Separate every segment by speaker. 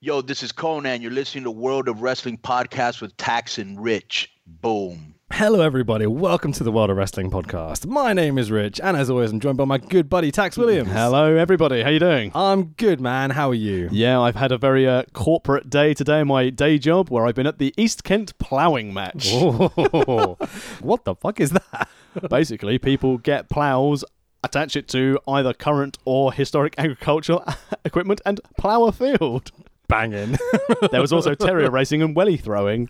Speaker 1: Yo, this is Conan. You're listening to World of Wrestling Podcast with Tax and Rich. Boom.
Speaker 2: Hello, everybody. Welcome to the World of Wrestling podcast. My name is Rich, and as always, I'm joined by my good buddy Tax Williams.
Speaker 3: Hello, everybody. How you doing?
Speaker 2: I'm good, man. How are you?
Speaker 3: Yeah, I've had a very uh, corporate day today. My day job, where I've been at the East Kent ploughing match.
Speaker 2: Oh, what the fuck is that?
Speaker 3: Basically, people get ploughs, attach it to either current or historic agricultural equipment, and plough a field.
Speaker 2: Banging.
Speaker 3: There was also terrier racing and welly throwing.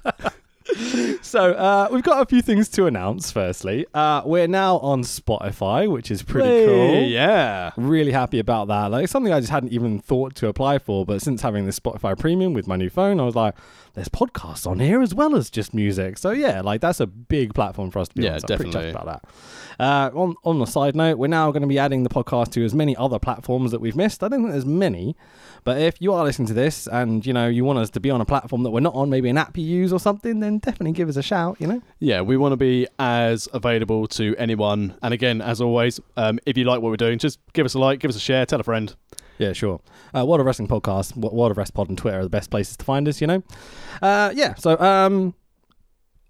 Speaker 2: so uh, we've got a few things to announce. Firstly, uh, we're now on Spotify, which is pretty cool.
Speaker 3: Yeah.
Speaker 2: Really happy about that. Like something I just hadn't even thought to apply for, but since having this Spotify Premium with my new phone, I was like, "There's podcasts on here as well as just music." So yeah, like that's a big platform for us to be
Speaker 3: Yeah,
Speaker 2: on. So I'm pretty
Speaker 3: definitely.
Speaker 2: chuffed about that. Uh, on on a side note, we're now going to be adding the podcast to as many other platforms that we've missed. I don't think there's many, but if you are listening to this and you know you want us to be on a platform that we're not on, maybe an app you use or something, then definitely give us a shout. You know.
Speaker 3: Yeah, we want to be as available to anyone. And again, as always, um, if you like what we're doing, just give us a like, give us a share, tell a friend.
Speaker 2: Yeah, sure. Uh, World of Wrestling Podcast, Wo- World of Rest Pod, and Twitter are the best places to find us. You know. Uh, yeah. So um,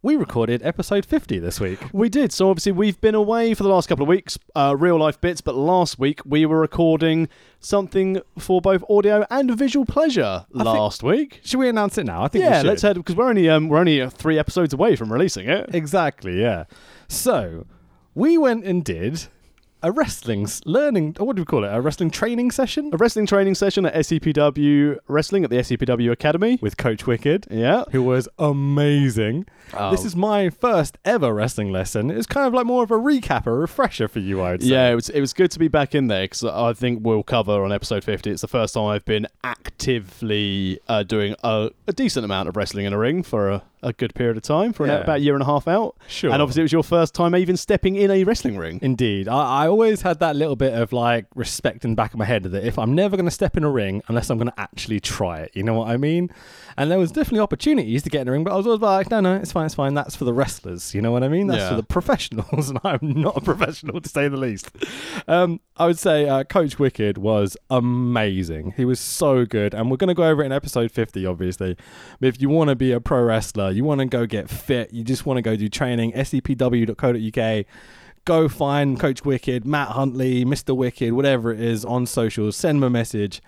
Speaker 2: we recorded episode fifty this week.
Speaker 3: We did. So obviously, we've been away for the last couple of weeks, uh, real life bits. But last week we were recording something for both audio and visual pleasure. last week,
Speaker 2: Should we announce it now? I think we
Speaker 3: yeah.
Speaker 2: should.
Speaker 3: Let's head because we're only um, we're only uh, three episodes away from releasing it.
Speaker 2: Exactly. Yeah. So we went and did a wrestling s- learning. What do we call it? A wrestling training session
Speaker 3: A wrestling training session at SCPW Wrestling at the SCPW Academy.
Speaker 2: with Coach Wicked.
Speaker 3: Yeah,
Speaker 2: Who was amazing. This
Speaker 3: Oh.
Speaker 2: is my first ever wrestling lesson. It's kind of like more of a recap, a refresher for you, I would say.
Speaker 3: Yeah, it was it was good to be back in there because I think we'll cover on episode fifty. It's the first time I've been actively uh, doing a, a decent amount of wrestling in a ring for a, a good period of time for an,
Speaker 2: Yeah.
Speaker 3: about a year and a half out.
Speaker 2: Sure.
Speaker 3: And obviously, it was your first time even stepping in a wrestling ring.
Speaker 2: Indeed. I, I always had that little bit of like respect in the back of my head that if I'm never going to step in a ring unless I'm going to actually try it, you know what I mean? And there was definitely opportunities to get in a ring, but I was always like, no, no, it's fine, it's fine. That's for the wrestlers, you know what I mean? That's
Speaker 3: Yeah.
Speaker 2: for the professionals, and I'm not a professional to say the least. Um, I would say uh, Coach Wicked was amazing. He was so good, and we're going to go over it in episode 50, obviously. But if you want to be a pro wrestler, you want to go get fit, you just want to go do training, E sepw.co.uk. Go find Coach Wicked, Matt Huntley, Mr. Wicked, whatever it is on socials. Send him a message.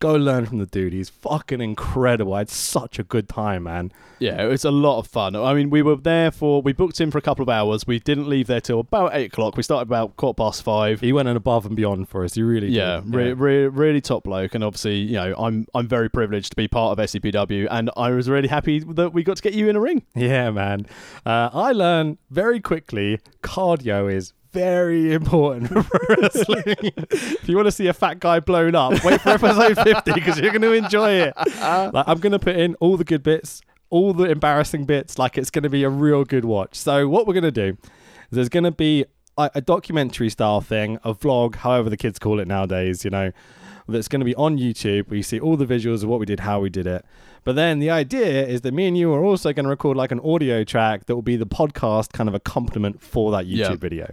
Speaker 2: Go learn from the dude. He's fucking incredible. I had such a good time, man.
Speaker 3: Yeah, it's a lot of fun. I mean, we were there for we booked in for a couple of hours. We didn't leave there till about eight o'clock. We started about quarter past five.
Speaker 2: He went in above and beyond for us. He really
Speaker 3: Yeah,
Speaker 2: did.
Speaker 3: re- re- really top bloke, and obviously, you know, I'm I'm very privileged to be part of SCPW, and I was really happy that we got to get you in a ring.
Speaker 2: Yeah, man. Uh, I learned very quickly cardio is very important for wrestling. if you want to see a fat guy blown up, wait for episode 50 because you're going to enjoy it. Like, I'm going to put in all the good bits, all the embarrassing bits. Like, it's going to be a real good watch. So, what we're going to do is there's going to be a, a documentary style thing, a vlog, however the kids call it nowadays, you know, that's going to be on YouTube where you see all the visuals of what we did, how we did it. But then the idea is that me and you are also going to record like an audio track that will be the podcast kind of accompaniment for that YouTube
Speaker 3: Yeah.
Speaker 2: video.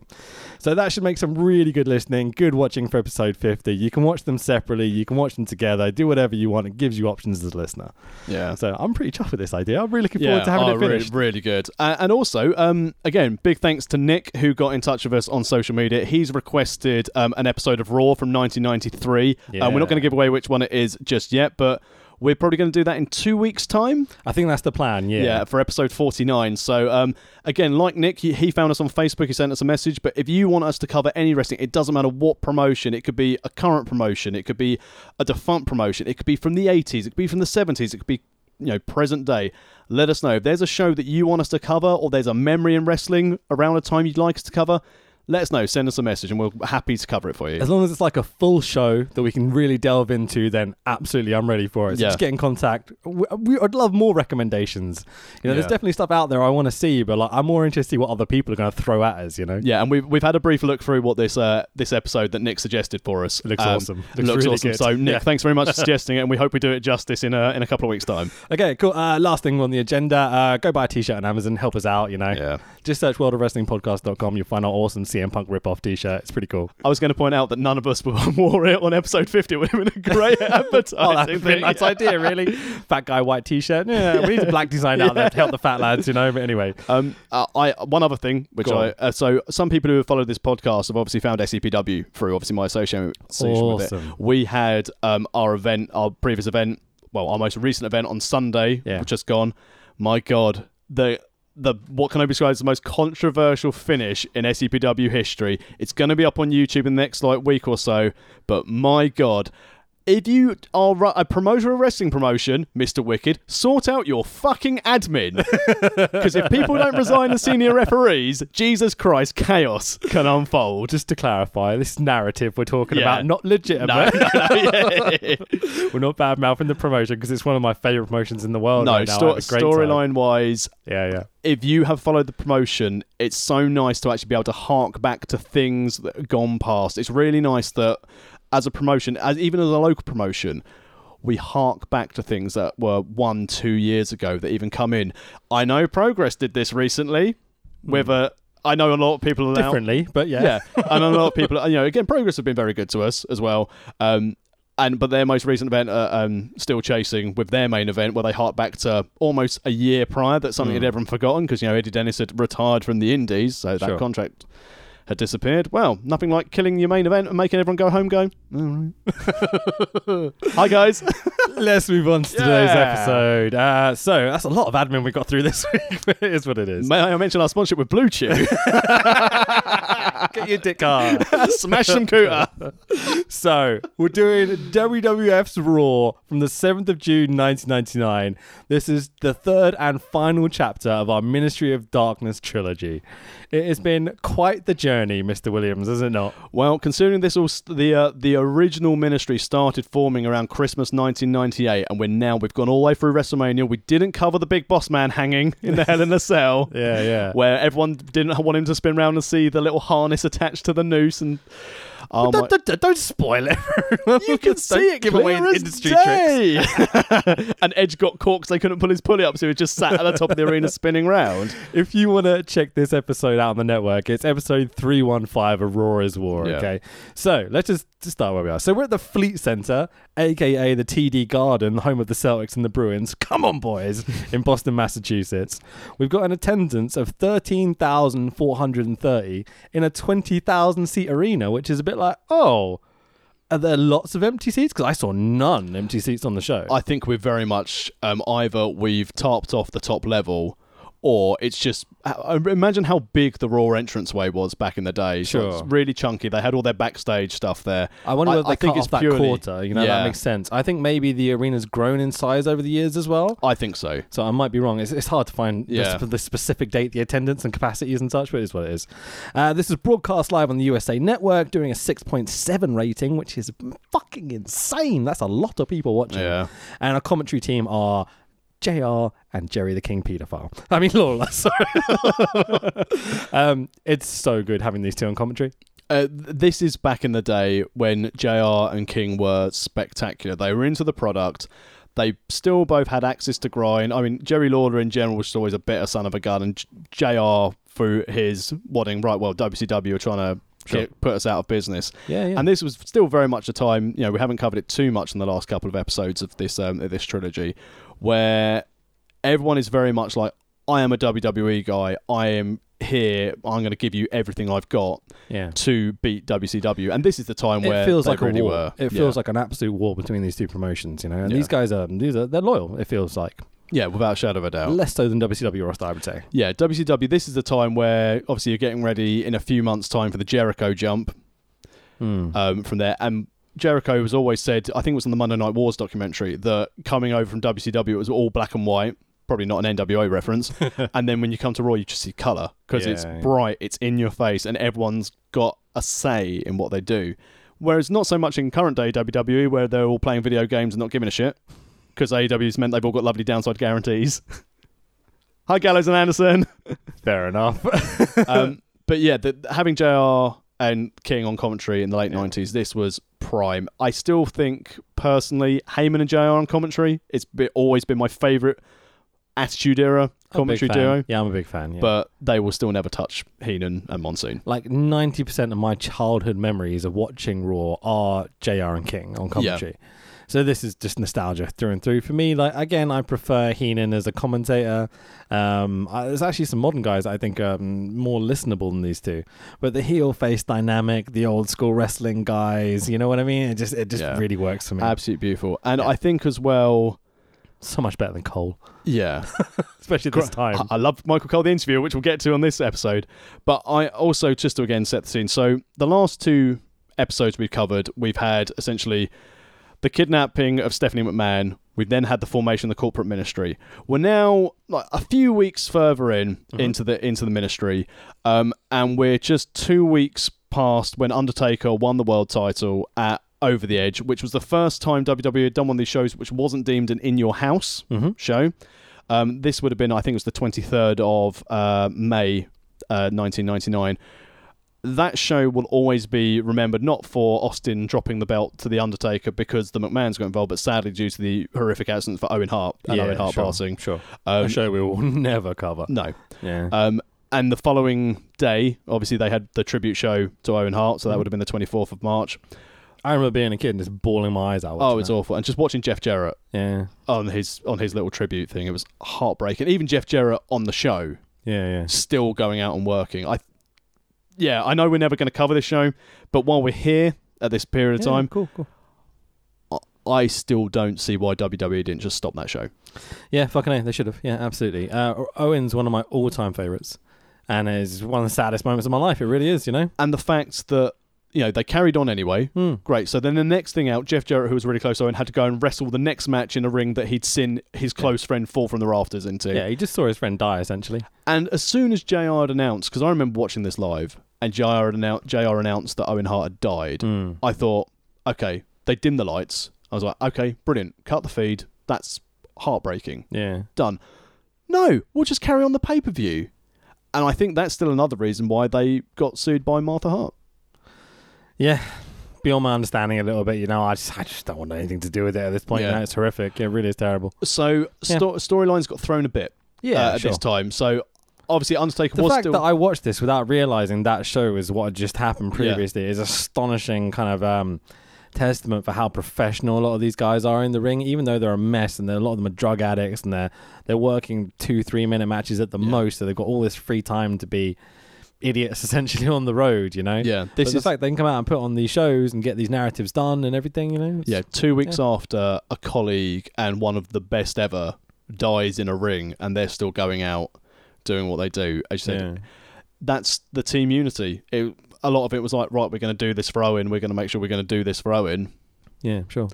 Speaker 2: So that should make some really good listening, good watching for episode 50. You can watch them separately, you can watch them together, do whatever you want. It gives you options as a listener.
Speaker 3: Yeah,
Speaker 2: So I'm pretty chuffed with this idea. I'm really looking forward to having
Speaker 3: oh,
Speaker 2: it
Speaker 3: really-
Speaker 2: finished.
Speaker 3: Really, good. Uh, and also, um, again, big thanks to Nick who got in touch with us on social media. He's requested um, an episode of Raw from 1993. Um, we're
Speaker 2: Yeah.
Speaker 3: not going to give away which one it is just yet, but we're probably going to do that in two weeks' time.
Speaker 2: I think that's the plan. Yeah.
Speaker 3: Yeah, for episode 49. So, um, again, like Nick, he, he found us on Facebook, he sent us a message. But if you want us to cover any wrestling, it doesn't matter what promotion, it could be a current promotion, it could be a defunct promotion, it could be from the 80s, it could be from the 70s, it could be, you know, present day. Let us know. If there's a show that you want us to cover or there's a memory in wrestling around a time you'd like us to cover, let us know. Send us a message and we're happy to cover it for you.
Speaker 2: As long as it's like a full show that we can really delve into, then absolutely, I'm ready for it. So
Speaker 3: Yeah.
Speaker 2: just get in contact. We, we, I'd love more recommendations. You know, there's
Speaker 3: Yeah.
Speaker 2: definitely stuff out there I want to see, but like, I'm more interested to see what other people are going to throw at us. You know,
Speaker 3: Yeah, and we've we've had a brief look through what this uh this episode that Nick suggested for us. um,
Speaker 2: It looks awesome.
Speaker 3: Looks,
Speaker 2: Looks really
Speaker 3: awesome.
Speaker 2: good.
Speaker 3: So Nick,
Speaker 2: Yeah.
Speaker 3: thanks very much for suggesting it, and we hope we do it justice in a in a couple of weeks' time.
Speaker 2: Okay, cool. Uh, last thing on the agenda uh, go buy a t shirt on Amazon, help us out, you know.
Speaker 3: Yeah.
Speaker 2: Just search worldofwrestlingpodcast.com. You'll find our awesome CMYK CM Punk ripoff T-shirt. It's pretty cool.
Speaker 3: I was going to point out that none of us wore it on episode 50. It would have been a great advertising.
Speaker 2: Oh, that's a
Speaker 3: thing.
Speaker 2: pretty nice idea, really. Fat guy, white T-shirt. Yeah, we need a black design out there to help the fat lads, you know. But anyway,
Speaker 3: Um, uh, I one other thing, which
Speaker 2: Go
Speaker 3: I
Speaker 2: on.
Speaker 3: uh, so some people who have followed this podcast have obviously found SCPW through obviously my association association with it.
Speaker 2: Awesome.
Speaker 3: We had um, our event, our previous event, well, our most recent event on Sunday,
Speaker 2: Yeah.
Speaker 3: just gone. My God, the the what can I describe as the most controversial finish in SCPW history. It's going to be up on YouTube in the next like week or so. But my God. If you are ru- a promoter of wrestling promotion, Mr. Wicked, sort out your fucking admin. Because if people don't resign as senior referees, Jesus Christ, chaos can unfold.
Speaker 2: just to clarify, this narrative we're talking
Speaker 3: Yeah.
Speaker 2: about not legitimate.
Speaker 3: No, no, no, yeah.
Speaker 2: we're not bad mouthing the promotion because it's one of my favorite promotions in the world.
Speaker 3: no
Speaker 2: right now. Oh, I
Speaker 3: sto-
Speaker 2: have a great time.
Speaker 3: storyline wise,
Speaker 2: Yeah, yeah.
Speaker 3: if you have followed the promotion, it's so nice to actually be able to hark back to things that have gone past. It's really nice that as a promotion, as even as a local promotion, we hark back to things that were one, two years ago that even come in. I know Progress did this recently with a. I know a lot of people are now
Speaker 2: Differently, but yeah.
Speaker 3: yeah, and a lot of people, you know, again, Progress have been very good to us as well. Um, and but their most recent event, uh, um, still chasing with their main event, where they hark back to almost a year prior that something had everyone forgotten because you know Eddie Dennis had retired from the Indies, so that
Speaker 2: Sure.
Speaker 3: contract had disappeared. Well, nothing like killing your main event and making everyone go home. Go, "All right." hi guys.
Speaker 2: Let's move on to today's
Speaker 3: Yeah.
Speaker 2: episode. Uh, so that's a lot of admin we got through this week, but it is what it is.
Speaker 3: May I mention our sponsorship with Blue Chew?
Speaker 2: Get your dick hard.
Speaker 3: Smash some cooter.
Speaker 2: So we're doing WWF's Raw from the 7th of June 1999. This is the third and final chapter of our Ministry of Darkness trilogy. It has been quite the journey, Mr. Williams, has it not?
Speaker 3: Well, considering this all st- the uh, the original ministry started forming around Christmas 1998, and we're now we've gone all the way through WrestleMania. We didn't cover the Big Boss Man hanging in the Hell in a Cell,
Speaker 2: Yeah, yeah.
Speaker 3: where everyone didn't want him to spin round and see the little harness attached to the noose. And oh my,
Speaker 2: don't, don't- don't- don't spoil it.
Speaker 3: you can see it.
Speaker 2: give
Speaker 3: clear
Speaker 2: away
Speaker 3: as
Speaker 2: industry tricks.
Speaker 3: day. and Edge got caught because they couldn't pull his pulley up, so he just sat at the top of the arena spinning round.
Speaker 2: if you want to check this episode out on the network, it's episode 315 of Raw is War.
Speaker 3: Yeah.
Speaker 2: Okay. So let's just, just start where we are. So we're at the Fleet Center, aka the TD Garden, the home of the Celtics and the Bruins. Come on, boys, in Boston, Massachusetts. We've got an attendance of 13,430 in a 20,000 seat arena, which is a bit like, oh. Are there lots of empty seats? Because I saw none empty seats on the show.
Speaker 3: I think we're very much um, either we've tarped off the top level, or it's just I- imagine how big the Raw entranceway was back in the day. So
Speaker 2: Sure.
Speaker 3: it's really chunky. They had all their backstage stuff there.
Speaker 2: I wonder whether they
Speaker 3: think
Speaker 2: cut
Speaker 3: it's
Speaker 2: off that
Speaker 3: purely-
Speaker 2: quarter. You know,
Speaker 3: Yeah,
Speaker 2: that makes sense. I think maybe the arena's grown in size over the years as well.
Speaker 3: I think so.
Speaker 2: So I might be wrong. It's, it's hard to find the,
Speaker 3: Yeah.
Speaker 2: sp- the specific date, the attendance and capacities and such, but it is what it is. Uh, this is broadcast live on the USA Network, doing a 6.7 rating, which is fucking insane. That's a lot of people watching.
Speaker 3: Yeah.
Speaker 2: And our commentary team are JR and Jerry the King Pedophile. I mean, Lawler, sorry. um, it's so good having these two on commentary.
Speaker 3: Uh, th- this is back in the day when JR and King were spectacular. They were into the product. They still both had access to grind. I mean, Jerry Lawler in general was just always a bitter son of a gun, and J- JR through his wadding, right, well, WCW are trying to
Speaker 2: Sure.
Speaker 3: get- put us out of business.
Speaker 2: Yeah, yeah.
Speaker 3: And this was still very much a time, you know, we haven't covered it too much in the last couple of episodes of this um, of this trilogy, where everyone is very much like, I am a WWE guy. I am here. I'm going to give you everything I've got
Speaker 2: yeah.
Speaker 3: to beat WCW, and this is the time where
Speaker 2: it feels
Speaker 3: they
Speaker 2: like
Speaker 3: really
Speaker 2: a war.
Speaker 3: were.
Speaker 2: It
Speaker 3: yeah.
Speaker 2: feels like an absolute war between these two promotions, you know. And
Speaker 3: Yeah.
Speaker 2: these guys are these are they're loyal. It feels like
Speaker 3: yeah, without a shadow of a doubt.
Speaker 2: less so than WCW roster, I would say.
Speaker 3: Yeah, WCW. This is the time where obviously you're getting ready in a few months' time for the Jericho jump
Speaker 2: Hmm.
Speaker 3: um, from there, and. Jericho was always said, I think it was on the Monday Night Wars documentary, that coming over from WCW, it was all black and white, probably not an NWO reference. and then when you come to Raw, you just see colour because it's
Speaker 2: Yeah.
Speaker 3: bright, it's in your face, and everyone's got a say in what they do. Whereas not so much in current day WWE, where they're all playing video games and not giving a shit because AEW's meant they've all got lovely downside guarantees. Hi, Gallows and Anderson.
Speaker 2: Fair enough.
Speaker 3: um, but yeah, the, having JR and King on commentary in the late
Speaker 2: Yeah.
Speaker 3: 90s, this was prime. I still think, personally, Heyman and JR on commentary, it's be, always been my favourite Attitude Era
Speaker 2: I'm a big
Speaker 3: commentary
Speaker 2: fan.
Speaker 3: duo,
Speaker 2: Yeah, I'm a big fan. Yeah.
Speaker 3: but they will still never touch Heenan and Monsoon.
Speaker 2: like 90% of my childhood memories of watching Raw are JR and King on commentary. So this is just nostalgia through and through for me. Like again, I prefer Heenan as a commentator. Um, I, there's actually some modern guys I think are um, more listenable than these two. But the heel face dynamic, the old school wrestling guys, you know what I mean? It just it just
Speaker 3: Yeah.
Speaker 2: really works for me.
Speaker 3: Absolutely beautiful. And I think as well,
Speaker 2: so much better than Cole,
Speaker 3: yeah.
Speaker 2: especially this time.
Speaker 3: I, I love Michael Cole, the interviewer, which we'll get to on this episode. But I also, just to again set the scene. So, the last two episodes we've covered, we've had essentially the kidnapping of Stephanie McMahon. We've then had the formation of the corporate ministry. We're now like a few weeks further in into the into the ministry, um, and we're just two weeks past when Undertaker won the world title at Over the Edge, which was the first time WWE had done one of these shows which wasn't deemed an in your house show. Um, this would have been, I think, it was the 23rd of uh, May, uh, 1999. That show will always be remembered not for Austin dropping the belt to the Undertaker because the McMahon's got involved, but sadly due to the horrific accident for Owen Hart and Owen Hart
Speaker 2: sure,
Speaker 3: passing.
Speaker 2: Sure,
Speaker 3: Um,
Speaker 2: a show we will never cover.
Speaker 3: No.
Speaker 2: Yeah,
Speaker 3: Um, and the following day, obviously, they had the tribute show to Owen Hart, so that would have been the 24th of March.
Speaker 2: I remember being a kid and just bawling my eyes out.
Speaker 3: Oh,
Speaker 2: watching
Speaker 3: it's
Speaker 2: that.
Speaker 3: awful! And just watching Jeff Jarrett
Speaker 2: yeah,
Speaker 3: on his on his little tribute thing, it was heartbreaking. Even Jeff Jarrett on the show
Speaker 2: yeah, yeah.
Speaker 3: still going out and working. I, yeah, I know we're never going to cover this show, but while we're here at this period of
Speaker 2: Yeah,
Speaker 3: time,
Speaker 2: Cool, cool.
Speaker 3: I still don't see why WWE didn't just stop that show.
Speaker 2: Yeah, fucking A, they should have. Yeah, absolutely. Uh, Owen's one of my all-time favorites, and is one of the saddest moments of my life. It really is, you know.
Speaker 3: And the fact that you know they carried on anyway,
Speaker 2: Hmm.
Speaker 3: great. So then the next thing out, Jeff Jarrett, who was really close to Owen, had to go and wrestle the next match in a ring that he'd seen his close friend fall from the rafters into.
Speaker 2: Yeah, he just saw his friend die essentially.
Speaker 3: And as soon as JR had announced, because I remember watching this live, and JR had annou- JR announced that Owen Hart had died,
Speaker 2: Hmm.
Speaker 3: I thought, okay, they dimmed the lights. I was like, okay, brilliant. Cut the feed. That's heartbreaking.
Speaker 2: Yeah,
Speaker 3: Done. No, we'll just carry on the pay per view. And I think that's still another reason why they got sued by Martha Hart.
Speaker 2: yeah. Beyond my understanding a little bit, you know. I just, I just don't want anything to do with it at this point.
Speaker 3: Yeah.
Speaker 2: You know, it's horrific. It really is terrible.
Speaker 3: So sto- storylines got thrown a bit
Speaker 2: Yeah,
Speaker 3: uh, at
Speaker 2: sure.
Speaker 3: this time. So obviously, Undertaker
Speaker 2: The
Speaker 3: was
Speaker 2: fact
Speaker 3: still.
Speaker 2: that I watched this without realizing that show is what had just happened
Speaker 3: Yeah.
Speaker 2: previously is astonishing kind of um, testament for how professional a lot of these guys are in the ring, even though they're a mess and they're- a lot of them are drug addicts and they're they're working two, three minute matches at the most, so they've got all this free time to be idiots essentially on the road, you know?
Speaker 3: yeah,
Speaker 2: This
Speaker 3: this
Speaker 2: the
Speaker 3: is
Speaker 2: fact they can come out and put on these shows and get these narratives done and everything, you know? It's-
Speaker 3: Yeah, two weeks after a colleague and one of the best ever dies in a ring, and they're still going out doing what they do. As you said,
Speaker 2: Yeah.
Speaker 3: that's the team unity. It, a lot of it was like, right, we're going to do this for Owen. We're going to make sure we're going to do this for Owen.
Speaker 2: Yeah, sure.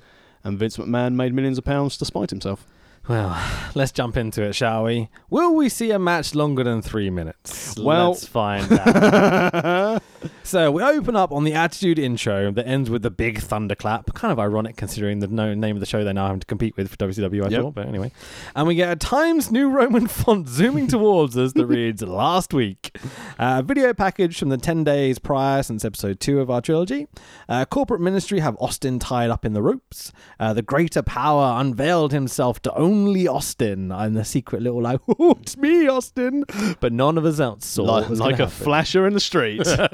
Speaker 3: And Vince McMahon made millions of pounds to spite himself.
Speaker 2: Well, let's jump into it, shall we? Will we see a match longer than three minutes?
Speaker 3: Well-
Speaker 2: let's find out. so we open up on the Attitude intro that ends with the big thunderclap. Kind of ironic considering the no- name of the show they now have to compete with for WCW, I
Speaker 3: Yep.
Speaker 2: thought. But anyway, and we get a Times New Roman font zooming towards us that reads "Last week." A video package from the ten days prior since episode two of our trilogy. Uh, corporate ministry have Austin tied up in the ropes. Uh, the greater power unveiled himself to only Austin, and the secret little like, "Oh, it's me, Austin," but none of us else saw. what
Speaker 3: Like,
Speaker 2: was
Speaker 3: like
Speaker 2: gonna
Speaker 3: a
Speaker 2: happen.
Speaker 3: flasher in the street. Show him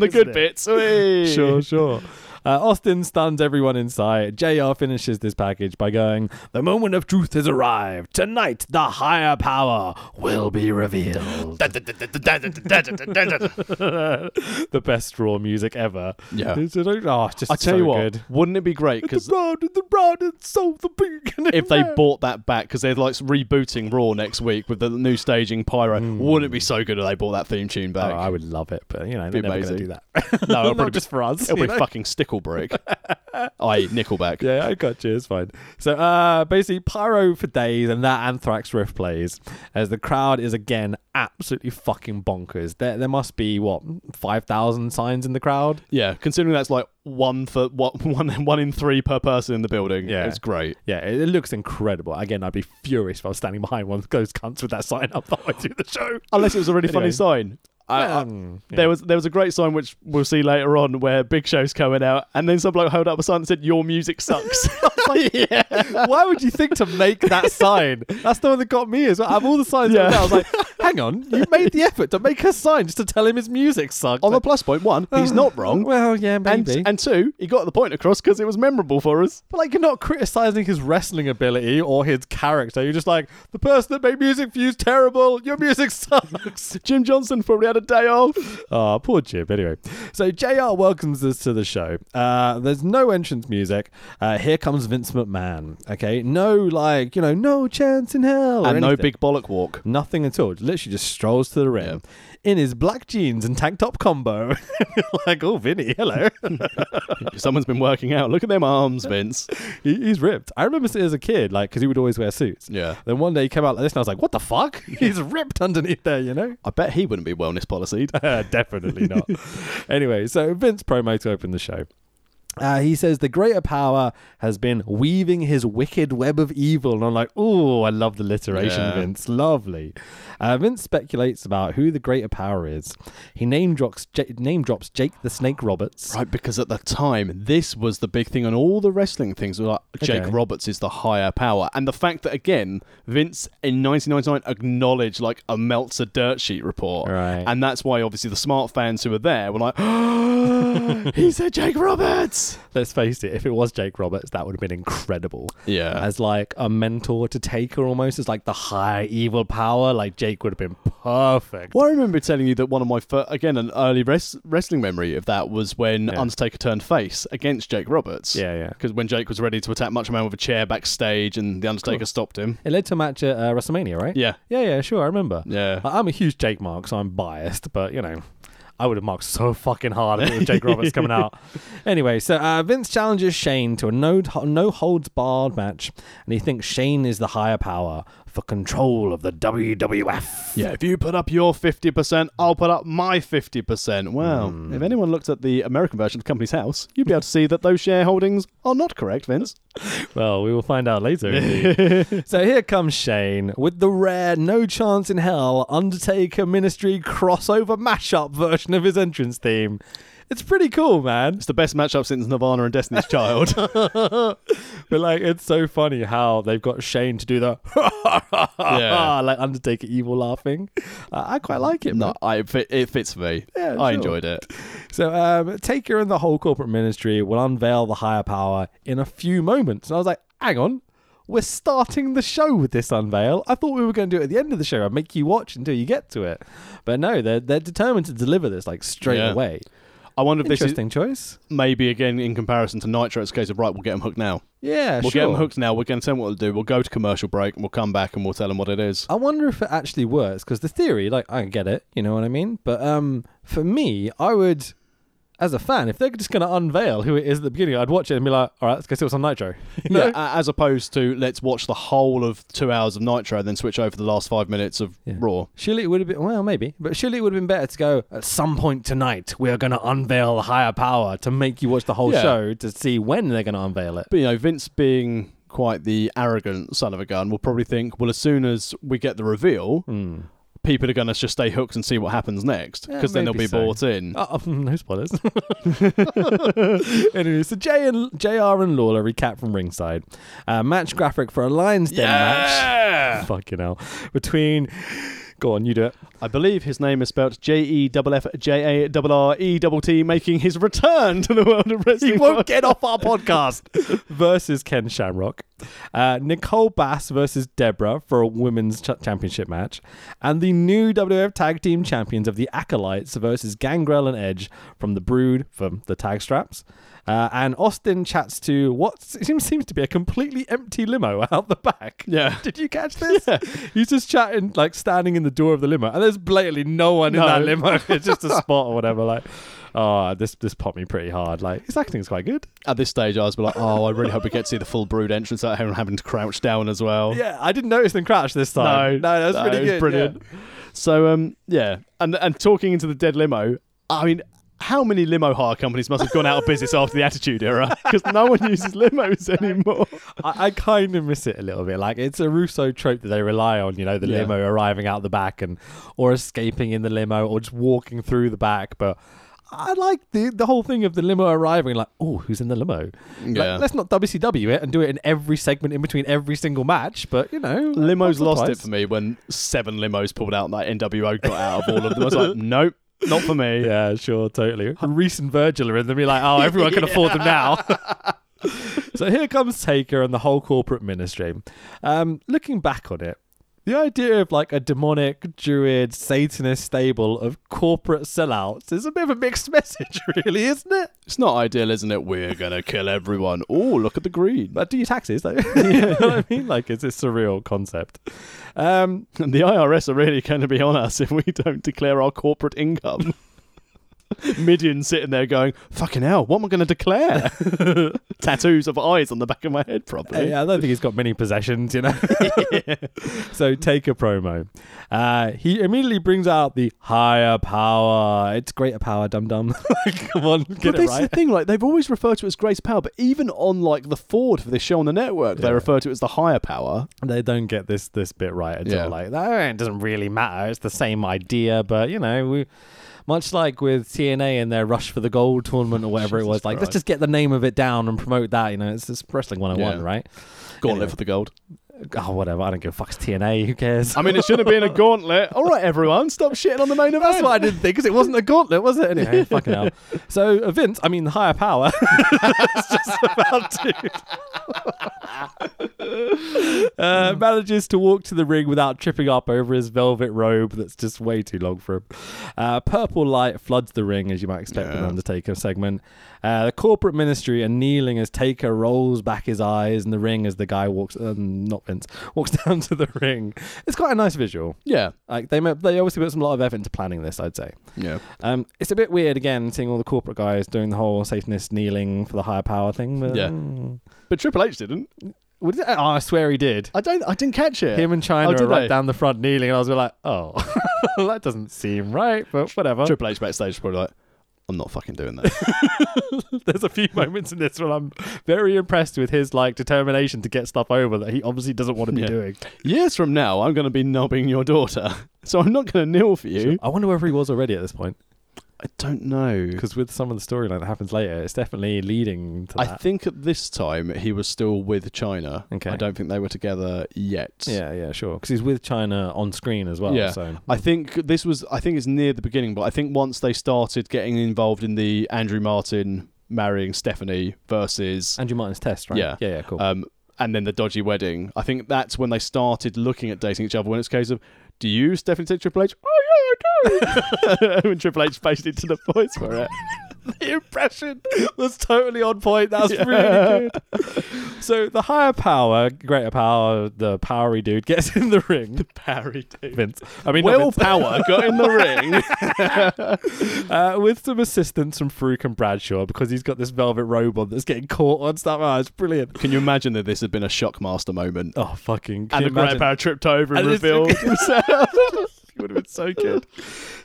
Speaker 3: the
Speaker 2: isn't
Speaker 3: good
Speaker 2: it?
Speaker 3: bits. Hey!
Speaker 2: sure, sure. Uh, Austin stuns everyone inside. JR finishes this package by going, The moment of truth has arrived. Tonight, the higher power will be revealed. the best raw music ever.
Speaker 3: Yeah.
Speaker 2: It's, just- oh, it's just
Speaker 3: I tell
Speaker 2: so
Speaker 3: you what,
Speaker 2: good.
Speaker 3: wouldn't it be great? Because
Speaker 2: The brown and the brown and soul, the pink. and
Speaker 3: if they
Speaker 2: red.
Speaker 3: bought that back because they're like rebooting Raw next week with the new staging pyro,
Speaker 2: Hmm.
Speaker 3: wouldn't it be so good if they bought that theme tune
Speaker 2: Oh,
Speaker 3: back?
Speaker 2: I would love it, but you know, they're
Speaker 3: Be
Speaker 2: never going to
Speaker 3: amazing.
Speaker 2: do that.
Speaker 3: no, it'll
Speaker 2: Not
Speaker 3: probably be,
Speaker 2: just for us.
Speaker 3: it'll
Speaker 2: you
Speaker 3: be
Speaker 2: know?
Speaker 3: fucking Sticklebrick. I Nickelback.
Speaker 2: Yeah, I got you. It's fine. So, uh, basically, pyro for days, and that Anthrax riff plays as the crowd is again absolutely fucking bonkers. There, there must be what five thousand signs in the crowd.
Speaker 3: Yeah, considering that's like one for what one one in three per person in the building.
Speaker 2: Yeah.
Speaker 3: it's great.
Speaker 2: Yeah, it, it looks incredible. Again, I'd be furious if I was standing behind one of those cunts with that sign up that I do the show.
Speaker 3: Unless it was a really funny
Speaker 2: Anyway.
Speaker 3: sign. I, I- There was there was a great sign which we'll see later on where Big Show's coming out, and then some bloke held up a sign that said "Your music sucks." I was like, yeah,
Speaker 2: Why would you think to make that sign? That's the one that got me. Is well. out of all the signs,
Speaker 3: Yeah.
Speaker 2: yeah. I was like, hang on, you made the effort to make a sign just to tell him his music sucks.
Speaker 3: On the plus point, one, he's not wrong.
Speaker 2: Well, yeah,
Speaker 3: and,
Speaker 2: maybe.
Speaker 3: and two, he got the point across because it was memorable for us.
Speaker 2: but like, you're not criticizing his wrestling ability or his character. You're just like, the person that made music for you is terrible. Your music sucks.
Speaker 3: Jim Johnson probably had a day off.
Speaker 2: Oh, poor Jim. Anyway, so JR welcomes us to the show. Uh, there's no entrance music. Uh, here comes Vince McMahon. Okay, no, like, you know, no chance in hell. or
Speaker 3: and no
Speaker 2: anything.
Speaker 3: big bollock walk.
Speaker 2: Nothing at all. Literally just strolls to the rim in his black jeans and tank top combo. like, oh, Vinny, hello.
Speaker 3: Someone's been working out. Look at them arms, Vince.
Speaker 2: he, he's ripped. I remember as a kid, like, because he would always wear suits.
Speaker 3: Yeah.
Speaker 2: Then one day he came out like this, and I was like, what the fuck? he's ripped underneath there, you know?
Speaker 3: I bet he wouldn't be wellness policied.
Speaker 2: Uh, definitely not. anyway, so Vince promo to open the show. Uh, he says the greater power has been weaving his wicked web of evil, and I'm like, "Ooh, I love the alliteration,
Speaker 3: Yeah.
Speaker 2: Vince. Lovely." Uh, Vince speculates about who the greater power is. He name drops J- name drops Jake the Snake Roberts.
Speaker 3: Right, because at the time, this was the big thing on all the wrestling things. It was Like Jake
Speaker 2: Okay.
Speaker 3: Roberts is the higher power, and the fact that again, Vince in 1999 acknowledged like a Meltzer dirt sheet report,
Speaker 2: Right.
Speaker 3: and that's why obviously the smart fans who were there were like, he said Jake Roberts.
Speaker 2: Let's face it, if it was Jake Roberts, that would have been incredible.
Speaker 3: Yeah.
Speaker 2: as like a mentor to Taker, almost as like the high evil power. Like Jake would have been perfect.
Speaker 3: Well, I remember telling you that one of my fir- again an early res- wrestling memory of that was when
Speaker 2: Yeah.
Speaker 3: Undertaker turned face against Jake Roberts.
Speaker 2: Yeah, yeah.
Speaker 3: Because when Jake was ready to attack Macho Man with a chair backstage, and the Undertaker stopped him.
Speaker 2: It led to a match at uh, WrestleMania, right?
Speaker 3: Yeah,
Speaker 2: Yeah, yeah, sure, I remember.
Speaker 3: yeah.
Speaker 2: I- I'm a huge Jake Mark, so I'm biased, but you know, I would have marked so fucking hard if it was Jake Roberts coming out. Anyway, so uh, Vince challenges Shane to a no, no holds barred match, and he thinks Shane is the higher power for control of the WWF.
Speaker 3: Yeah, if you put up your 50%, I'll put up my 50%. Well, if anyone looked at the American version of the company's house, you'd be able to see that those shareholdings are not correct, Vince.
Speaker 2: Well, we will find out later. indeed. so here comes Shane with the rare No Chance in Hell Undertaker Ministry crossover mashup version of his entrance theme. It's pretty cool, man.
Speaker 3: It's the best matchup since Nirvana and Destiny's Child.
Speaker 2: But like, it's so funny how they've got Shane to do the
Speaker 3: Yeah.
Speaker 2: like Undertaker evil laughing. Uh, I quite like it.
Speaker 3: no,
Speaker 2: man.
Speaker 3: I, it, fit, it fits me.
Speaker 2: Yeah,
Speaker 3: I
Speaker 2: sure.
Speaker 3: enjoyed it.
Speaker 2: So um, Taker and the whole corporate ministry will unveil the higher power in a few moments, and I was like, hang on. We're starting the show with this unveil. I thought we were going to do it at the end of the show. I'd make you watch until you get to it. But no, they're, they're determined to deliver this like straight
Speaker 3: Yeah.
Speaker 2: away.
Speaker 3: I wonder if this is
Speaker 2: Interesting choice.
Speaker 3: maybe again in comparison to Nitro, it's a case of right, we'll get them hooked now.
Speaker 2: Yeah,
Speaker 3: We'll
Speaker 2: sure.
Speaker 3: get them hooked now. We're going to tell them what to do. We'll go to commercial break and we'll come back and we'll tell them what it is.
Speaker 2: I wonder if it actually works because the theory, like, I get it, you know what I mean. But um, for me, I would, as a fan, if they're just going to unveil who it is at the beginning, I'd watch it and be like, "All right, let's go see what's on Nitro." You know?
Speaker 3: Yeah, a- as opposed to let's watch the whole of two hours of Nitro and then switch over the last five minutes of
Speaker 2: Yeah.
Speaker 3: Raw.
Speaker 2: Surely it would have been well, maybe, but surely it would have been better to go at some point tonight. We are going to unveil the higher power to make you watch the whole
Speaker 3: Yeah.
Speaker 2: show to see when they're going to unveil it.
Speaker 3: But you know, Vince being quite the arrogant son of a gun will probably think, well, as soon as we get the reveal, people are going to just stay hooked and see what happens next
Speaker 2: Hmm. Yeah,
Speaker 3: because then they'll
Speaker 2: maybe
Speaker 3: be
Speaker 2: so.
Speaker 3: bought in.
Speaker 2: Oh, no spoilers. anyway, so Jay and Jr. and Lawler recap from ringside. Uh, match graphic for a Lions Den match. Fucking hell. Between. Go on, you do it.
Speaker 3: I believe his name is spelled J E F F J A R R E T T, making his return to the world of wrestling.
Speaker 2: get off our podcast. versus Ken Shamrock. Uh, Nicole Bass versus Deborah for a women's ch- championship match. And the new WWF Tag Team Champions of the Acolytes versus Gangrel and Edge from the Brood from the tag straps. Uh, and Austin chats to what seems, seems to be a completely empty limo out the back.
Speaker 3: Yeah.
Speaker 2: Did you catch this? He's just chatting, like standing in the door of the limo, and there's blatantly no one in
Speaker 3: No.
Speaker 2: that limo. It's just a spot or whatever. Like, oh, this this popped me pretty hard. Like, his acting is quite good.
Speaker 3: At this stage, I was like, oh, I really hope we get to see the full brood entrance out here and having to crouch down as well.
Speaker 2: Yeah, I didn't notice them crash this time.
Speaker 3: No,
Speaker 2: no, that's
Speaker 3: no,
Speaker 2: pretty
Speaker 3: it was
Speaker 2: good.
Speaker 3: brilliant. So um, yeah, and and talking into the dead limo. I mean, how many limo hire companies must have gone out of business after the Attitude Era? Because no one uses limos anymore.
Speaker 2: I, I kind of miss it a little bit. Like it's a Russo trope that they rely on, you know, the
Speaker 3: Yeah.
Speaker 2: limo arriving out the back and or escaping in the limo or just walking through the back. But I like the the whole thing of the limo arriving, like, oh, who's in the limo? Like,
Speaker 3: Yeah.
Speaker 2: let's not WCW it and do it in every segment in between every single match. But you know,
Speaker 3: Limos
Speaker 2: once or
Speaker 3: lost it
Speaker 2: twice.
Speaker 3: for me when seven limos pulled out and that NWO got out of all of them. I was like, nope, not for me.
Speaker 2: Yeah, sure, totally. Reese and Virgil are in them. You're like, oh, everyone can afford them now. so here comes Taker and the whole corporate ministry. Um, looking back on it, the idea of like a demonic, druid, satanist stable of corporate sellouts is a bit of a mixed message, really, isn't it?
Speaker 3: It's not ideal, isn't it? We're going to kill everyone. Oh, look at the green.
Speaker 2: But do your taxes, though. you know what I mean? Like, it's a surreal concept. Um,
Speaker 3: And the IRS are really going to be on us if we don't declare our corporate income. Midian sitting there going, fucking hell, what am I going to declare? Tattoos of eyes on the back of my head, probably.
Speaker 2: Yeah, I don't think he's got many possessions, you know. so take a promo. Uh, he immediately brings out the higher power. It's greater power, dum dum. Come on, get
Speaker 3: But
Speaker 2: it
Speaker 3: this is
Speaker 2: right.
Speaker 3: the thing, like they've always referred to it as Grace Power, but even on like the Ford for this show on the network, they
Speaker 2: Yeah.
Speaker 3: refer to it as the higher power.
Speaker 2: They don't get this this bit right at
Speaker 3: Yeah.
Speaker 2: all. Like that it doesn't really matter. It's the same idea, but you know we. Much like with TNA and their rush for the gold tournament or whatever it was,
Speaker 3: Jesus
Speaker 2: like let's
Speaker 3: Christ.
Speaker 2: just get the name of it down and promote that. You know, it's just wrestling 101,
Speaker 3: Yeah.
Speaker 2: right?
Speaker 3: Gauntlet
Speaker 2: Anyway.
Speaker 3: for the gold.
Speaker 2: Oh, whatever. I don't give a fuck. It's TNA. Who cares?
Speaker 3: I mean, it should have been a gauntlet. All right, everyone, stop shitting on the main event.
Speaker 2: That's what I didn't think because it wasn't a gauntlet, was it? Anyway, fucking hell. So uh, Vince, I mean, the higher power. is just about to- uh,
Speaker 3: Hmm.
Speaker 2: manages to walk to the ring without tripping up over his velvet robe that's just way too long for him. Uh, purple light floods the ring, as you might expect with an Undertaker segment. Uh, the corporate ministry are kneeling as Taker rolls back his eyes in the ring as the guy walks, um, not Vince, walks down to the ring. It's quite a nice visual.
Speaker 3: Yeah,
Speaker 2: Like they ma- they obviously put some lot of effort into planning this, I'd say.
Speaker 3: yeah.
Speaker 2: Um, it's a bit weird again seeing all the corporate guys doing the whole Satanist kneeling for the higher power thing. But,
Speaker 3: Yeah.
Speaker 2: Mm.
Speaker 3: But Triple H didn't.
Speaker 2: What did- oh, I swear he did.
Speaker 3: I don't. I didn't catch it.
Speaker 2: Him and China
Speaker 3: Oh, did
Speaker 2: are right
Speaker 3: they?
Speaker 2: down the front kneeling, and I was like, oh, that doesn't seem right, but whatever.
Speaker 3: Triple H backstage was probably like, I'm not fucking doing that.
Speaker 2: There's a few moments in this where I'm very impressed with his like determination to get stuff over that he obviously doesn't want to be
Speaker 3: Yeah.
Speaker 2: doing.
Speaker 3: Years from now, I'm going to be knobbing your daughter, so I'm not going to kneel for you.
Speaker 2: I wonder whether he was already at this point,
Speaker 3: I don't know.
Speaker 2: because with some of the storyline that happens later, it's definitely leading to
Speaker 3: I
Speaker 2: that.
Speaker 3: think at this time he was still with China.
Speaker 2: Okay.
Speaker 3: I don't think they were together yet.
Speaker 2: yeah, yeah, sure, because he's with China on screen as well.
Speaker 3: Yeah.
Speaker 2: So
Speaker 3: I think this was. I think it's near the beginning, but I think once they started getting involved in the Andrew Martin marrying Stephanie versus
Speaker 2: Andrew Martin's test, right?
Speaker 3: Yeah.
Speaker 2: yeah, yeah, cool.
Speaker 3: um, and then the dodgy wedding. I think that's when they started looking at dating each other. When it's a case of, do you Stephanie take Triple H? Oh yeah, I do. when Triple H faced it to the points for it.
Speaker 2: the impression was totally on point. That was really good. So the higher power, greater power, the powery dude gets in the ring. The powery dude, Vince. I mean, not
Speaker 3: Will
Speaker 2: Vince.
Speaker 3: Power got in the ring.
Speaker 2: uh, with some assistance from Farouk and Bradshaw because he's got this velvet robe on that's getting caught on stuff. Oh, it's brilliant.
Speaker 3: Can you imagine that this had been a Shockmaster moment?
Speaker 2: Oh, fucking! Can
Speaker 3: And
Speaker 2: you
Speaker 3: the Great
Speaker 2: imagine?
Speaker 3: Power tripped over and,
Speaker 2: And it's-
Speaker 3: revealed himself. it would have been so good.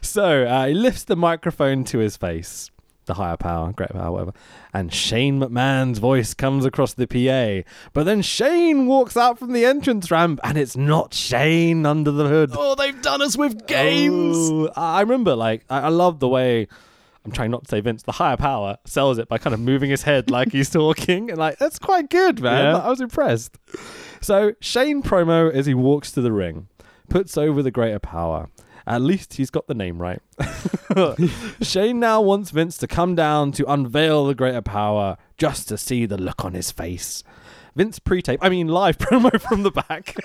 Speaker 2: So uh, he lifts the microphone to his face, the higher power, greater power, whatever, and Shane McMahon's voice comes across the PA. But then Shane walks out from the entrance ramp, and it's not Shane under the hood.
Speaker 3: Oh, they've done us with games.
Speaker 2: Oh, I I remember, like, I, I love the way. I'm trying not to say Vince. The higher power sells it by kind of moving his head like he's talking, and like that's quite good, man.
Speaker 3: Yeah.
Speaker 2: Like, I was impressed. So Shane promo as he walks to the ring, puts over the greater power. At least he's got the name right. Shane now wants Vince to come down to unveil the greater power, just to see the look on his face. Vince pre-tape, I mean live promo from the back.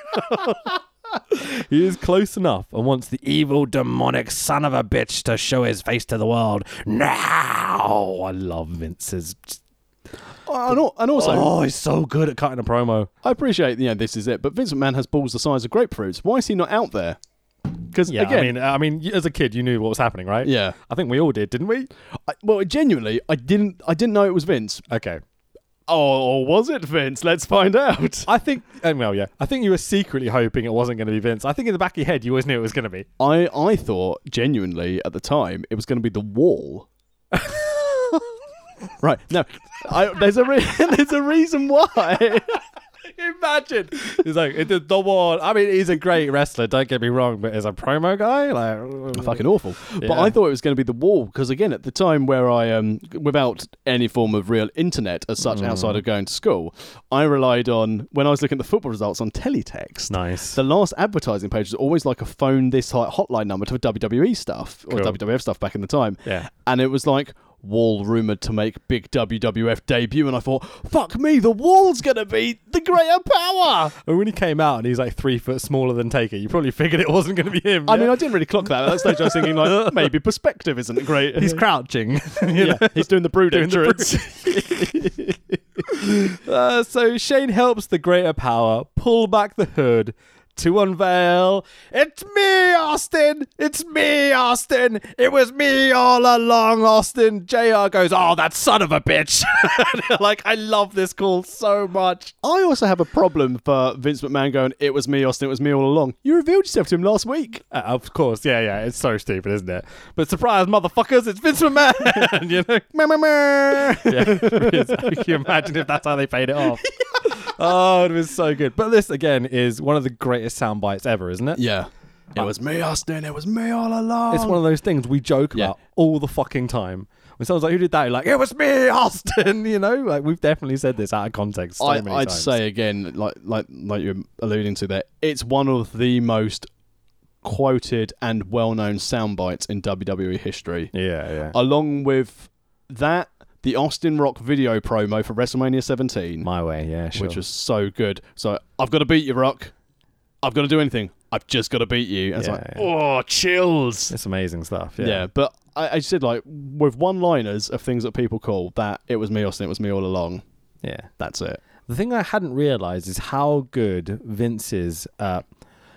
Speaker 2: He is close enough and wants the evil, demonic son of a bitch to show his face to the world. Now! I love Vince's.
Speaker 3: Oh, and, al- and also,
Speaker 2: oh, he's so good at cutting a promo.
Speaker 3: I appreciate, you know, this is it, but Vince McMahon has balls the size of grapefruits. Why is he not out there? Because,
Speaker 2: Yeah,
Speaker 3: again,
Speaker 2: I mean, I mean, y- as a kid, you knew what was happening, right?
Speaker 3: yeah.
Speaker 2: I think we all did, didn't we?
Speaker 3: I, well, genuinely, I didn't, I didn't know it was Vince.
Speaker 2: Okay.
Speaker 3: Oh, was it Vince? Let's find out.
Speaker 2: I think, um, well, yeah, I think you were secretly hoping it wasn't going to be Vince. I think in the back of your head, you always knew it was going to be.
Speaker 3: I, I thought genuinely at the time it was going to be the Wall. Right. No, I, there's a re- there's a reason why.
Speaker 2: Imagine he's like it did the one. I mean, he's a great wrestler. Don't get me wrong, but as a promo guy, like
Speaker 3: fucking awful. But
Speaker 2: Yeah.
Speaker 3: I thought it was going to be the wall because again, at the time where I um, without any form of real internet as
Speaker 2: Mm.
Speaker 3: such outside of going to school, I relied on when I was looking at the football results on teletext.
Speaker 2: nice.
Speaker 3: The last advertising page was always like a phone this hot hotline number to WWE E stuff or
Speaker 2: Cool.
Speaker 3: WWF stuff back in the time.
Speaker 2: Yeah.
Speaker 3: And it was like Wall rumored to make big WWF debut and I thought, fuck me, the wall's gonna be the greater power.
Speaker 2: And when he came out and he's like three foot smaller than Taker, you probably figured it wasn't going to be him.
Speaker 3: I
Speaker 2: yeah?
Speaker 3: mean I didn't really clock that at that stage. I was thinking like maybe perspective isn't great.
Speaker 2: he's crouching. you know?
Speaker 3: yeah, he's doing the brood
Speaker 2: Doing the brood.
Speaker 3: entrance.
Speaker 2: Uh, so Shane helps the greater power pull back the hood to unveil. It's me, Austin. It's me, Austin. It was me all along, Austin. Jr. goes, oh, that son of a bitch. like I love this call so much.
Speaker 3: I also have a problem for Vince McMahon going, it was me, Austin, it was me all along. You revealed yourself to him last week.
Speaker 2: Uh, of course, yeah, yeah. It's so stupid, isn't it? But surprise, motherfuckers! It's Vince McMahon. you know.
Speaker 3: Meh, meh, meh.
Speaker 2: Yeah, it is. Can you imagine if that's how they paid it off? Oh, it was so good. But this again is one of the greatest sound bites ever, isn't it?
Speaker 3: Yeah. It was me, Austin, it was me all along.
Speaker 2: It's one of those things we joke
Speaker 3: Yeah.
Speaker 2: about all the fucking time. When someone's like, "Who did that?" You're like, "It was me, Austin." You know, like we've definitely said this out of context. So
Speaker 3: I,
Speaker 2: many
Speaker 3: I'd
Speaker 2: times.
Speaker 3: say again, like like like you're alluding to there, it's one of the most quoted and well known sound bites in WWE history.
Speaker 2: yeah, yeah.
Speaker 3: Along with that, the Austin Rock video promo for WrestleMania 17.
Speaker 2: My way, yeah, sure.
Speaker 3: which was so good. So I've got to beat you, Rock. I've got to do anything. I've just got to beat you. And
Speaker 2: Yeah,
Speaker 3: it's like,
Speaker 2: yeah.
Speaker 3: oh, chills.
Speaker 2: it's amazing stuff.
Speaker 3: Yeah,
Speaker 2: Yeah.
Speaker 3: but I, I said like with one-liners of things that people call that it was me, Austin. It was me all along.
Speaker 2: yeah.
Speaker 3: That's it.
Speaker 2: The thing I hadn't realized is how good Vince is at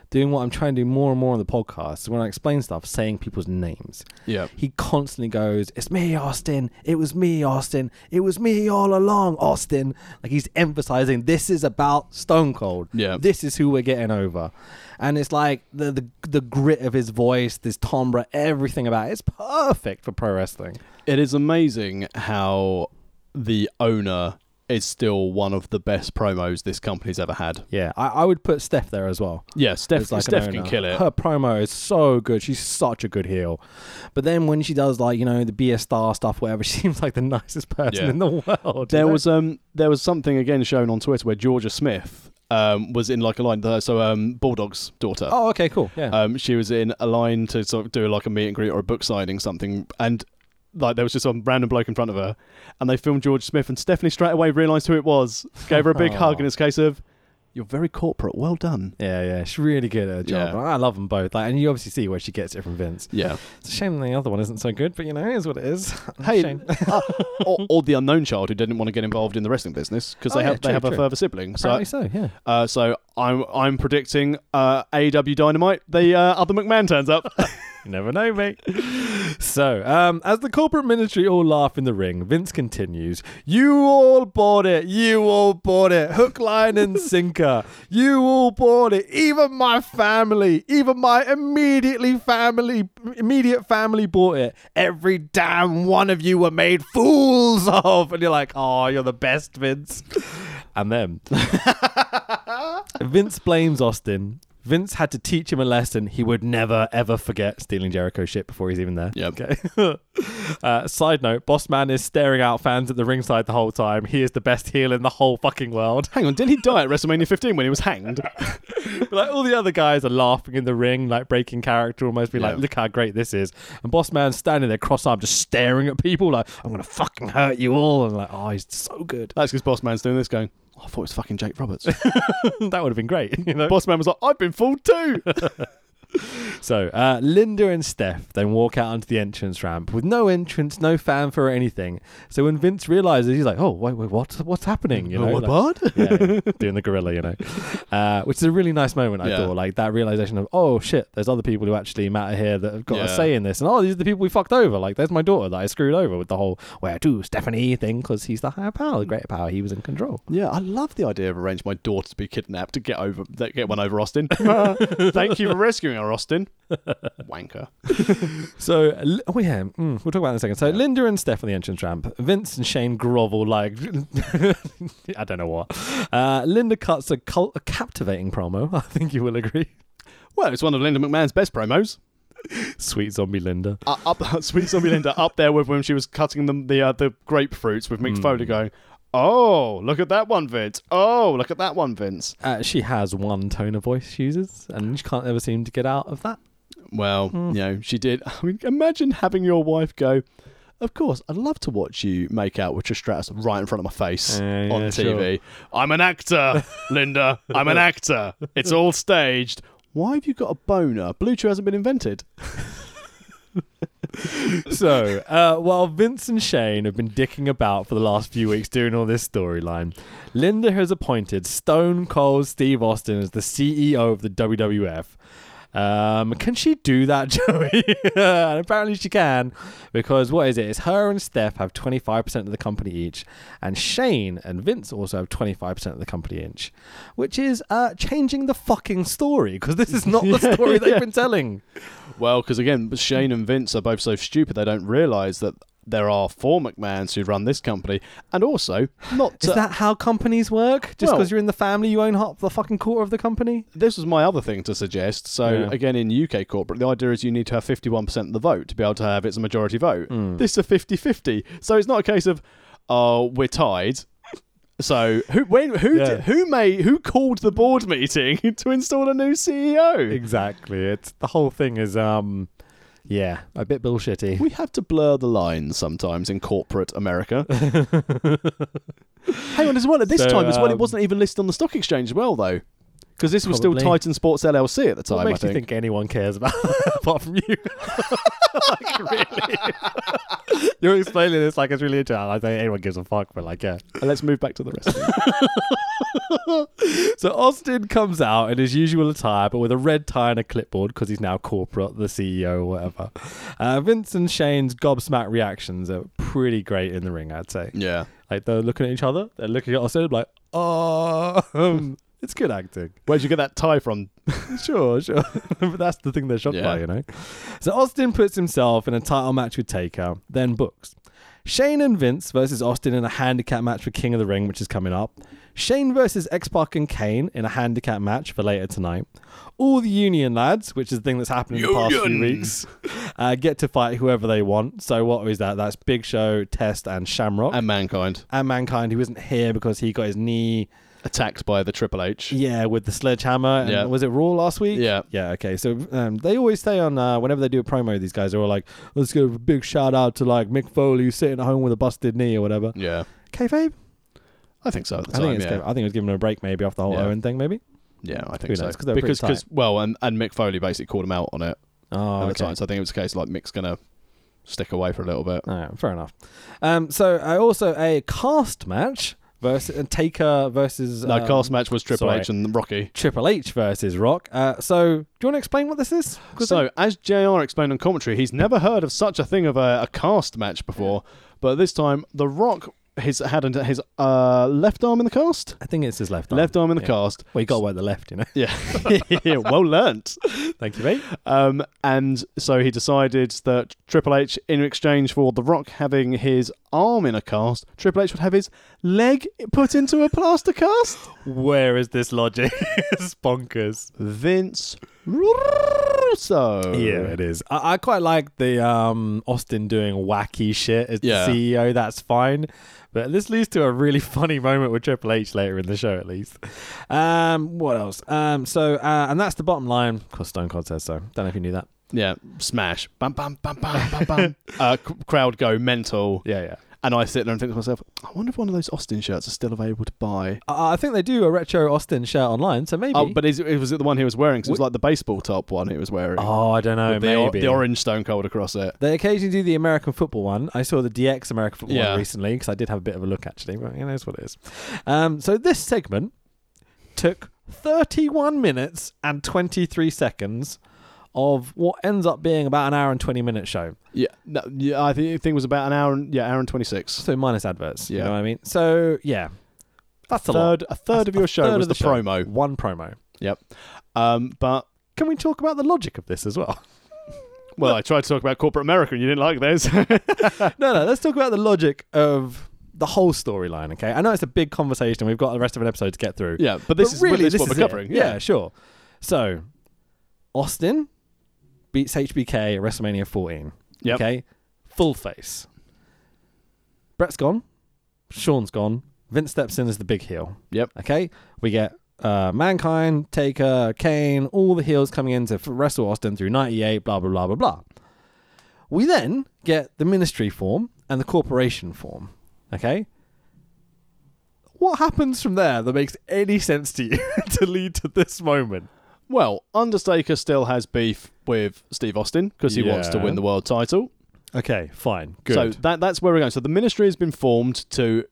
Speaker 2: doing what I'm trying to do more and more on the podcast. is When I explain stuff, saying people's names.
Speaker 3: Yeah.
Speaker 2: He constantly goes, It's me, Austin. It was me, Austin. It was me all along, Austin. Like he's emphasizing this is about Stone Cold.
Speaker 3: Yeah.
Speaker 2: This is who we're getting over. And it's like the the, the grit of his voice, this timbre, everything about it. It's perfect for pro wrestling.
Speaker 3: It is amazing how the owner is still one of the best promos this company's ever had.
Speaker 2: Yeah. I, I would put Steph there as well.
Speaker 3: Yeah, Steph,
Speaker 2: It's like an
Speaker 3: Steph can
Speaker 2: owner.
Speaker 3: kill it.
Speaker 2: Her promo is so good. She's such a good heel. But then when she does like, you know, the be a star stuff, whatever, she seems like the nicest person
Speaker 3: Yeah.
Speaker 2: in the world. you
Speaker 3: There
Speaker 2: know?
Speaker 3: was um there was something again shown on Twitter where Georgia Smith um was in like a line so um Bulldog's daughter.
Speaker 2: Oh, okay, cool. Yeah.
Speaker 3: Um, she was in a line to sort of do like a meet and greet or a book signing something, and like there was just some random bloke in front of her, and they filmed George Smith, and Stephanie straight away realised who it was, gave her a big hug, and it's a case of, "You're very corporate. Well done."
Speaker 2: Yeah, yeah, she's really good at her job.
Speaker 3: Yeah.
Speaker 2: I love them both. Like, and you obviously see where she gets it from Vince.
Speaker 3: Yeah.
Speaker 2: It's a shame the other one isn't so good, but you know, it is what it is.
Speaker 3: Hey,
Speaker 2: Shame.
Speaker 3: uh, or, or the unknown child who didn't want to get involved in the wrestling business because
Speaker 2: Oh,
Speaker 3: they
Speaker 2: yeah,
Speaker 3: have they
Speaker 2: true,
Speaker 3: have
Speaker 2: true.
Speaker 3: a further sibling.
Speaker 2: apparently
Speaker 3: So,
Speaker 2: so. Yeah,
Speaker 3: uh, so I'm I'm predicting uh, AW Dynamite. The uh, other McMahon turns up.
Speaker 2: you never know, mate. so, um, as the corporate ministry all laugh in the ring, Vince continues, "You all bought it. You all bought it. Hook, line, and sinker. You all bought it. Even my family, even my immediately family, immediate family bought it. Every damn one of you were made fools of." And you're like, "Oh, you're the best, Vince." and then Vince blames Austin. Vince had to teach him a lesson he would never ever forget stealing Jericho shit before he's even there.
Speaker 3: Yep.
Speaker 2: Okay. uh, side note: Boss Man is staring out fans at the ringside the whole time. He is the best heel in the whole fucking world.
Speaker 3: Hang on, didn't he die at WrestleMania 15 when he was hanged?
Speaker 2: But, like all the other guys are laughing in the ring, like breaking character, almost be like,
Speaker 3: Yeah.
Speaker 2: "Look how great this is!" And Boss Man's standing there, cross-armed, just staring at people, like, "I'm gonna fucking hurt you all," and like, "Oh, he's so good."
Speaker 3: That's because Boss Man's doing this, going, "Oh, I thought it was fucking Jake Roberts.
Speaker 2: that would have been great, you know.
Speaker 3: Boss man was like, I've been fooled too.
Speaker 2: So, uh, Linda and Steph then walk out onto the entrance ramp with no entrance, no fanfare or anything. So when Vince realizes, he's like, "Oh, wait, wait, what? What's happening?"
Speaker 3: Oh,
Speaker 2: You know, like- yeah, yeah, doing the gorilla, you know, uh, which is a really nice moment. I
Speaker 3: Yeah.
Speaker 2: thought, like that realization of, "Oh shit, there's other people who actually matter here that have got a
Speaker 3: Yeah.
Speaker 2: say in this," and oh, these are the people we fucked over. Like, there's my daughter that I screwed over with the whole "Where to, Stephanie?" thing because he's the higher power, the greater power. He was in control.
Speaker 3: Yeah, I love the idea of arranging my daughter to be kidnapped to get over that get one over Austin. Thank you for rescuing her, Austin. Wanker.
Speaker 2: So, Li- oh yeah, mm, we'll talk about that in a second. So, Linda and Steph on the entrance ramp. Vince and Shane grovel like I don't know what. Uh, Linda cuts a, cul- a captivating promo. I think you will agree.
Speaker 3: Well, it's one of Linda McMahon's best promos.
Speaker 2: Sweet zombie Linda.
Speaker 3: Uh, up, Sweet Zombie Linda up there with when she was cutting them the uh, the grapefruits with Mick Foley going, "Oh, look at that one, Vince! Oh, look at that one, Vince!"
Speaker 2: Uh, she has one tone of voice she uses, and she can't ever seem to get out of that.
Speaker 3: Well,
Speaker 2: Hmm.
Speaker 3: you know, she did. I mean, imagine having your wife go, Of course, I'd love to watch you make out with Trish Stratus right in front of my face
Speaker 2: Yeah,
Speaker 3: on
Speaker 2: yeah,
Speaker 3: TV. I'm an actor, Linda. I'm an actor. It's all staged. Why have you got a boner? Blue Chew hasn't been invented.
Speaker 2: So, uh, while Vince and Shane have been dicking about for the last few weeks doing all this storyline, Linda has appointed Stone Cold Steve Austin as the CEO of the WWF. Um, can she do that, Joey? and apparently she can, because what is it? It's her and Steph have 25% of the company each, and Shane and Vince also have 25% of the company each, which is uh, changing the fucking story, because this is not the story they've been telling.
Speaker 3: Well, because again, Shane and Vince are both so stupid they don't realise that there are four McMahons who run this company. And also, not
Speaker 2: Is
Speaker 3: to
Speaker 2: that how companies work? Just
Speaker 3: Well-
Speaker 2: because you're in the family, you own half the fucking quarter of the company?
Speaker 3: this was my other thing to suggest. So
Speaker 2: Yeah.
Speaker 3: again, in UK corporate, the idea is you need to have fifty-one percent of the vote to be able to have it's a majority vote.
Speaker 2: Hmm.
Speaker 3: This is a 50-50. so it's not a case of oh we're tied. So who when who
Speaker 2: Yeah.
Speaker 3: did, who made who called the board meeting to install a new E CEO?
Speaker 2: Exactly. It's the whole thing is um, yeah, a bit bullshitty.
Speaker 3: We have to blur the lines sometimes in corporate America. Hang on, as well at this
Speaker 2: So,
Speaker 3: time as well,
Speaker 2: um,
Speaker 3: it wasn't even listed on the stock exchange as well though, because this was still
Speaker 2: Probably.
Speaker 3: Titan Sports LLC at the time.
Speaker 2: What makes
Speaker 3: I
Speaker 2: you
Speaker 3: think.
Speaker 2: think anyone cares about apart from you? like really? you're explaining this like it's really interesting. I don't think anyone gives a fuck, but like yeah.
Speaker 3: Let's move back to the rest.
Speaker 2: So Austin comes out in his usual attire, but with a red tie and a clipboard because he's now corporate, the CEO or whatever. Uh, Vince and Shane's gobsmacked reactions are pretty great in the ring, I'd say.
Speaker 3: yeah.
Speaker 2: Like they're looking at each other, they're looking at us, and like, oh, um, it's good acting.
Speaker 3: Where'd you get that tie from?
Speaker 2: Sure, sure. but that's the thing they're shocked
Speaker 3: Yeah.
Speaker 2: by, you know? So Austin puts himself in a title match with Taker, then books. Shane and Vince versus Austin in a handicap match for King of the Ring, which is coming up. Shane versus X Pac and Kane in a handicap match for later tonight. All the Union lads, which is the thing that's happened in the past few
Speaker 3: Union.
Speaker 2: weeks, uh, get to fight whoever they want. So what is that? That's Big Show, Test, and Shamrock.
Speaker 3: And Mankind.
Speaker 2: and Mankind, who isn't here because he got his knee,
Speaker 3: Attacked by the Triple H.
Speaker 2: yeah, with the sledgehammer. And
Speaker 3: Yeah.
Speaker 2: Was it Raw last week?
Speaker 3: Yeah.
Speaker 2: Yeah, okay. So um, they always say on, uh, whenever they do a promo, these guys are all like, let's give a big shout out to like Mick Foley who's sitting at home with a busted knee or whatever.
Speaker 3: Yeah.
Speaker 2: Kayfabe?
Speaker 3: I think so at the
Speaker 2: I
Speaker 3: time.
Speaker 2: think, it's
Speaker 3: yeah.
Speaker 2: kayfabe. I think it was giving him a break maybe after the whole
Speaker 3: Yeah.
Speaker 2: Owen thing, maybe.
Speaker 3: yeah, I
Speaker 2: Who
Speaker 3: think so.
Speaker 2: knows, 'cause they're
Speaker 3: because,
Speaker 2: pretty tight.
Speaker 3: because, well, and, and Mick Foley basically called him out on it
Speaker 2: Oh,
Speaker 3: at the
Speaker 2: okay.
Speaker 3: time. So I think it was a case like Mick's going to stick away for a little bit.
Speaker 2: All right, fair enough. Um, so uh, also a cast match versus uh, Taker versus
Speaker 3: No,
Speaker 2: um,
Speaker 3: cast match was Triple
Speaker 2: sorry.
Speaker 3: H and Rocky.
Speaker 2: Triple H versus Rock. Uh, so do you want to explain what this is? 'Cause
Speaker 3: So, as JR explained on commentary, he's never heard of such a thing of a, a cast match before, but this time The Rock has had his uh, left arm in the cast.
Speaker 2: I think it's his left arm.
Speaker 3: Left arm in the
Speaker 2: Yeah.
Speaker 3: cast.
Speaker 2: Well, you got to wear the left, you know.
Speaker 3: Yeah. yeah. Well learnt.
Speaker 2: Thank you, mate.
Speaker 3: Um, and so he decided that Triple H, in exchange for The Rock having his arm in a cast, Triple H would have his leg put into a plaster cast.
Speaker 2: Where is this logic? it's bonkers.
Speaker 3: Vince Russo.
Speaker 2: Yeah, Oh, it is. I, I quite like the um, Austin doing wacky shit as
Speaker 3: Yeah.
Speaker 2: the CEO. That's fine, but this leads to a really funny moment with Triple H later in the show, at least. Um, what else? Um, so, uh, and that's the bottom line. Of course, Stone Cold says so. Don't know if you knew that.
Speaker 3: Yeah. Smash. Bam, bam, bam, bam, bam, bam. uh, c- crowd go mental.
Speaker 2: Yeah, yeah.
Speaker 3: And I sit there and think to myself, I wonder if one of those Austin shirts are still available to buy.
Speaker 2: I, I think they do a retro Austin shirt online, so maybe.
Speaker 3: Oh, but is, is it the one he was wearing? 'Cause it was like the baseball top one he was wearing.
Speaker 2: oh, I don't know.
Speaker 3: With the, or-
Speaker 2: maybe
Speaker 3: the orange Stone Cold across it.
Speaker 2: They occasionally do the American football one. I saw the DX American football
Speaker 3: Yeah.
Speaker 2: one recently because I did have a bit of a look actually, but you know, it's what it is. Um, so this segment took 31 minutes and 23 seconds of what ends up being about an hour and 20 minute show.
Speaker 3: Yeah, no, yeah. I think the thing was about an hour and yeah, hour and twenty six.
Speaker 2: So minus adverts. You
Speaker 3: Yeah.
Speaker 2: know what I mean? So yeah, that's a lot.
Speaker 3: Third, a third
Speaker 2: That's
Speaker 3: of your
Speaker 2: a
Speaker 3: show
Speaker 2: third
Speaker 3: was
Speaker 2: of the
Speaker 3: the,
Speaker 2: show.
Speaker 3: promo.
Speaker 2: One promo.
Speaker 3: Um, but
Speaker 2: Can we talk about the logic of this as well?
Speaker 3: Well, I tried to talk about corporate America and you didn't like this.
Speaker 2: no, no. Let's talk about the logic of the whole storyline. Okay, I know it's a big conversation. We've got the rest of an episode to get through.
Speaker 3: yeah, but this is
Speaker 2: really
Speaker 3: really this
Speaker 2: this
Speaker 3: what
Speaker 2: is
Speaker 3: we're
Speaker 2: it.
Speaker 3: covering.
Speaker 2: Yeah. sure. So, Austin beats HBK at WrestleMania 14.
Speaker 3: Yep.
Speaker 2: Okay, full face. Brett's gone. Sean's gone. Vince steps in as the big heel.
Speaker 3: Yep.
Speaker 2: Okay, we get uh, Mankind, Taker, Kane, all the heels coming in to f- wrestle Austin through 98, blah, blah, blah, blah, blah. We then get the ministry form and the corporation form. Okay? What happens from there that makes any sense to you to lead to this moment?
Speaker 3: Well, Undertaker still has beef with Steve Austin because he wants to
Speaker 2: Yeah.
Speaker 3: win the world title.
Speaker 2: Okay, fine.
Speaker 3: So
Speaker 2: Good.
Speaker 3: that that's where we're going. So the ministry has been formed to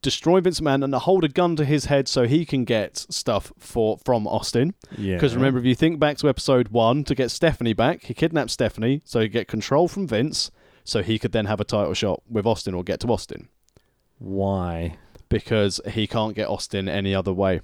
Speaker 3: destroy Vince McMahon and to hold a gun to his head so he can get stuff for from Austin.
Speaker 2: yeah.
Speaker 3: Because remember, if you think back to episode one, to get Stephanie back, he kidnapped Stephanie so he'd get control from Vince, so he could then have a title shot with Austin or get to Austin
Speaker 2: why?
Speaker 3: because he can't get Austin any other way.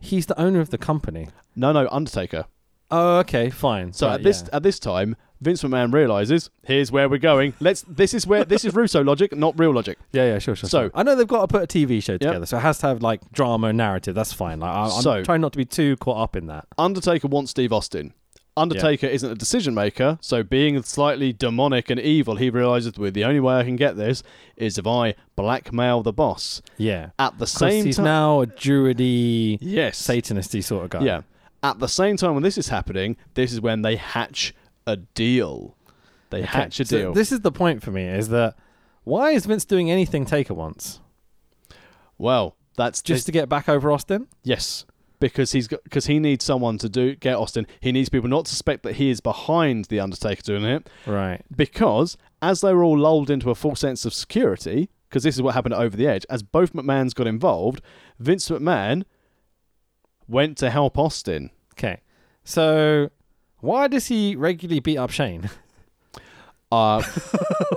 Speaker 2: He's the owner of the company.
Speaker 3: No, no, Undertaker.
Speaker 2: Oh, okay, fine.
Speaker 3: So
Speaker 2: Right,
Speaker 3: at this
Speaker 2: yeah.
Speaker 3: at this time, Vince McMahon realizes here's where we're going. Let's this is where this is Russo logic, not real logic.
Speaker 2: Yeah, yeah, sure, sure.
Speaker 3: So-
Speaker 2: sure. I know they've got to put a TV show together, so it has to have like drama and narrative. That's fine. Like, I, I'm
Speaker 3: So-
Speaker 2: trying not to be too caught up in that.
Speaker 3: Undertaker wants Steve Austin. Undertaker isn't a decision maker, so being slightly demonic and evil, he realizes well, the only way I can get this is if I blackmail the boss.
Speaker 2: Yeah.
Speaker 3: At the
Speaker 2: 'Cause
Speaker 3: same
Speaker 2: he's
Speaker 3: time,
Speaker 2: now a druidy,
Speaker 3: yes,
Speaker 2: satanisty sort of guy.
Speaker 3: yeah. At the same time when this is happening, this is when they hatch a deal. They
Speaker 2: Okay,
Speaker 3: hatch a
Speaker 2: so
Speaker 3: deal.
Speaker 2: this is the point for me: is that why is Vince doing anything Taker wants
Speaker 3: well, that's
Speaker 2: just to get back over Austin?
Speaker 3: Yes, because he's got because he needs someone to do get Austin. He needs people not to suspect that he is behind the Undertaker doing it.
Speaker 2: Right.
Speaker 3: Because as they were all lulled into a false sense of security, because this is what happened at over the edge. As both McMahon's got involved, Vince McMahon went to help Austin.
Speaker 2: Okay. So why does he regularly beat up Shane?
Speaker 3: Uh,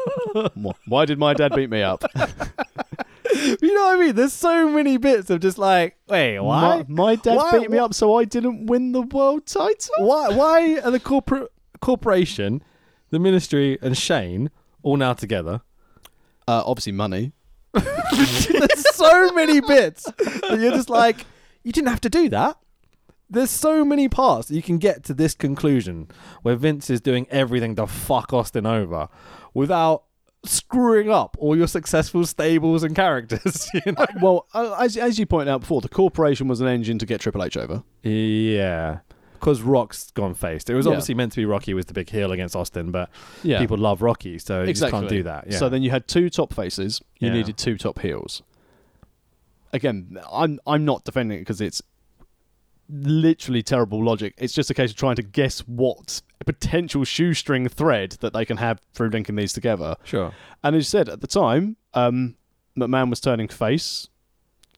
Speaker 3: why did my dad beat me up?
Speaker 2: you know what I mean? There's so many bits of just like, wait,
Speaker 3: My,
Speaker 2: why?
Speaker 3: my dad
Speaker 2: Why-
Speaker 3: beat me up, so I didn't win the world title.
Speaker 2: why? Why are the corporate corporation, the ministry, and Shane all now together?
Speaker 3: Uh, obviously, money.
Speaker 2: There's so many bits that you're just like, you didn't have to do that. There's so many parts that you can get to this conclusion where Vince is doing everything to fuck Austin over without screwing up all your successful stables and characters. You know?
Speaker 3: Well, uh, as as you pointed out before, the corporation was an engine to get Triple H over.
Speaker 2: Yeah. Because Rock's gone faced. It was
Speaker 3: Yeah.
Speaker 2: obviously meant to be Rocky was the big heel against Austin, but
Speaker 3: Yeah.
Speaker 2: people love Rocky, so you just can't do that. Yeah.
Speaker 3: So then you had two top faces. You
Speaker 2: Yeah.
Speaker 3: needed two top heels. Again, I'm I'm not defending it because it's literally terrible logic. It's just a case of trying to guess what potential shoestring thread that they can have through linking these together.
Speaker 2: sure.
Speaker 3: And as you said at the time, um, McMahon was turning face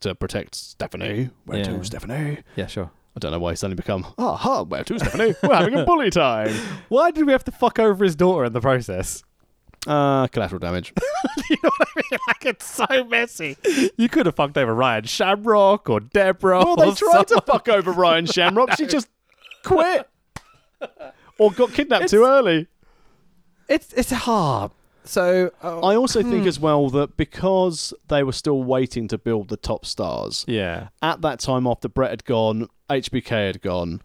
Speaker 3: to protect Stephanie. Where
Speaker 2: Yeah.
Speaker 3: to, Stephanie?
Speaker 2: Yeah, sure.
Speaker 3: I don't know why he's suddenly become. Ah, ha, where to, Stephanie? We're having a bully time.
Speaker 2: Why did we have to fuck over his daughter in the process?
Speaker 3: Uh, collateral damage.
Speaker 2: like it's so messy. You could have fucked over Ryan Shamrock or Deborah.
Speaker 3: Well, Oh, they tried to fuck over Ryan Shamrock. She just quit or got kidnapped too early.
Speaker 2: It's it's hard. So uh,
Speaker 3: I also think as well that because they were still waiting to build the top stars
Speaker 2: yeah,
Speaker 3: at that time, after Brett had gone, HBK had gone,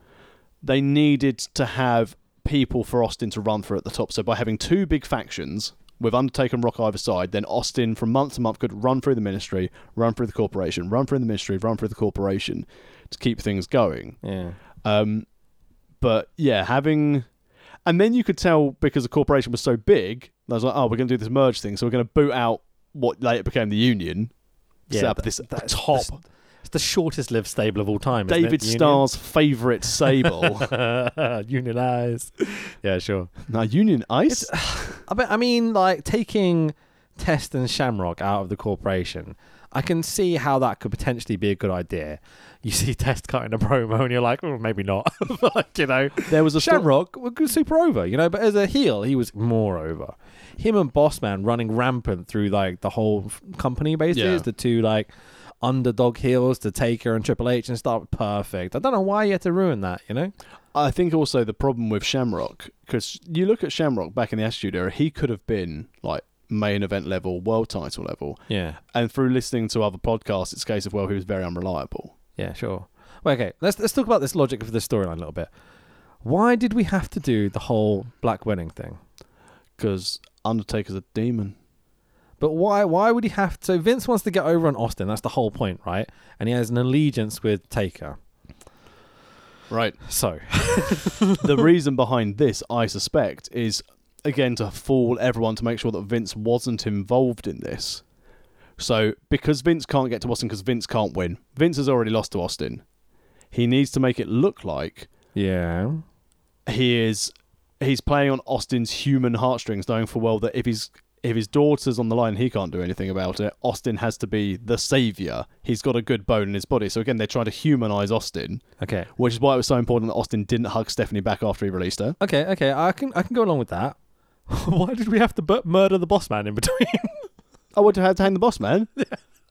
Speaker 3: they needed to have people for Austin to run through at the top. So by having two big factions. With Undertaker and Rock either side, then Austin from month to month could run through the ministry, run through the corporation, run through the ministry, run through the corporation to keep things going.
Speaker 2: yeah,
Speaker 3: Um, but yeah, having and then you could tell because the corporation was so big, I was like, oh, we're going to do this merge thing, so we're going to boot out what later became the union.
Speaker 2: Yeah,
Speaker 3: set up
Speaker 2: that-
Speaker 3: this
Speaker 2: that's-
Speaker 3: top
Speaker 2: that's- it's the shortest lived stable of all time. isn't
Speaker 3: David
Speaker 2: it? Union?
Speaker 3: Starr's favourite sable.
Speaker 2: Union eyes. Yeah, sure.
Speaker 3: now Union Ice.
Speaker 2: I bet, I mean, like taking Test and Shamrock out of the corporation. I can see how that could potentially be a good idea. You see Test cutting a promo, and you're like, oh, maybe not. like, you know,
Speaker 3: there was a sto-
Speaker 2: Shamrock was good super over, you know, but as a heel, he was more over. Him and Bossman running rampant through like the whole f- company, basically,
Speaker 3: Yeah.
Speaker 2: is the two like underdog heels to Taker and Triple H and start with perfect. I don't know why you had to ruin that, you know?
Speaker 3: I think also the problem with Shamrock, because you look at Shamrock back in the Attitude Era, he could have been like main event level, world title level.
Speaker 2: Yeah.
Speaker 3: And through listening to other podcasts, it's a case of, well, he was very unreliable.
Speaker 2: Yeah, sure. Well, okay, let's let's talk about this logic of the storyline a little bit. Why did we have to do the whole black wedding thing?
Speaker 3: Because Undertaker's a demon.
Speaker 2: But why why would he have to? Vince wants to get over on Austin. That's the whole point, right? And he has an allegiance with Taker.
Speaker 3: Right.
Speaker 2: So
Speaker 3: the reason behind this, I suspect, is again to fool everyone to make sure that Vince wasn't involved in this. So, because Vince can't get to Austin because Vince can't win, Vince has already lost to Austin. He needs to make it look like
Speaker 2: yeah,
Speaker 3: he is he's playing on Austin's human heartstrings, knowing full well that if he's if his daughter's on the line, he can't do anything about it. Austin has to be the savior. He's got a good bone in his body. So again, they're trying to humanize Austin,
Speaker 2: okay,
Speaker 3: which is why it was so important that Austin didn't hug Stephanie back after he released her.
Speaker 2: okay, okay. I can I can go along with that. why did we have to bu- murder the boss man in between?
Speaker 3: I would have had to hang the boss man.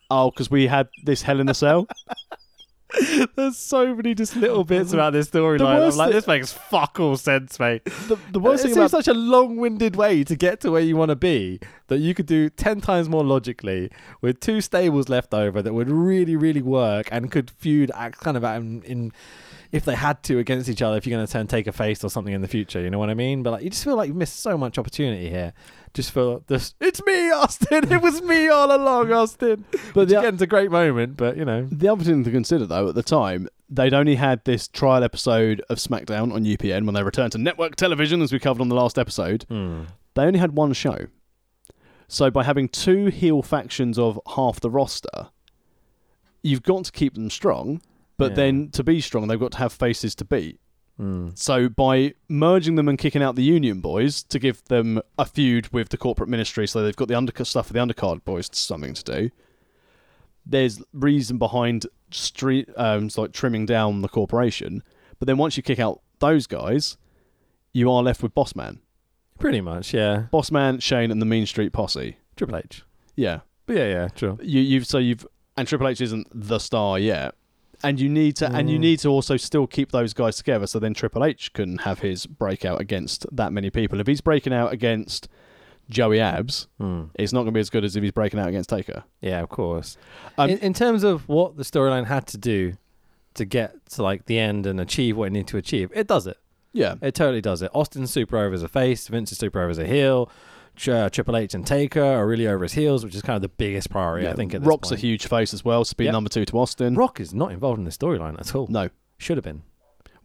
Speaker 3: Oh, because we had this Hell in the Cell.
Speaker 2: There's so many just little bits about this storyline. I'm
Speaker 3: worst
Speaker 2: like,
Speaker 3: thi-
Speaker 2: this makes fuck all sense, mate.
Speaker 3: The, the worst
Speaker 2: it
Speaker 3: thing
Speaker 2: seems
Speaker 3: about
Speaker 2: such a long-winded way to get to where you want to be that you could do 10 times more logically with two stables left over that would really really work and could feud act kind of out in, in if they had to against each other if you're going to turn take a face or something in the future you know what i mean but like you just feel like you missed so much opportunity here just for this it's me austin it was me all along austin but
Speaker 3: the-
Speaker 2: again it's a great moment but you know
Speaker 3: the other thing to consider, though, at the time they'd only had this trial episode of SmackDown on UPN when they returned to network television, as we covered on the last episode. They only had one show, so by having two heel factions of half the roster, you've got to keep them strong. But
Speaker 2: Yeah.
Speaker 3: then to be strong, they've got to have faces to beat. So by merging them and kicking out the Union Boys to give them a feud with the corporate ministry, so they've got the undercut stuff for the undercard boys something to do. There's reason behind street, um, it's like trimming down the corporation. But then once you kick out those guys, you are left with Bossman,
Speaker 2: pretty much yeah
Speaker 3: Bossman, Shane, and the Mean Street Posse.
Speaker 2: triple h
Speaker 3: Yeah,
Speaker 2: but yeah yeah true
Speaker 3: you, you've so you've and Triple H isn't the star yet, and you need to and you need to also still keep those guys together. So then Triple H can have his breakout against that many people. If he's breaking out against Joey Abs,
Speaker 2: Hmm.
Speaker 3: it's not going to be as good as if he's breaking out against Taker.
Speaker 2: Yeah, of course.
Speaker 3: Um,
Speaker 2: in, in terms of what the storyline had to do to get to like the end and achieve what it needed to achieve, it does it.
Speaker 3: Yeah,
Speaker 2: It totally does it. Austin's super over as a face. Vince is super over as a heel. Tr- uh, Triple H and Taker are really over as heels, which is kind of the biggest priority, I think. At this
Speaker 3: Rock's
Speaker 2: point.
Speaker 3: a huge face as well. Speed
Speaker 2: Yep.
Speaker 3: number two to Austin.
Speaker 2: Rock is not involved in the storyline at all.
Speaker 3: No,
Speaker 2: Should have been.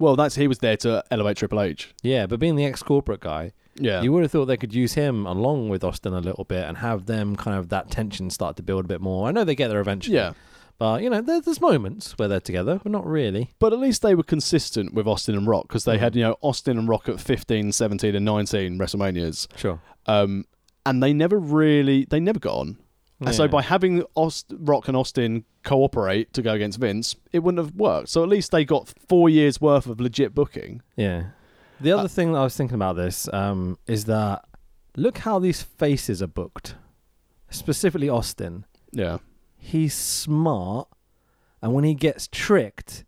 Speaker 3: well that's he was there to elevate Triple H.
Speaker 2: Yeah, but being the ex corporate guy,
Speaker 3: Yeah,
Speaker 2: you would have thought they could use him along with Austin a little bit and have them kind of that tension start to build a bit more. I know they get there eventually.
Speaker 3: yeah.
Speaker 2: But, you know, there, there's moments where they're together, but not really.
Speaker 3: But at least they were consistent with Austin and Rock because they had, you know, Austin and Rock at 15, 17, and 19 WrestleManias.
Speaker 2: Sure.
Speaker 3: um, and they never really they never got on. And so
Speaker 2: Yeah.
Speaker 3: by having Aust- Rock and Austin cooperate to go against Vince, it wouldn't have worked. So at least they got four years worth of legit booking.
Speaker 2: Yeah. The other thing that I was thinking about this um, is that look how these faces are booked, specifically Austin.
Speaker 3: Yeah,
Speaker 2: He's smart, and when he gets tricked,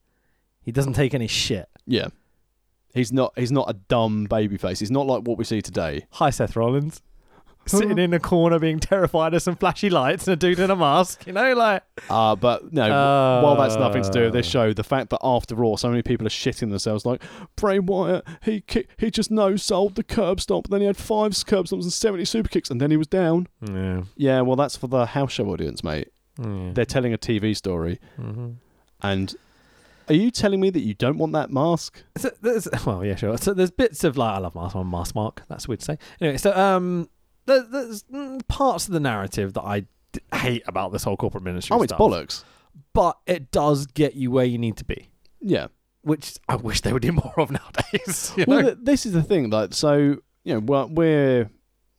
Speaker 2: he doesn't take any shit.
Speaker 3: yeah. He's not he's not a dumb babyface. He's not like what we see today.
Speaker 2: Hi, Seth Rollins. Sitting in a corner being terrified of some flashy lights and a dude in a mask, you know, like.
Speaker 3: Uh, but no,
Speaker 2: Uh.
Speaker 3: while that's nothing to do with this show, the fact that after Raw, so many people are shitting themselves like Bray Wyatt, he ki- he just no sold the curb stomp, then he had five curb stomps and seventy super kicks, and then he was down.
Speaker 2: Yeah.
Speaker 3: Yeah, well, that's for the house show audience, mate. They're telling a TV story.
Speaker 2: Mm-hmm.
Speaker 3: And are you telling me that you don't want that mask?
Speaker 2: So there's well, yeah, sure. So there's bits of like I love Mask on Mask Mark. That's weird to say. Anyway, so um, there, there's mm, parts of the narrative that I d- hate about this whole corporate ministry.
Speaker 3: Oh, it's
Speaker 2: stuff,
Speaker 3: bollocks.
Speaker 2: But it does get you where you need to be,
Speaker 3: Yeah.
Speaker 2: which I wish they would do more of nowadays. you
Speaker 3: Well,
Speaker 2: know?
Speaker 3: th- this is the thing. Like, so you know, we're, we're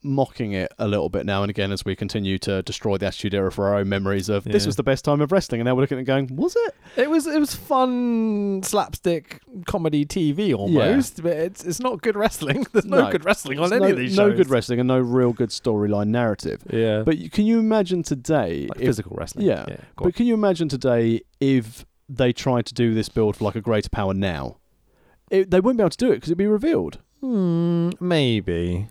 Speaker 3: mocking it a little bit now and again as we continue to destroy the Attitude Era for our own memories of this
Speaker 2: Yeah.
Speaker 3: was the best time of wrestling, and now we're looking at it going, was it?
Speaker 2: It was it was fun slapstick comedy TV almost, but it's it's not good wrestling. There's no,
Speaker 3: No.
Speaker 2: good wrestling on
Speaker 3: There's
Speaker 2: any
Speaker 3: no,
Speaker 2: of these
Speaker 3: no
Speaker 2: shows.
Speaker 3: good wrestling and no real good storyline narrative.
Speaker 2: Yeah,
Speaker 3: But you- can you imagine today?
Speaker 2: like
Speaker 3: if-
Speaker 2: physical wrestling.
Speaker 3: yeah,
Speaker 2: go on.
Speaker 3: but can you imagine today if they tried to do this build for like a greater power now? It, they wouldn't be able to do it because it'd be revealed.
Speaker 2: Hmm, maybe.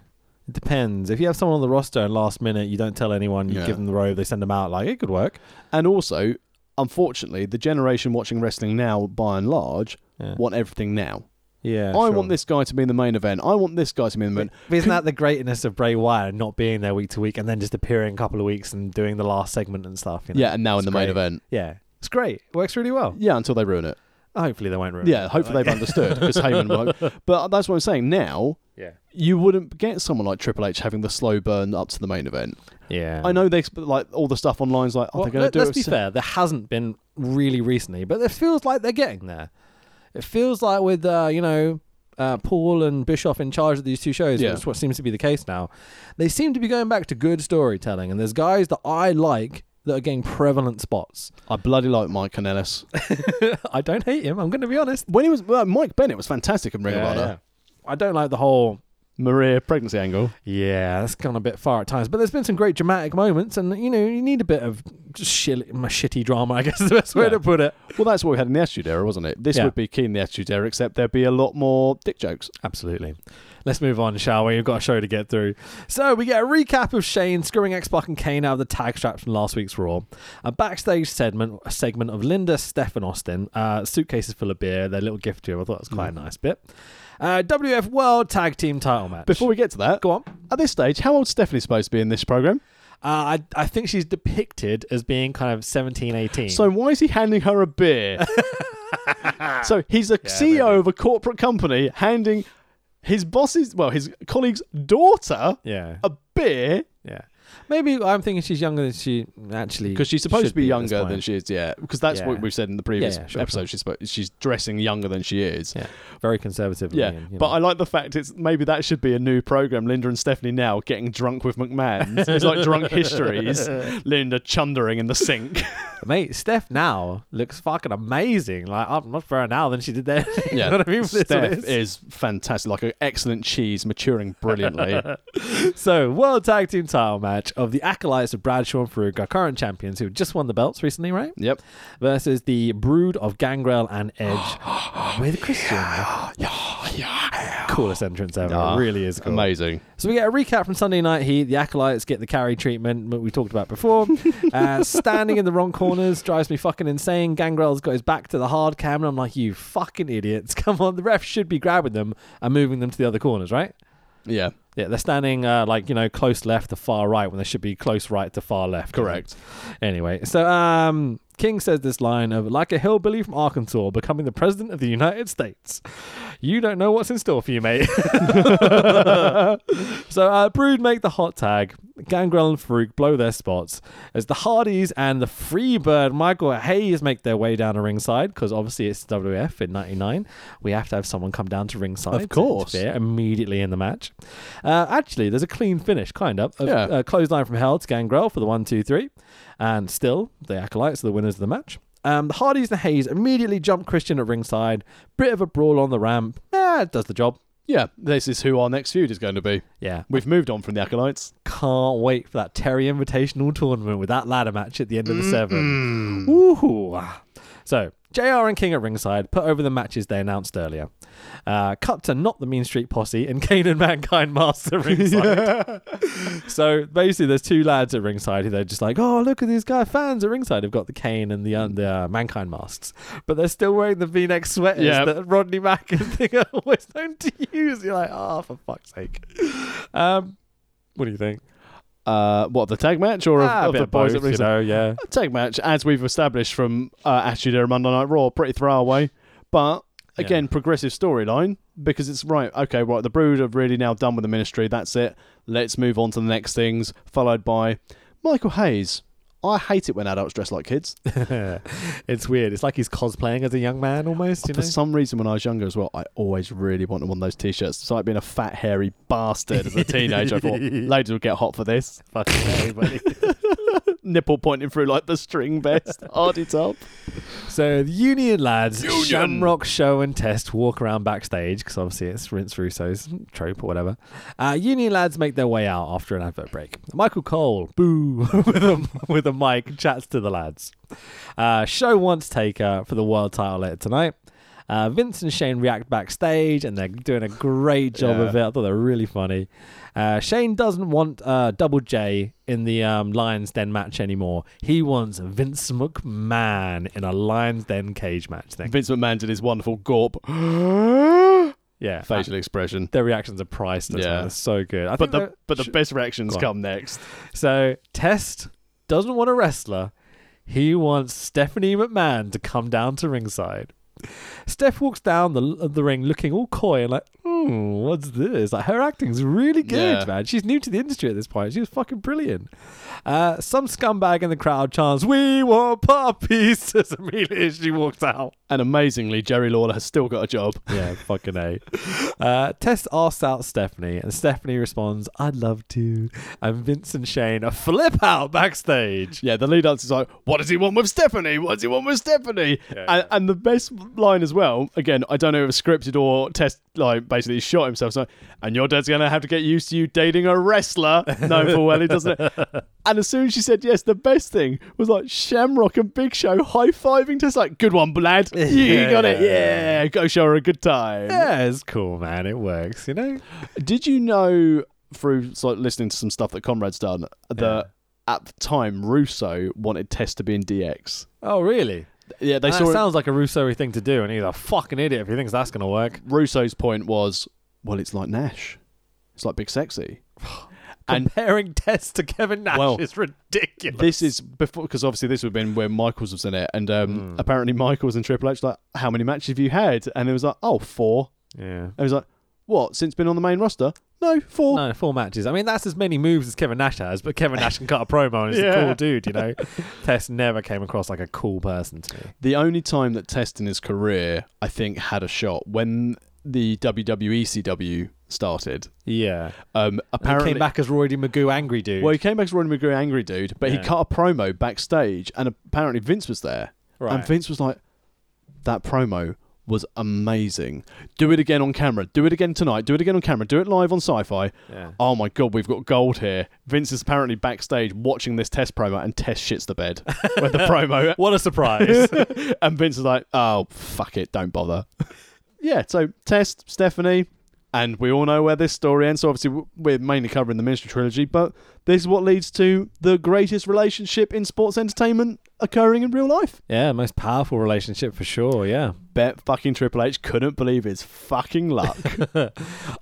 Speaker 2: It depends. If you have someone on the roster and last minute you don't tell anyone, you
Speaker 3: Yeah.
Speaker 2: give them the robe, they send them out. Like it could work.
Speaker 3: And also, unfortunately, the generation watching wrestling now, by and large,
Speaker 2: Yeah.
Speaker 3: want everything now.
Speaker 2: Yeah,
Speaker 3: I
Speaker 2: sure.
Speaker 3: want this guy to be in the main event. I want this guy to be in the main event.
Speaker 2: But isn't that the greatness of Bray Wyatt not being there week to week and then just appearing a couple of weeks and doing the last segment and stuff? You know?
Speaker 3: Yeah, and now in
Speaker 2: It's
Speaker 3: the main
Speaker 2: great.
Speaker 3: event.
Speaker 2: yeah, it's great. It works really well.
Speaker 3: Yeah, until they ruin it.
Speaker 2: Hopefully they won't ruin.
Speaker 3: Yeah,
Speaker 2: it.
Speaker 3: hopefully they've understood because Heyman won't. But that's what I'm saying. Now,
Speaker 2: Yeah,
Speaker 3: you wouldn't get someone like Triple H having the slow burn up to the main event.
Speaker 2: yeah.
Speaker 3: I know they exp- like all the stuff online's like, oh,
Speaker 2: Well,
Speaker 3: they're going to
Speaker 2: let, us
Speaker 3: do a
Speaker 2: be
Speaker 3: se-
Speaker 2: fair. There hasn't been really recently, but it feels like they're getting there. It feels like with uh, you know uh, Paul and Bischoff in charge of these two shows,
Speaker 3: Yeah.
Speaker 2: which is what seems to be the case now. They seem to be going back to good storytelling, and there's guys that I like that are getting prevalent spots.
Speaker 3: I bloody like Mike Kanellis.
Speaker 2: I don't hate him. I'm going to be honest.
Speaker 3: when he was well, Mike Bennett was fantastic in Ring
Speaker 2: Yeah,
Speaker 3: of Honor.
Speaker 2: yeah. I don't like the whole
Speaker 3: Maria pregnancy angle.
Speaker 2: Yeah, that's gone a bit far at times, but there's been some great dramatic moments, and you know you need a bit of just shill- m- shitty drama, I guess is the best way
Speaker 3: Yeah.
Speaker 2: to put it.
Speaker 3: Well, that's what we had in the Attitude Era, wasn't it? This
Speaker 2: Yeah.
Speaker 3: would be keen the Attitude Era, except there'd be a lot more dick jokes.
Speaker 2: Absolutely. Let's move on, shall we? We've got a show to get through. So we get a recap of Shane screwing X Pac and Kane out of the tag straps from last week's Raw. A backstage segment, a segment of Linda, Steph, and Austin. Uh, suitcases full of beer. Their little gift to him. I thought that was quite
Speaker 3: Mm.
Speaker 2: a nice bit. Uh, WF World Tag Team Title match.
Speaker 3: Before we get to that,
Speaker 2: go on.
Speaker 3: at this stage, how old Stephanie's supposed to be in this program?
Speaker 2: Uh, I, I think she's depicted as being kind of 17, 18.
Speaker 3: So why is he handing her a beer? so he's a CEO
Speaker 2: maybe.
Speaker 3: of a corporate company handing his boss's, well, his colleague's daughter
Speaker 2: yeah.
Speaker 3: a beer
Speaker 2: Yeah. Maybe I'm thinking she's younger than she actually
Speaker 3: because she's supposed
Speaker 2: should
Speaker 3: to be
Speaker 2: at this
Speaker 3: younger
Speaker 2: point.
Speaker 3: than she is. Yeah, because that's
Speaker 2: Yeah.
Speaker 3: what we've said in the previous
Speaker 2: Yeah, yeah, sure,
Speaker 3: episode. She's supposed, she's dressing younger than she is.
Speaker 2: Yeah. Very conservative. of
Speaker 3: Yeah,
Speaker 2: me, you
Speaker 3: but
Speaker 2: know.
Speaker 3: I like the fact it's maybe that should be a new program. Linda and Stephanie now getting drunk with McMahon. it's like drunk histories. Linda chundering in the sink.
Speaker 2: mate, Steph now looks fucking amazing. Like I'm much better now than she did then. you know what I mean? That's what it
Speaker 3: Steph is fantastic. Like an excellent cheese, maturing brilliantly.
Speaker 2: So, World Tag Team title match of the Acolytes of Bradshaw and Farouk, our current champions who just won the belts recently, right?
Speaker 3: yep.
Speaker 2: Versus the Brood of Gangrel and Edge with Christian. Coolest entrance ever.
Speaker 3: Ah,
Speaker 2: It really is cool.
Speaker 3: Amazing.
Speaker 2: So we get a recap from Sunday Night Heat. The acolytes get the carry treatment that we talked about before. uh, standing in the wrong corners drives me fucking insane. Gangrel's got his back to the hard cam, and I'm like, you fucking idiots! Come on, the ref should be grabbing them and moving them to the other corners, right?
Speaker 3: Yeah.
Speaker 2: Yeah, they're standing uh, like you know close left to far right when they should be close right to far left.
Speaker 3: Correct.
Speaker 2: Anyway, so um, King says this line of like a hillbilly from Arkansas becoming the president of the United States. You don't know what's in store for you, mate. so uh, Brood make the hot tag. Gangrel and Farouk blow their spots as the Hardys and the Freebird Michael Hayes make their way down to ringside because obviously it's WF in '99. We have to have someone come down to ringside.
Speaker 3: Of
Speaker 2: to
Speaker 3: course.
Speaker 2: interfere immediately in the match. Uh, actually, there's a clean finish, kind of. of
Speaker 3: Yeah.
Speaker 2: uh, clothesline from Hell to Gangrel for the one, two, three. And still, the Acolytes are the winners of the match. Um, the Hardys and Hayes immediately jump Christian at ringside. Bit of a brawl on the ramp. Ah, it does the job.
Speaker 3: Yeah. This is who our next feud is going to be.
Speaker 2: Yeah.
Speaker 3: We've moved on from the acolytes.
Speaker 2: Can't wait for that Terry Invitational tournament with that ladder match at the end of the seven. Woohoo. So, JR and King at ringside put over the matches they announced earlier. Uh, cut to not the Mean Street Posse and Kane and Mankind Master ringside. So basically, there's two lads at ringside who they're just like, oh, look at these guy fans at ringside. Have got the cane and the uh, the uh, mankind masks, but they're still wearing the V-neck sweaters
Speaker 3: Yeah.
Speaker 2: that Rodney Mack and thing are always known to use. You're like, oh, for fuck's sake. Um, what do you think?
Speaker 3: Uh, what the tag match or of-
Speaker 2: Ah, a
Speaker 3: of,
Speaker 2: bit
Speaker 3: the
Speaker 2: of
Speaker 3: boys
Speaker 2: both,
Speaker 3: at
Speaker 2: you
Speaker 3: ringside?
Speaker 2: know, yeah.
Speaker 3: A tag match, as we've established from uh, Attitude Era Monday Night Raw, pretty throwaway. But again, progressive storyline because it's right. Okay, right. The Brood are really now done with the ministry. That's it. Let's move on to the next things, followed by Michael Hayes. I hate it when adults dress like kids.
Speaker 2: it's weird. It's like he's cosplaying as a young man almost. You
Speaker 3: For
Speaker 2: know?
Speaker 3: some reason, when I was younger as well, I always really wanted one of those t-shirts. It's like being a fat, hairy bastard as a teenager. I thought ladies would get hot for this.
Speaker 2: Fucking everybody.
Speaker 3: Nipple pointing through like the string vest, hardy top.
Speaker 2: So the Union lads,
Speaker 3: Union!
Speaker 2: Shamrock show and test walk around backstage because obviously it's Rince Russo's trope or whatever. Uh, Union lads make their way out after an advert break. Michael Cole, boo, with a with a mic, chats to the lads. Uh, show wants Taker for the world title later tonight. Uh, Vince and Shane react backstage, and they're doing a great job
Speaker 3: Yeah.
Speaker 2: of it. I thought they were really funny. Uh, Shane doesn't want uh, Double J in the um, Lions Den match anymore. He wants Vince McMahon in a Lions Den cage match thing.
Speaker 3: Vince McMahon did his wonderful gorp
Speaker 2: Yeah,
Speaker 3: facial expression.
Speaker 2: their reactions are priceless.
Speaker 3: Yeah.
Speaker 2: Yeah, they're so good. I think
Speaker 3: But the
Speaker 2: they're-
Speaker 3: but the best reactions
Speaker 2: Go on.
Speaker 3: come next.
Speaker 2: so Test doesn't want a wrestler. He wants Stephanie McMahon to come down to ringside. Steph walks down the of the ring looking all coy and like, hmm, what's this? Like her acting's really good,
Speaker 3: Yeah.
Speaker 2: man. She's new to the industry at this point. She was fucking brilliant. Uh, some scumbag in the crowd chants, "We want puppies!" as immediately as she walks out.
Speaker 3: And amazingly, Jerry Lawler has still got a job.
Speaker 2: Yeah, fucking A. Uh, Tess asks out Stephanie, and Stephanie responds, I'd love to. And Vince and Shane are flip out backstage.
Speaker 3: Yeah, the lead answer is like, what does he want with Stephanie? What does he want with Stephanie? and, and the best line as well, again, I don't know if it's scripted or test, like, basically shot himself. So, and your dad's going to have to get used to you dating a wrestler. No, for well, he doesn't. and as soon as she said yes, the best thing was like Shamrock and Big Show high fiving. Just like, good one, lad. You got it.
Speaker 2: Yeah.
Speaker 3: Yeah, go show her a good time.
Speaker 2: Yeah, it's cool, man. It works, you know?
Speaker 3: Did you know through like listening to some stuff that Conrad's done that at the time Russo wanted Test to be in DX?
Speaker 2: Oh, really?
Speaker 3: Yeah, they
Speaker 2: That
Speaker 3: saw
Speaker 2: sounds like a Russo thing to do, and he's a fucking idiot if he thinks that's going to work.
Speaker 3: Russo's point was, well, it's like Nash, it's like Big Sexy. And-
Speaker 2: Comparing Tess to Kevin Nash
Speaker 3: Well,
Speaker 2: is ridiculous.
Speaker 3: This is before because obviously this would have been where Michaels was in it, and um, apparently Michaels and Triple H like, how many matches have you had? And it was like, oh, four.
Speaker 2: yeah.
Speaker 3: And it was like, what? Since been on the main roster? No, four.
Speaker 2: No, four matches. I mean, that's as many moves as Kevin Nash has, but Kevin Nash can cut a promo and he's
Speaker 3: Yeah.
Speaker 2: a cool dude, you know? Tess never came across like a cool person to me.
Speaker 3: The only time that Test in his career, I think, had a shot when the WWE CW started.
Speaker 2: Yeah.
Speaker 3: Um,
Speaker 2: He
Speaker 3: apparently,
Speaker 2: came back as Roy D. Magoo angry dude.
Speaker 3: Well, he came back as Ronnie McGrew, angry dude, but
Speaker 2: Yeah.
Speaker 3: he cut a promo backstage, and apparently Vince was there, and
Speaker 2: Right.
Speaker 3: Vince was like, "That promo was amazing. Do it again on camera. Do it again tonight. Do it again on camera. Do it live on Sci-Fi.
Speaker 2: Yeah.
Speaker 3: Oh my god, we've got gold here." Vince is apparently backstage watching this test promo, and Test shits the bed with the promo,
Speaker 2: What a surprise.
Speaker 3: and Vince is like, "Oh fuck it, don't bother." yeah, so Test Stephanie. And we all know where this story ends. So obviously, w- we're mainly covering the Ministry trilogy, but this is what leads to the greatest relationship in sports entertainment occurring in real life.
Speaker 2: yeah, most powerful relationship for sure, yeah.
Speaker 3: Bet fucking Triple H couldn't believe his fucking luck. I,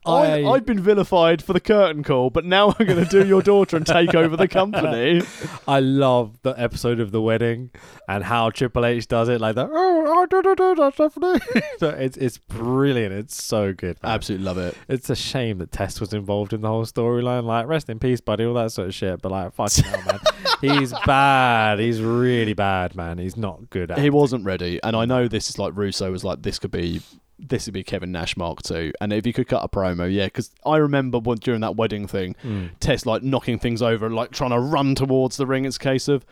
Speaker 2: I-
Speaker 3: I'd been vilified for the curtain call, but now I'm going to do your daughter and take over the company.
Speaker 2: I love the episode of the wedding and how Triple H does it like that. Oh, I do, do, do, do, Stephanie. so it's it's brilliant. It's so good. man.
Speaker 3: Absolutely love it.
Speaker 2: It's a shame that Tess was involved in the whole storyline. Like, rest in peace, buddy, all that sort of shit. But like, fucking hell, man, he's bad. He's really bad, man. He's not good at.
Speaker 3: He wasn't ready, and I know this is like Russo was like, this could be. This would be Kevin Nash Mark II, and if you could cut a promo, yeah, because I remember when, during that wedding thing,
Speaker 2: Hmm.
Speaker 3: Tess like knocking things over, and, like trying to run towards the ring. It's a case of,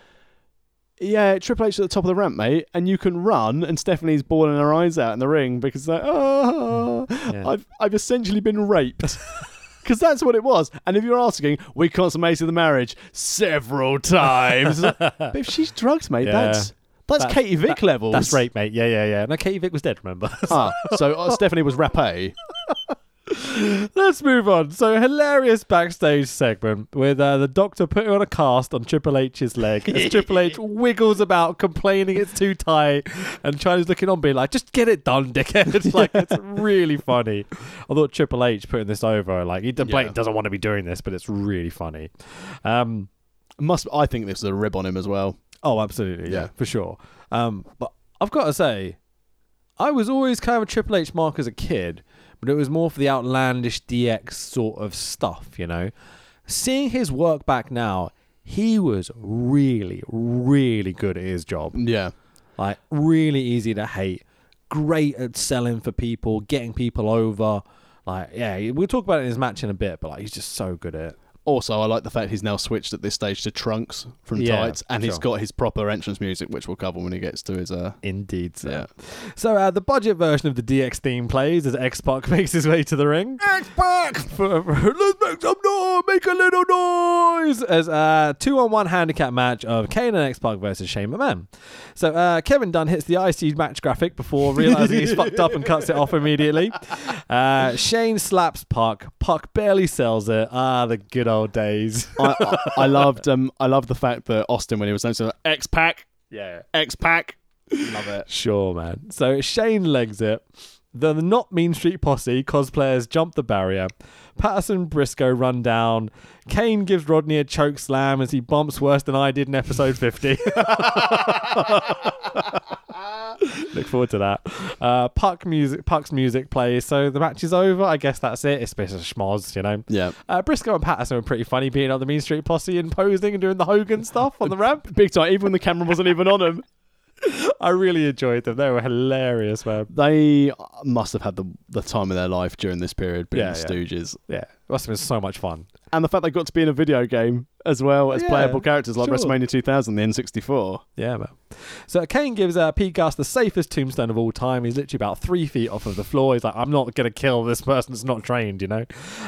Speaker 3: yeah, Triple H at the top of the ramp, mate, and you can run, and Stephanie's bawling her eyes out in the ring because like, oh,
Speaker 2: Hmm. Yeah.
Speaker 3: I've I've essentially been raped. Because that's what it was. And if you're asking, we consummated the marriage several times. but if she's drugs, mate,
Speaker 2: Yeah.
Speaker 3: that's that's
Speaker 2: That-
Speaker 3: Katie Vick levels.
Speaker 2: That's right, mate. Yeah, yeah, yeah. No, Katie Vick was dead. Remember?
Speaker 3: Ah, so uh, Stephanie was rapé.
Speaker 2: Let's move on. So hilarious backstage segment with uh, the doctor putting on a cast on Triple H's leg as Triple H wiggles about, complaining it's too tight, and China's looking on, being like, "Just get it done, dickhead." It's like it's really funny. I thought Triple H putting this over, like he
Speaker 3: Yeah.
Speaker 2: Blake doesn't want to be doing this, but it's really funny. Um,
Speaker 3: Must I think this is a rib on him as well.
Speaker 2: oh, absolutely, yeah,
Speaker 3: Yeah.
Speaker 2: for sure. Um, but I've got to say, I was always kind of a Triple H mark as a kid, but it was more for the outlandish DX sort of stuff, you know. Seeing his work back now, he was really, really good at his job.
Speaker 3: Yeah.
Speaker 2: Like, really easy to hate. Great at selling for people, getting people over. Like, yeah, we'll talk about it in his match in a bit, but like, he's just so good at it.
Speaker 3: Also, I like the fact he's now switched at this stage to trunks from
Speaker 2: Yeah,
Speaker 3: tights, and he's
Speaker 2: sure.
Speaker 3: got his proper entrance music, which we'll cover when he gets to his. Uh,
Speaker 2: Indeed, sir.
Speaker 3: yeah.
Speaker 2: So uh, the budget version of the DX theme plays as X Pac makes his way to the ring. X Pac, let's make some noise, make a little noise. As a two-on-one handicap match of Kane and X Pac versus Shane McMahon. So uh, Kevin Dunn hits the IC match graphic before realizing he's fucked up and cuts it off immediately. Uh, Shane slaps Puck. Puck barely sells it. Ah, the good old days.
Speaker 3: I, I, I loved. Um, I loved the fact that Austin, when he was announcing X Pack,
Speaker 2: Yeah.
Speaker 3: X Pack, love it.
Speaker 2: Sure, man. So Shane legs it. The not Mean Street Posse cosplayers jump the barrier. Patterson Briscoe run down. Kane gives Rodney a choke slam as he bumps worse than I did in episode 50. Look forward to that. Uh, Puck music, Puck's music plays, so the match is over. I guess that's it. It's a bit of schmoz, you know.
Speaker 3: Yeah.
Speaker 2: Uh, Briscoe and Patterson were pretty funny, beating up the Mean Street Posse and posing and doing the Hogan stuff on the ramp.
Speaker 3: Big time. Even when the camera wasn't even on him,
Speaker 2: I really enjoyed them. They were hilarious, man.
Speaker 3: they must have had the the time of their life during this period being
Speaker 2: Yeah,
Speaker 3: the
Speaker 2: yeah.
Speaker 3: Stooges,
Speaker 2: Yeah, must have been so much fun.
Speaker 3: and the fact they got to be in a video game as well as
Speaker 2: Yeah,
Speaker 3: playable characters like
Speaker 2: sure.
Speaker 3: WrestleMania 2000, the N64.
Speaker 2: Yeah, man. So Kane gives uh, Pete Gas the safest tombstone of all time. He's literally about three feet off of the floor. He's like, I'm not going to kill this person that's not trained, you know?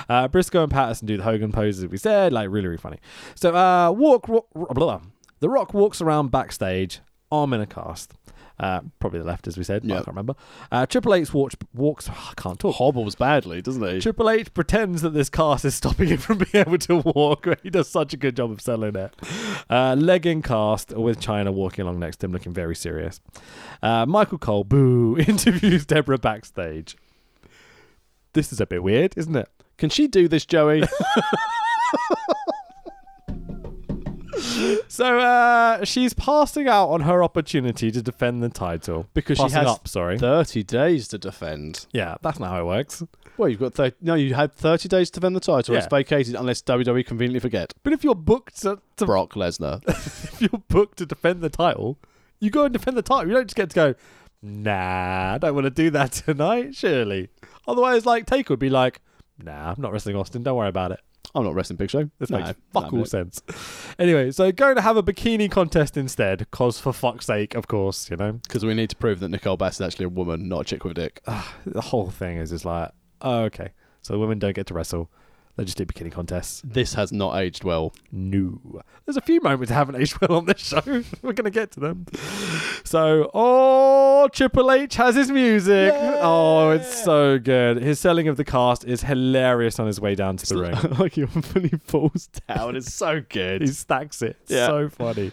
Speaker 2: Uh, Briscoe and Patterson do the Hogan poses, as we said. Like, really, really funny. So uh, walk, walk blah, blah. The Rock walks around backstage, arm in a cast. Uh, probably the left, as we said. but I
Speaker 3: Yeah.
Speaker 2: can't remember. Uh, Triple H walks, walks I can't talk.
Speaker 3: Hobbles badly, doesn't he?
Speaker 2: Triple H pretends that this cast is stopping him from being able to walk. He does such a good job of selling it. Uh, legging cast with China walking along next to him, looking very serious. Uh, Michael Cole, boo, interviews Deborah backstage. This is a bit weird, isn't it?
Speaker 3: Can she do this, Joey?
Speaker 2: So uh, she's passing out on her opportunity to defend the title
Speaker 3: Because she
Speaker 2: passing
Speaker 3: has
Speaker 2: up. Sorry,
Speaker 3: 30 days to defend.
Speaker 2: yeah, that's not how it works.
Speaker 3: Well, you've got 30. No, you had 30 days to defend the title. It's
Speaker 2: Yeah.
Speaker 3: vacated unless WWE conveniently forget.
Speaker 2: But if you're booked to, to
Speaker 3: Brock Lesnar.
Speaker 2: if you're booked to defend the title, you go and defend the title. You don't just get to go, nah, I don't want to do that tonight, surely. Otherwise, like, Taker would be like, nah, I'm not wrestling Austin. Don't worry about it.
Speaker 3: I'm not wrestling Big Show.
Speaker 2: This
Speaker 3: No,
Speaker 2: makes
Speaker 3: no,
Speaker 2: fuck all
Speaker 3: mate.
Speaker 2: sense. Anyway, so going to have a bikini contest instead, because for fuck's sake, of course, you know.
Speaker 3: Because we need to prove that Nicole Bass is actually a woman, not a chick with a dick.
Speaker 2: Uh. The whole thing is just like, oh, okay. So women don't get to wrestle. They just do bikini contests.
Speaker 3: This has not aged well.
Speaker 2: No. There's a few moments that haven't aged well on this show. We're going to get to them. So, oh, Triple H has his music. Oh, it's so good. His selling of the cast is hilarious on his way down to the ring.
Speaker 3: like he fully falls down. It's so good.
Speaker 2: He stacks it. It's
Speaker 3: Yeah.
Speaker 2: So funny.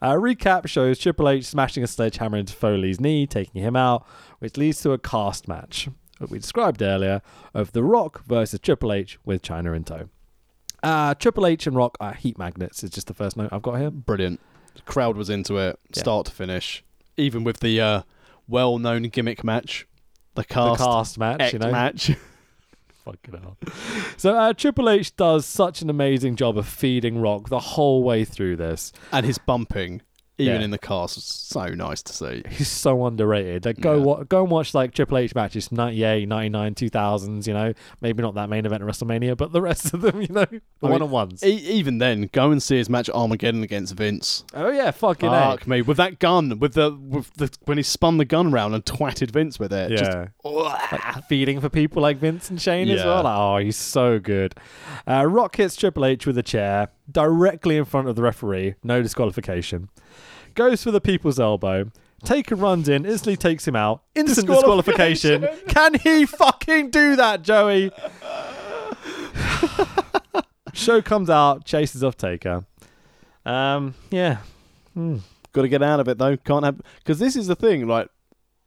Speaker 2: Uh, recap shows Triple H smashing a sledgehammer into Foley's knee, taking him out, which leads to a cast match that we described earlier of The Rock versus Triple H with China in tow. Uh, Triple H and Rock are heat magnets, is just the first note I've got here.
Speaker 3: Brilliant. The crowd was into it,
Speaker 2: Yeah.
Speaker 3: start to finish. Even with the uh, well known gimmick match, the cast,
Speaker 2: the cast match,
Speaker 3: act
Speaker 2: you know.
Speaker 3: match.
Speaker 2: Fucking hell. So uh, Triple H does such an amazing job of feeding Rock the whole way through this.
Speaker 3: and his bumping, even
Speaker 2: Yeah.
Speaker 3: in the cast, was so nice to see.
Speaker 2: He's so underrated. Like go
Speaker 3: Yeah.
Speaker 2: wa- go and watch like Triple H matches from 98, 99, 2000s, you know. Maybe not that main event of WrestleMania, but the rest of them, you know, the
Speaker 3: mean,
Speaker 2: one-on-ones.
Speaker 3: E- even then, go and see his match Armageddon against Vince.
Speaker 2: oh yeah, fucking heck.
Speaker 3: Fuck me with that gun, with the with the when he spun the gun round and twatted Vince with it. Just,
Speaker 2: Yeah. feeding for people like Vince and Shane as
Speaker 3: Yeah.
Speaker 2: well. Like, oh, he's so good. Uh, Rock hits Triple H with a chair directly in front of the referee. No disqualification. Goes for the people's elbow. Taker runs in, instantly takes him out. Instant disqualification. Can he fucking do that, Joey? Show comes out, chases off Taker. Um, yeah. Hmm.
Speaker 3: got to get out of it though. Can't have because this is the thing. Like,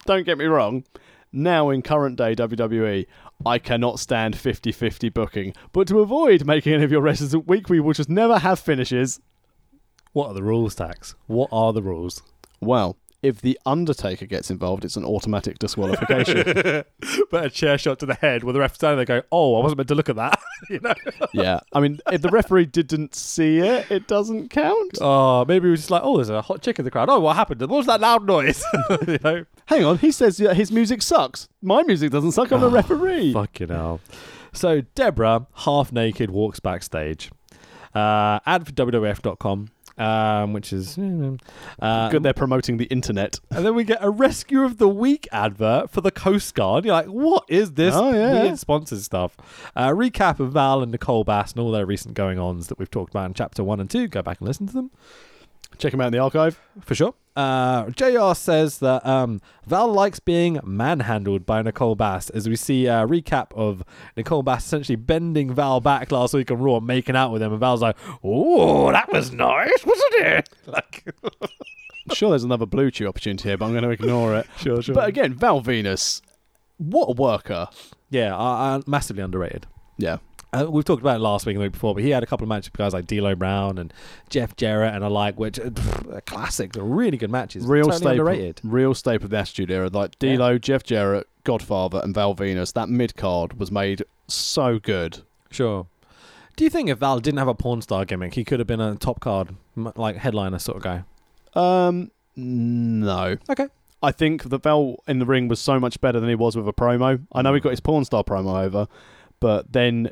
Speaker 3: don't get me wrong. Now in current day WWE, I cannot stand 50-50 booking. But to avoid making any of your wrestlers weak, we will just never have finishes.
Speaker 2: What are the rules, Tax? What are the rules?
Speaker 3: Well, If the Undertaker gets involved, it's an automatic disqualification.
Speaker 2: but a chair shot to the head where the ref standing there go, oh, I wasn't meant to look at that. you know?
Speaker 3: yeah, I mean, if the referee didn't see it, it doesn't count.
Speaker 2: Oh, maybe we were just like, oh, there's a hot chick in the crowd. Oh, what happened? What was that loud noise? you know?
Speaker 3: Hang on, he says yeah, his music sucks. My music doesn't suck.
Speaker 2: Oh,
Speaker 3: I'm a referee.
Speaker 2: Fucking hell. So Deborah, half naked, walks backstage. Uh, ad for WWF.com, um, which is. Uh,
Speaker 3: Good, they're promoting the internet.
Speaker 2: And then we get a rescue of the week advert for the Coast Guard. You're like, what is this
Speaker 3: Oh, yeah.
Speaker 2: weird sponsored stuff? Uh, recap of Val and Nicole Bass and all their recent going ons that we've talked about in chapter one and two. Go back and listen to them
Speaker 3: Check him out in the archive.
Speaker 2: for sure. Uh, JR says that um, Val likes being manhandled by Nicole Bass, as we see a recap of Nicole Bass essentially bending Val back last week on Raw and making out with him. And Val's like, oh, that was nice, wasn't it? Like,
Speaker 3: I'm sure there's another blue chew opportunity here, but I'm going to ignore it.
Speaker 2: Sure, sure.
Speaker 3: But again, Val Venus, what a worker.
Speaker 2: yeah, I, I, massively underrated.
Speaker 3: Yeah.
Speaker 2: Uh, we've talked about it last week and the week before, but he had a couple of matches with guys like D'Lo Brown and Jeff Jarrett and alike, which uh, pff, are classic. They're really good matches.
Speaker 3: Real
Speaker 2: totally
Speaker 3: staple.
Speaker 2: underrated.
Speaker 3: Real staple of the Attitude Era. Like D'Lo, Jeff Jarrett, Godfather, and Val Venus. That mid card was made so good.
Speaker 2: Sure. Do you think if Val didn't have a porn star gimmick, he could have been a top card, m- like headliner sort of guy?
Speaker 3: Um, no.
Speaker 2: Okay.
Speaker 3: I think that Val in the ring was so much better than he was with a promo. I know he got his porn star promo over, but then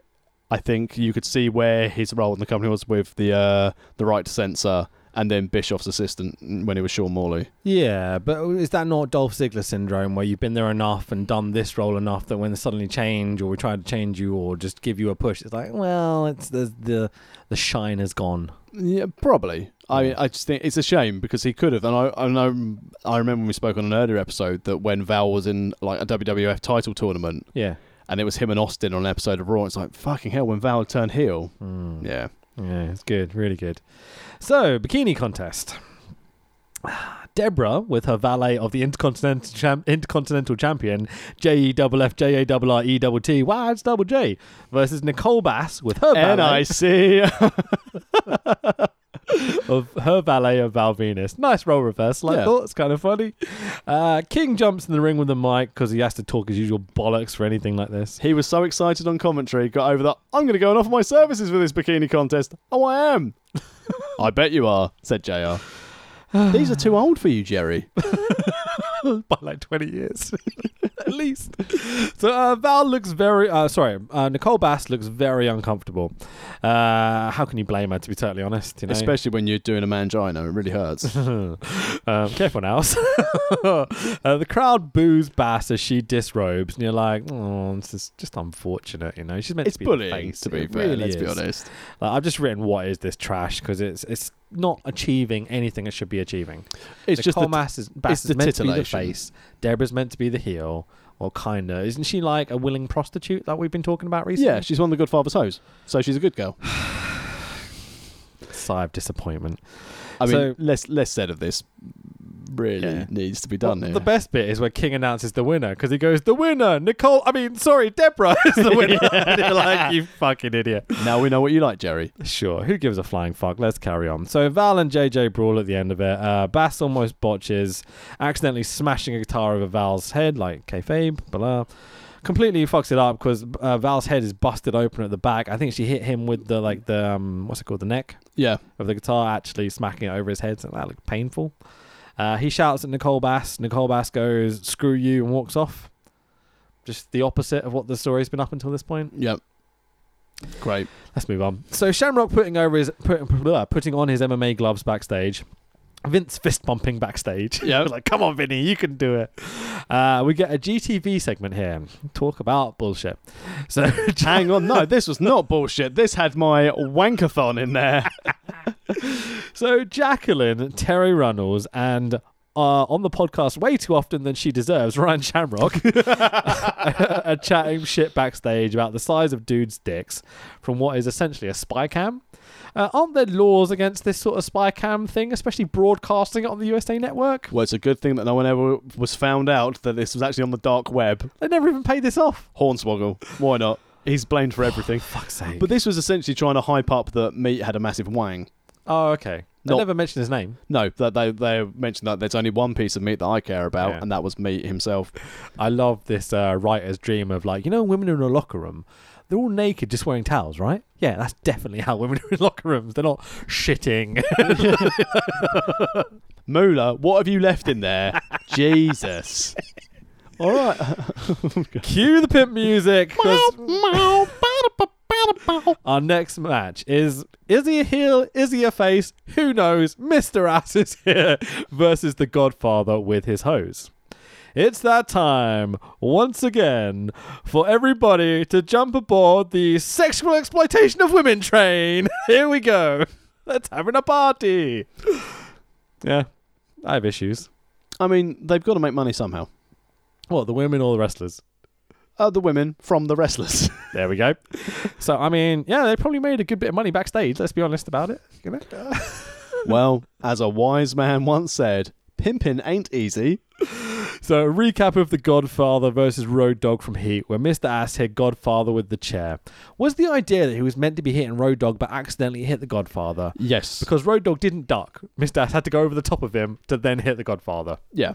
Speaker 3: I think you could see where his role in the company was with the uh, the right to censor and then Bischoff's assistant when he was Sean Morley.
Speaker 2: Yeah, but is that not Dolph Ziggler syndrome where you've been there enough and done this role enough that when they suddenly change or we try to change you or just give you a push, it's like, well, it's the the, the shine is gone.
Speaker 3: Yeah, probably. I mean, I just think it's a shame because he could have. And I, I know I remember when we spoke on an earlier episode that when Val was in like a WWF title tournament
Speaker 2: Yeah.
Speaker 3: and it was him and Austin on an episode of Raw. It's like fucking hell when Val turned heel.
Speaker 2: Hmm.
Speaker 3: Yeah,
Speaker 2: Yeah, it's good, really good. So, bikini contest. Deborah, with her valet of the Intercontinental, Cham- Intercontinental Champion, J E double F J A double R E double T, wow, it's double J, versus Nicole Bass with her valet
Speaker 3: and I see.
Speaker 2: of her valet of Val Venus. Nice role reversal, I
Speaker 3: Yeah.
Speaker 2: thought. It's kind of funny. Uh, King jumps in the ring with the mic because he has to talk his usual bollocks for anything like this.
Speaker 3: He was so excited on commentary, got over that. I'm going to go and offer my services for this bikini contest. Oh, I am. I bet you are, said JR. These are too old for you, Jerry.
Speaker 2: by like 20 years at least so uh, val looks very uh, sorry uh, nicole bass looks very uncomfortable uh, how can you blame her to be totally honest you know
Speaker 3: Especially when you're doing a mangina, it really hurts.
Speaker 2: um, careful now uh, the crowd boos bass as she disrobes and you're like oh this is just unfortunate you know she's meant
Speaker 3: it's
Speaker 2: to be
Speaker 3: bullying, to be fair. let's be
Speaker 2: honest.
Speaker 3: honest.
Speaker 2: Like, I've just written what is this trash because it's it's not achieving anything it should be achieving.
Speaker 3: It's just the
Speaker 2: Nicole Mass is, Bass
Speaker 3: it's
Speaker 2: is
Speaker 3: the
Speaker 2: meant to be the
Speaker 3: titillation.
Speaker 2: face. Deborah's meant to be the heel, or kinda. Isn't she like a willing prostitute that we've been talking about recently?
Speaker 3: Yeah, she's one of the good father's hoes, so she's a good girl.
Speaker 2: sigh of disappointment.
Speaker 3: I mean,
Speaker 2: So-
Speaker 3: less less said of this really
Speaker 2: Yeah.
Speaker 3: needs to be done
Speaker 2: Well,
Speaker 3: here.
Speaker 2: the best bit is where King announces the winner because he goes, "The winner, Nicole. I mean, sorry, Deborah is the winner." And you're like, "You fucking idiot."
Speaker 3: now we know what you like, Jerry.
Speaker 2: Sure, who gives a flying fuck? Let's carry on. So Val and JJ brawl at the end of it. Uh, Bass almost botches, accidentally smashing a guitar over Val's head, like kayfabe, blah. Completely fucks it up because uh, Val's head is busted open at the back. I think she hit him with the like the um, what's it called, the neck
Speaker 3: Yeah,
Speaker 2: of the guitar, actually smacking it over his head. So that looked painful. Uh, he shouts at Nicole Bass. Nicole Bass goes, "Screw you," and walks off. Just the opposite of what the story's been up until this point.
Speaker 3: yep. Great.
Speaker 2: Let's move on. So Shamrock putting over his put, blah, putting on his MMA gloves backstage. Vince fist bumping backstage.
Speaker 3: Yeah.
Speaker 2: like, come on, Vinny, you can do it. Uh, we get a GTV segment here. Talk about bullshit. So
Speaker 3: Hang on, no, this was not bullshit. This had my wankathon in there.
Speaker 2: so Jacqueline, Terry Runnels, and uh, on the podcast way too often than she deserves, Ryan Shamrock are chatting shit backstage about the size of dudes' dicks from what is essentially a spy cam. Uh, aren't there laws against this sort of spy cam thing, especially broadcasting it on the USA network?
Speaker 3: Well, it's a good thing that no one ever was found out that this was actually on the dark web.
Speaker 2: They never even paid this off.
Speaker 3: Hornswoggle, why not? He's blamed for everything.
Speaker 2: Fuck's sake.
Speaker 3: But this was essentially trying to hype up that meat had a massive wang.
Speaker 2: oh, okay. They
Speaker 3: Not-
Speaker 2: never mentioned his name.
Speaker 3: No, that they they mentioned that there's only one piece of meat that I care about,
Speaker 2: Yeah.
Speaker 3: and that was meat himself.
Speaker 2: I love this uh, writer's dream of like, you know, women in a locker room, they're all naked, just wearing towels, right? Yeah, that's definitely how women are in locker rooms. They're not shitting.
Speaker 3: Mueller, what have you left in there? Jesus. All right.
Speaker 2: Cue the pimp music. 'cause Our next match is is he a heel? Is he a face? Who knows? Mr. Ass is here versus the Godfather with his hose. It's that time once again for everybody to jump aboard the sexual exploitation of women train. Here we go. Let's having a party. Yeah, I have issues.
Speaker 3: I mean, they've got to make money somehow.
Speaker 2: What the women or the wrestlers?
Speaker 3: Uh, the women from the wrestlers.
Speaker 2: There we go. So I mean, yeah, they probably made a good bit of money backstage. Let's be honest about it. You know?
Speaker 3: well, as a wise man once said, pimping ain't easy.
Speaker 2: So a recap of the Godfather versus Road Dog from Heat, where Mr. Ass hit Godfather with the chair. Was the idea that he was meant to be hitting Road Dog but accidentally hit the Godfather?
Speaker 3: Yes.
Speaker 2: Because Road Dog didn't duck. Mr. Ass had to go over the top of him to then hit the Godfather.
Speaker 3: yeah.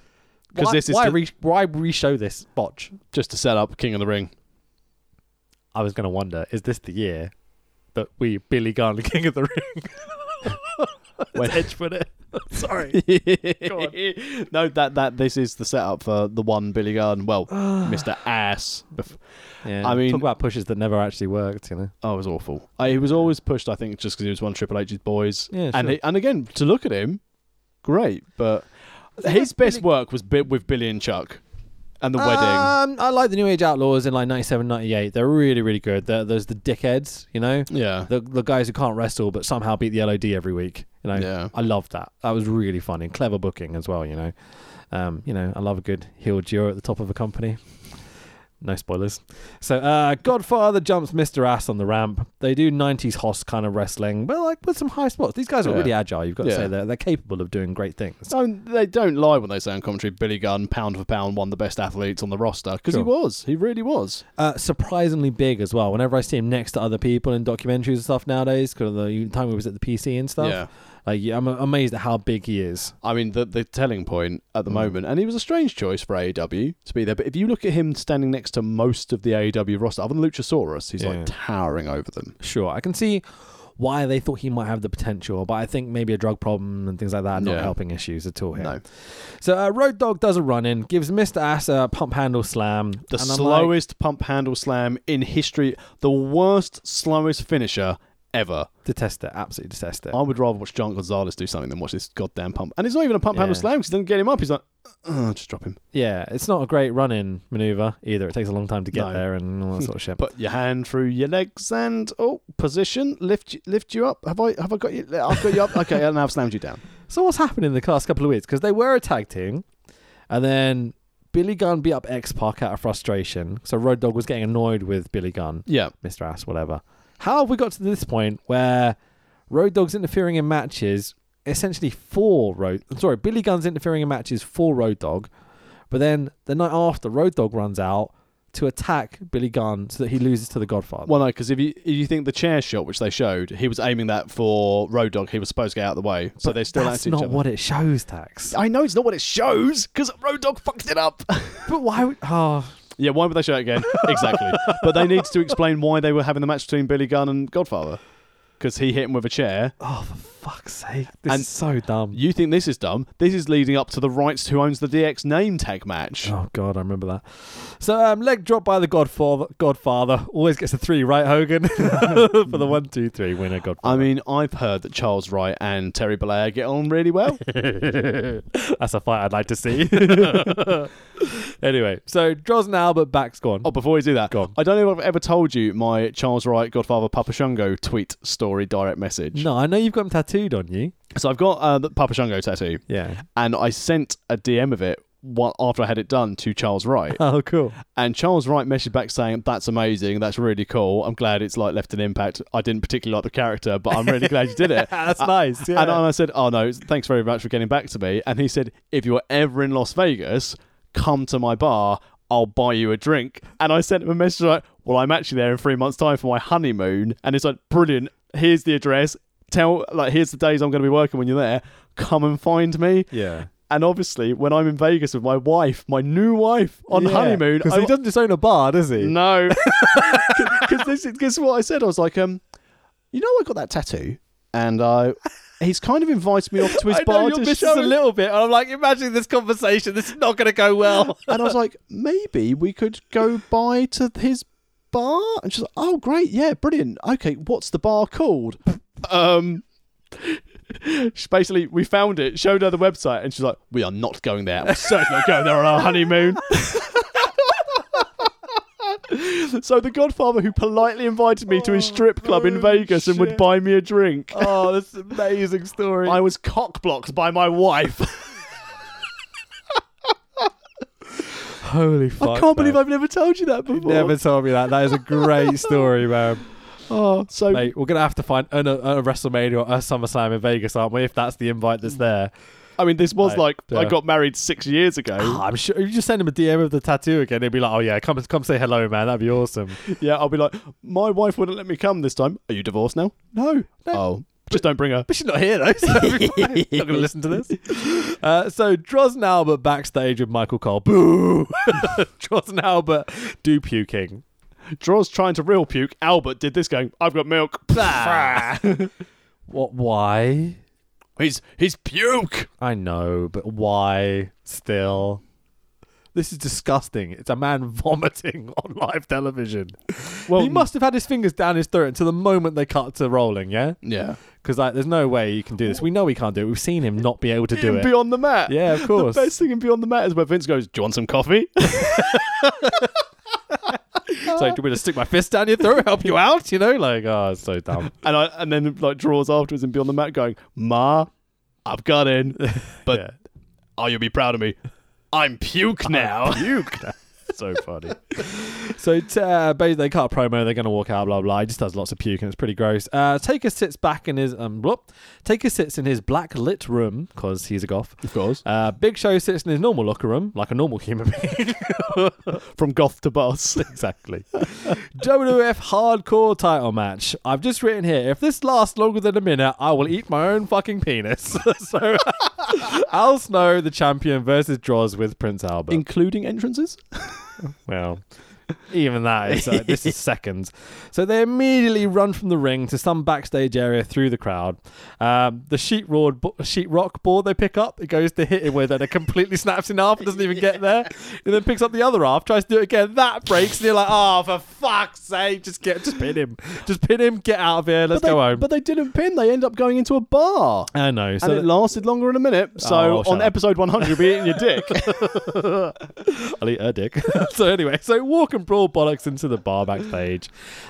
Speaker 3: Because
Speaker 2: Why,
Speaker 3: this is
Speaker 2: why,
Speaker 3: to-
Speaker 2: re- why re-show this botch?
Speaker 3: just to set up King of the Ring.
Speaker 2: I was going to wonder, is this the year that we Billy Gunn King of the Ring?
Speaker 3: When-
Speaker 2: Let's Edge put it. Sorry.
Speaker 3: no, that that this is the setup for the one Billy Garden. Well, Mr. Ass. Bef-
Speaker 2: Yeah.
Speaker 3: I mean-
Speaker 2: talk about pushes that never actually worked. You know,
Speaker 3: Oh, it was awful. I, he was always pushed, I think, just because he was one of Triple H's boys.
Speaker 2: Yeah,
Speaker 3: and
Speaker 2: sure.
Speaker 3: he- and again, to look at him, great. But his best work was bit with Billy and Chuck, and the
Speaker 2: Um, I like the New Age Outlaws in like 97, 98. They're really, really good. They're, there's the dickheads, you know,
Speaker 3: wedding. Yeah,
Speaker 2: the the guys who can't wrestle but somehow beat the LOD every week. You know,
Speaker 3: Yeah.
Speaker 2: I love that. That was really fun and clever booking as well. You know, um, you know, I love a good heel duo at the top of a company. No spoilers. So, uh, Godfather jumps Mr. Ass on the ramp. They do 90s hoss kind of wrestling, but like with some high spots. These guys are
Speaker 3: Yeah.
Speaker 2: really agile. You've got to
Speaker 3: Yeah.
Speaker 2: say they're, they're capable of doing great things.
Speaker 3: I mean, they don't lie when they say on commentary. Billy Gunn, pound for pound, one of the best athletes on the roster because
Speaker 2: Sure.
Speaker 3: he was. He really was.
Speaker 2: uh, surprisingly big as well. Whenever I see him next to other people in documentaries and stuff nowadays, because of the time we was at the PC and stuff,
Speaker 3: Yeah.
Speaker 2: like yeah, I'm amazed at how big he is.
Speaker 3: I mean, the the telling point at the
Speaker 2: Hmm.
Speaker 3: moment, and he was a strange choice for AEW to be there. But if you look at him standing next to most of the AEW roster, other than Luchasaurus, he's
Speaker 2: Yeah.
Speaker 3: like towering over them.
Speaker 2: Sure, I can see why they thought he might have the potential, but I think maybe a drug problem and things like that are not
Speaker 3: Yeah.
Speaker 2: helping issues at all here.
Speaker 3: No,
Speaker 2: So uh, Road Dog does a run in, gives Mister Ass a pump handle slam.
Speaker 3: The
Speaker 2: and I'm like,
Speaker 3: slowest pump handle slam in history. The worst, slowest finisher ever.
Speaker 2: detest it, absolutely detest it.
Speaker 3: I would rather watch John Gonzalez do something than watch this goddamn pump. And it's not even a pump handle
Speaker 2: Yeah.
Speaker 3: slam because he doesn't get him up. He's like, "Ugh, just drop him.
Speaker 2: yeah, it's not a great run in maneuver either. It takes a long time to get
Speaker 3: No.
Speaker 2: there and all that sort of shit.
Speaker 3: Put your hand through your legs and oh, position. Lift, lift you up. Have I? Have I got you? I've got you up. Okay, and I've slammed you down.
Speaker 2: So what's happened in the last couple of weeks? Because they were a tag team, and then Billy Gunn beat up X Pac out of frustration. So Road Dog was getting annoyed with Billy Gunn,
Speaker 3: Yeah,
Speaker 2: Mr. Ass, whatever. How have we got to this point where Road Dog's interfering in matches essentially for Road? I'm sorry, Billy Gunn's interfering in matches for Road Dog, but then the night after, Road Dog runs out to attack Billy Gunn so that he loses to the Godfather.
Speaker 3: Well, no, because if you if you think the chair shot which they showed, he was aiming that for Road Dog. He was supposed to get out of the way, so
Speaker 2: But
Speaker 3: they're still
Speaker 2: that's
Speaker 3: at each
Speaker 2: not
Speaker 3: other.
Speaker 2: what it shows, Tax.
Speaker 3: I know it's not what it shows because Road Dog fucked it up.
Speaker 2: But why? Would, oh,
Speaker 3: Yeah, why would they show it again? exactly. But they need to explain why they were having the match between Billy Gunn and Godfather. Because he hit him with a chair.
Speaker 2: Oh, for fuck's sake. This
Speaker 3: And-
Speaker 2: is so dumb.
Speaker 3: You think this is dumb? This is leading up to the rights to who owns the DX name tag match.
Speaker 2: Oh, God, I remember that. So, um, leg drop by the Godfather. Godfather always gets a three, right, Hogan? For the one, two, three winner,
Speaker 3: I
Speaker 2: Godfather.
Speaker 3: mean, I've heard that Charles Wright and Terry Blair get on really well.
Speaker 2: That's a fight I'd like to see. anyway, so draws an Albert, back's gone.
Speaker 3: oh, before we do that,
Speaker 2: Go on.
Speaker 3: I don't know if I've ever told you my Charles Wright Godfather Papa Shango tweet story direct message.
Speaker 2: No, I know you've got him tattooed on you.
Speaker 3: So I've got uh, the Papa Shango tattoo,
Speaker 2: Yeah.
Speaker 3: and I sent a DM of it wa- after I had it done to Charles Wright.
Speaker 2: Oh, cool.
Speaker 3: And Charles Wright messaged back saying, "That's amazing. That's really cool. I'm glad it's like left an impact. I didn't particularly like the character, but I'm really glad you did it."
Speaker 2: That's nice. Yeah.
Speaker 3: And I said, "Oh no, thanks very much for getting back to me." And he said, "If you're ever in Las Vegas, come to my bar. I'll buy you a drink." And I sent him a message like, "Well, I'm actually there in three months' time for my honeymoon." And it's like, "Brilliant. Here's the address. tell like here's the days I'm going to be working when you're there. Come and find me.
Speaker 2: Yeah.
Speaker 3: And obviously, when I'm in Vegas with my wife, my new wife on honeymoon,
Speaker 2: Because
Speaker 3: I-
Speaker 2: he doesn't just own a bar, does he?
Speaker 3: no, because this, is- this is what I said. I was like, um, you know, I got that tattoo, and I. He's kind of invited me off to his
Speaker 2: I know
Speaker 3: bar
Speaker 2: you're
Speaker 3: to
Speaker 2: missing
Speaker 3: show
Speaker 2: a little bit. I'm like, imagine this conversation. This is not going to go well.
Speaker 3: And I was like, maybe we could go by to his bar. And she's like, oh, great. Yeah, brilliant. Okay, what's the bar called? Um, she basically, we found it, showed her the website, and she's like, we are not going there. We're certainly not going there on our honeymoon. so the godfather who politely invited me to his strip club in
Speaker 2: Oh,
Speaker 3: Vegas and would
Speaker 2: shit.
Speaker 3: buy me a drink.
Speaker 2: oh, that's an amazing story.
Speaker 3: I was cockblocked by my wife.
Speaker 2: Holy fuck.
Speaker 3: I can't believe I've never told you that before.
Speaker 2: Never told me that. That is a great story, man.
Speaker 3: Oh, so
Speaker 2: Mate, we're gonna have to find an, a, a WrestleMania or a SummerSlam in Vegas, aren't we? If that's the invite that's there,
Speaker 3: I mean, this was like,
Speaker 2: Like,
Speaker 3: I
Speaker 2: yeah.
Speaker 3: got married six years ago.
Speaker 2: I'm sure. If you just send him a DM of the tattoo again, they'd be like, "Oh yeah, come come say hello, man. That'd be awesome."
Speaker 3: yeah, I'll be like, my wife wouldn't let me come this time. Are you divorced now? No. Oh, just don't bring her.
Speaker 2: But she's not here though, so that'd be fine. not gonna listen to this. Uh, so Drosn Albert backstage with Michael Cole. Boo! Drosn Albert do puking.
Speaker 3: Draw's trying to real puke. Albert did this going, I've got milk.
Speaker 2: What? Why?
Speaker 3: he's, he's puke.
Speaker 2: I know, but why still? This is disgusting. It's a man vomiting on live television.
Speaker 3: Well,
Speaker 2: he must have had his fingers down his throat until the moment they cut to rolling, yeah?
Speaker 3: Yeah.
Speaker 2: Because like, there's no way you can do this. We know he can't do it. We've seen him not be able to do
Speaker 3: in
Speaker 2: it.
Speaker 3: Beyond the Mat.
Speaker 2: Yeah, of course.
Speaker 3: The best thing in Beyond the Mat is where Vince goes, Do you want some coffee?
Speaker 2: So do you want me to stick my fist down your throat, help you out? You know, like, oh, it's so dumb.
Speaker 3: and I and then like draws afterwards in Beyond the Mat going, Ma, I've got in. But
Speaker 2: Yeah.
Speaker 3: oh, you'll be proud of me. I'm puke now. puke now.
Speaker 2: so funny. so t- uh, basically, they cut a promo. They're going to walk out. Blah blah. He just does lots of puke, and it's pretty gross. Uh, Taker sits back in his um, blup. Taker sits in his black lit room because he's a goth.
Speaker 3: Of course.
Speaker 2: Uh, Big Show sits in his normal locker room like a normal human being.
Speaker 3: From goth to boss.
Speaker 2: exactly. WWF Hardcore title match. I've just written here. If this lasts longer than a minute, I will eat my own fucking penis. so Al Snow, the champion, versus Draws with Prince Albert.
Speaker 3: including entrances.
Speaker 2: Well, even that is uh, this is seconds. So they immediately run from the ring to some backstage area through the crowd. Um, the sheetrock bo- sheetrock board they pick up, it goes to hit him with, and it completely snaps in half. It doesn't even get there, and then picks up the other half, tries to do it again. That breaks, and you're like, "Oh, for fuck's sake! Just get, just pin him, just pin him, get out of here, let's
Speaker 3: but,
Speaker 2: go
Speaker 3: they,
Speaker 2: home."
Speaker 3: but they didn't pin. They end up going into a bar.
Speaker 2: I know. So
Speaker 3: and it
Speaker 2: that-
Speaker 3: lasted longer than a minute. So
Speaker 2: Oh, well, shut
Speaker 3: on
Speaker 2: up.
Speaker 3: episode 100, you'll be eating your dick.
Speaker 2: I'll eat her dick. so anyway, so walk and brawl bollocks into the bar backstage.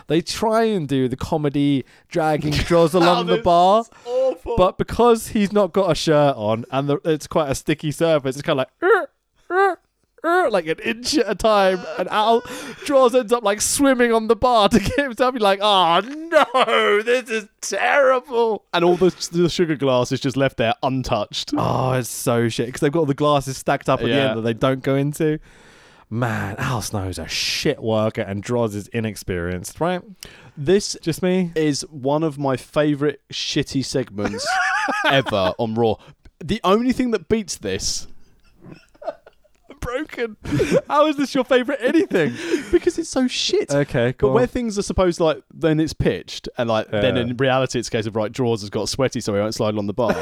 Speaker 2: They try and do the comedy dragging Droz along the
Speaker 3: this
Speaker 2: bar.
Speaker 3: Awful.
Speaker 2: But because he's not got a shirt on and the, it's quite a sticky surface, it's kind of like, "Er, er, er," like an inch at a time. And Al draws ends up like swimming on the bar to get himself. He's like, oh no, this is terrible.
Speaker 3: and all the, the sugar glass is just left there untouched.
Speaker 2: Oh, it's so shit because they've got all the glasses stacked up at the
Speaker 3: Yeah.
Speaker 2: end that they don't go into. Man, Al Snow's a shit worker and Droz is inexperienced, right?
Speaker 3: This
Speaker 2: Just me?
Speaker 3: is one of my favourite shitty segments ever on Raw. The only thing that beats this,
Speaker 2: Broken. How is this your favourite anything?
Speaker 3: because it's so shit.
Speaker 2: okay,
Speaker 3: But
Speaker 2: cool.
Speaker 3: where things are supposed like then it's pitched and like then
Speaker 2: Yeah.
Speaker 3: in reality it's a case of right drawers has got sweaty so he won't slide along the bar.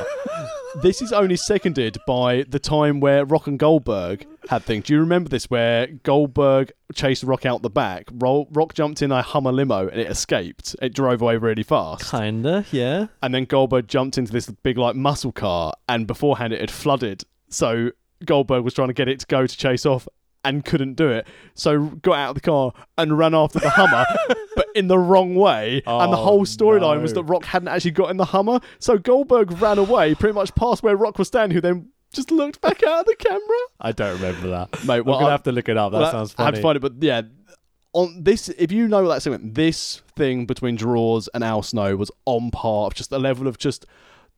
Speaker 3: this is only seconded by the time where Rock and Goldberg had things. Do you remember this where Goldberg chased Rock out the back? Roll, Rock jumped in a Hummer limo and it escaped. It drove away really fast.
Speaker 2: Kinda, yeah.
Speaker 3: And then Goldberg jumped into this big like muscle car and beforehand it had flooded. So Goldberg was trying to get it to go to chase off and couldn't do it. So got out of the car and ran after the Hummer, but in the wrong way. and the
Speaker 2: Oh,
Speaker 3: whole storyline was
Speaker 2: no.
Speaker 3: that Rock hadn't actually got in the Hummer. So Goldberg ran away pretty much past where Rock was standing, who then just looked back out of the camera.
Speaker 2: I don't remember that.
Speaker 3: Mate, well,
Speaker 2: I'm gonna
Speaker 3: I-
Speaker 2: have to look it up. That
Speaker 3: Well,
Speaker 2: sounds
Speaker 3: I
Speaker 2: funny.
Speaker 3: had to find it, but yeah. On this, if you know that segment, this thing between draws and Al Snow was on par of just the level of just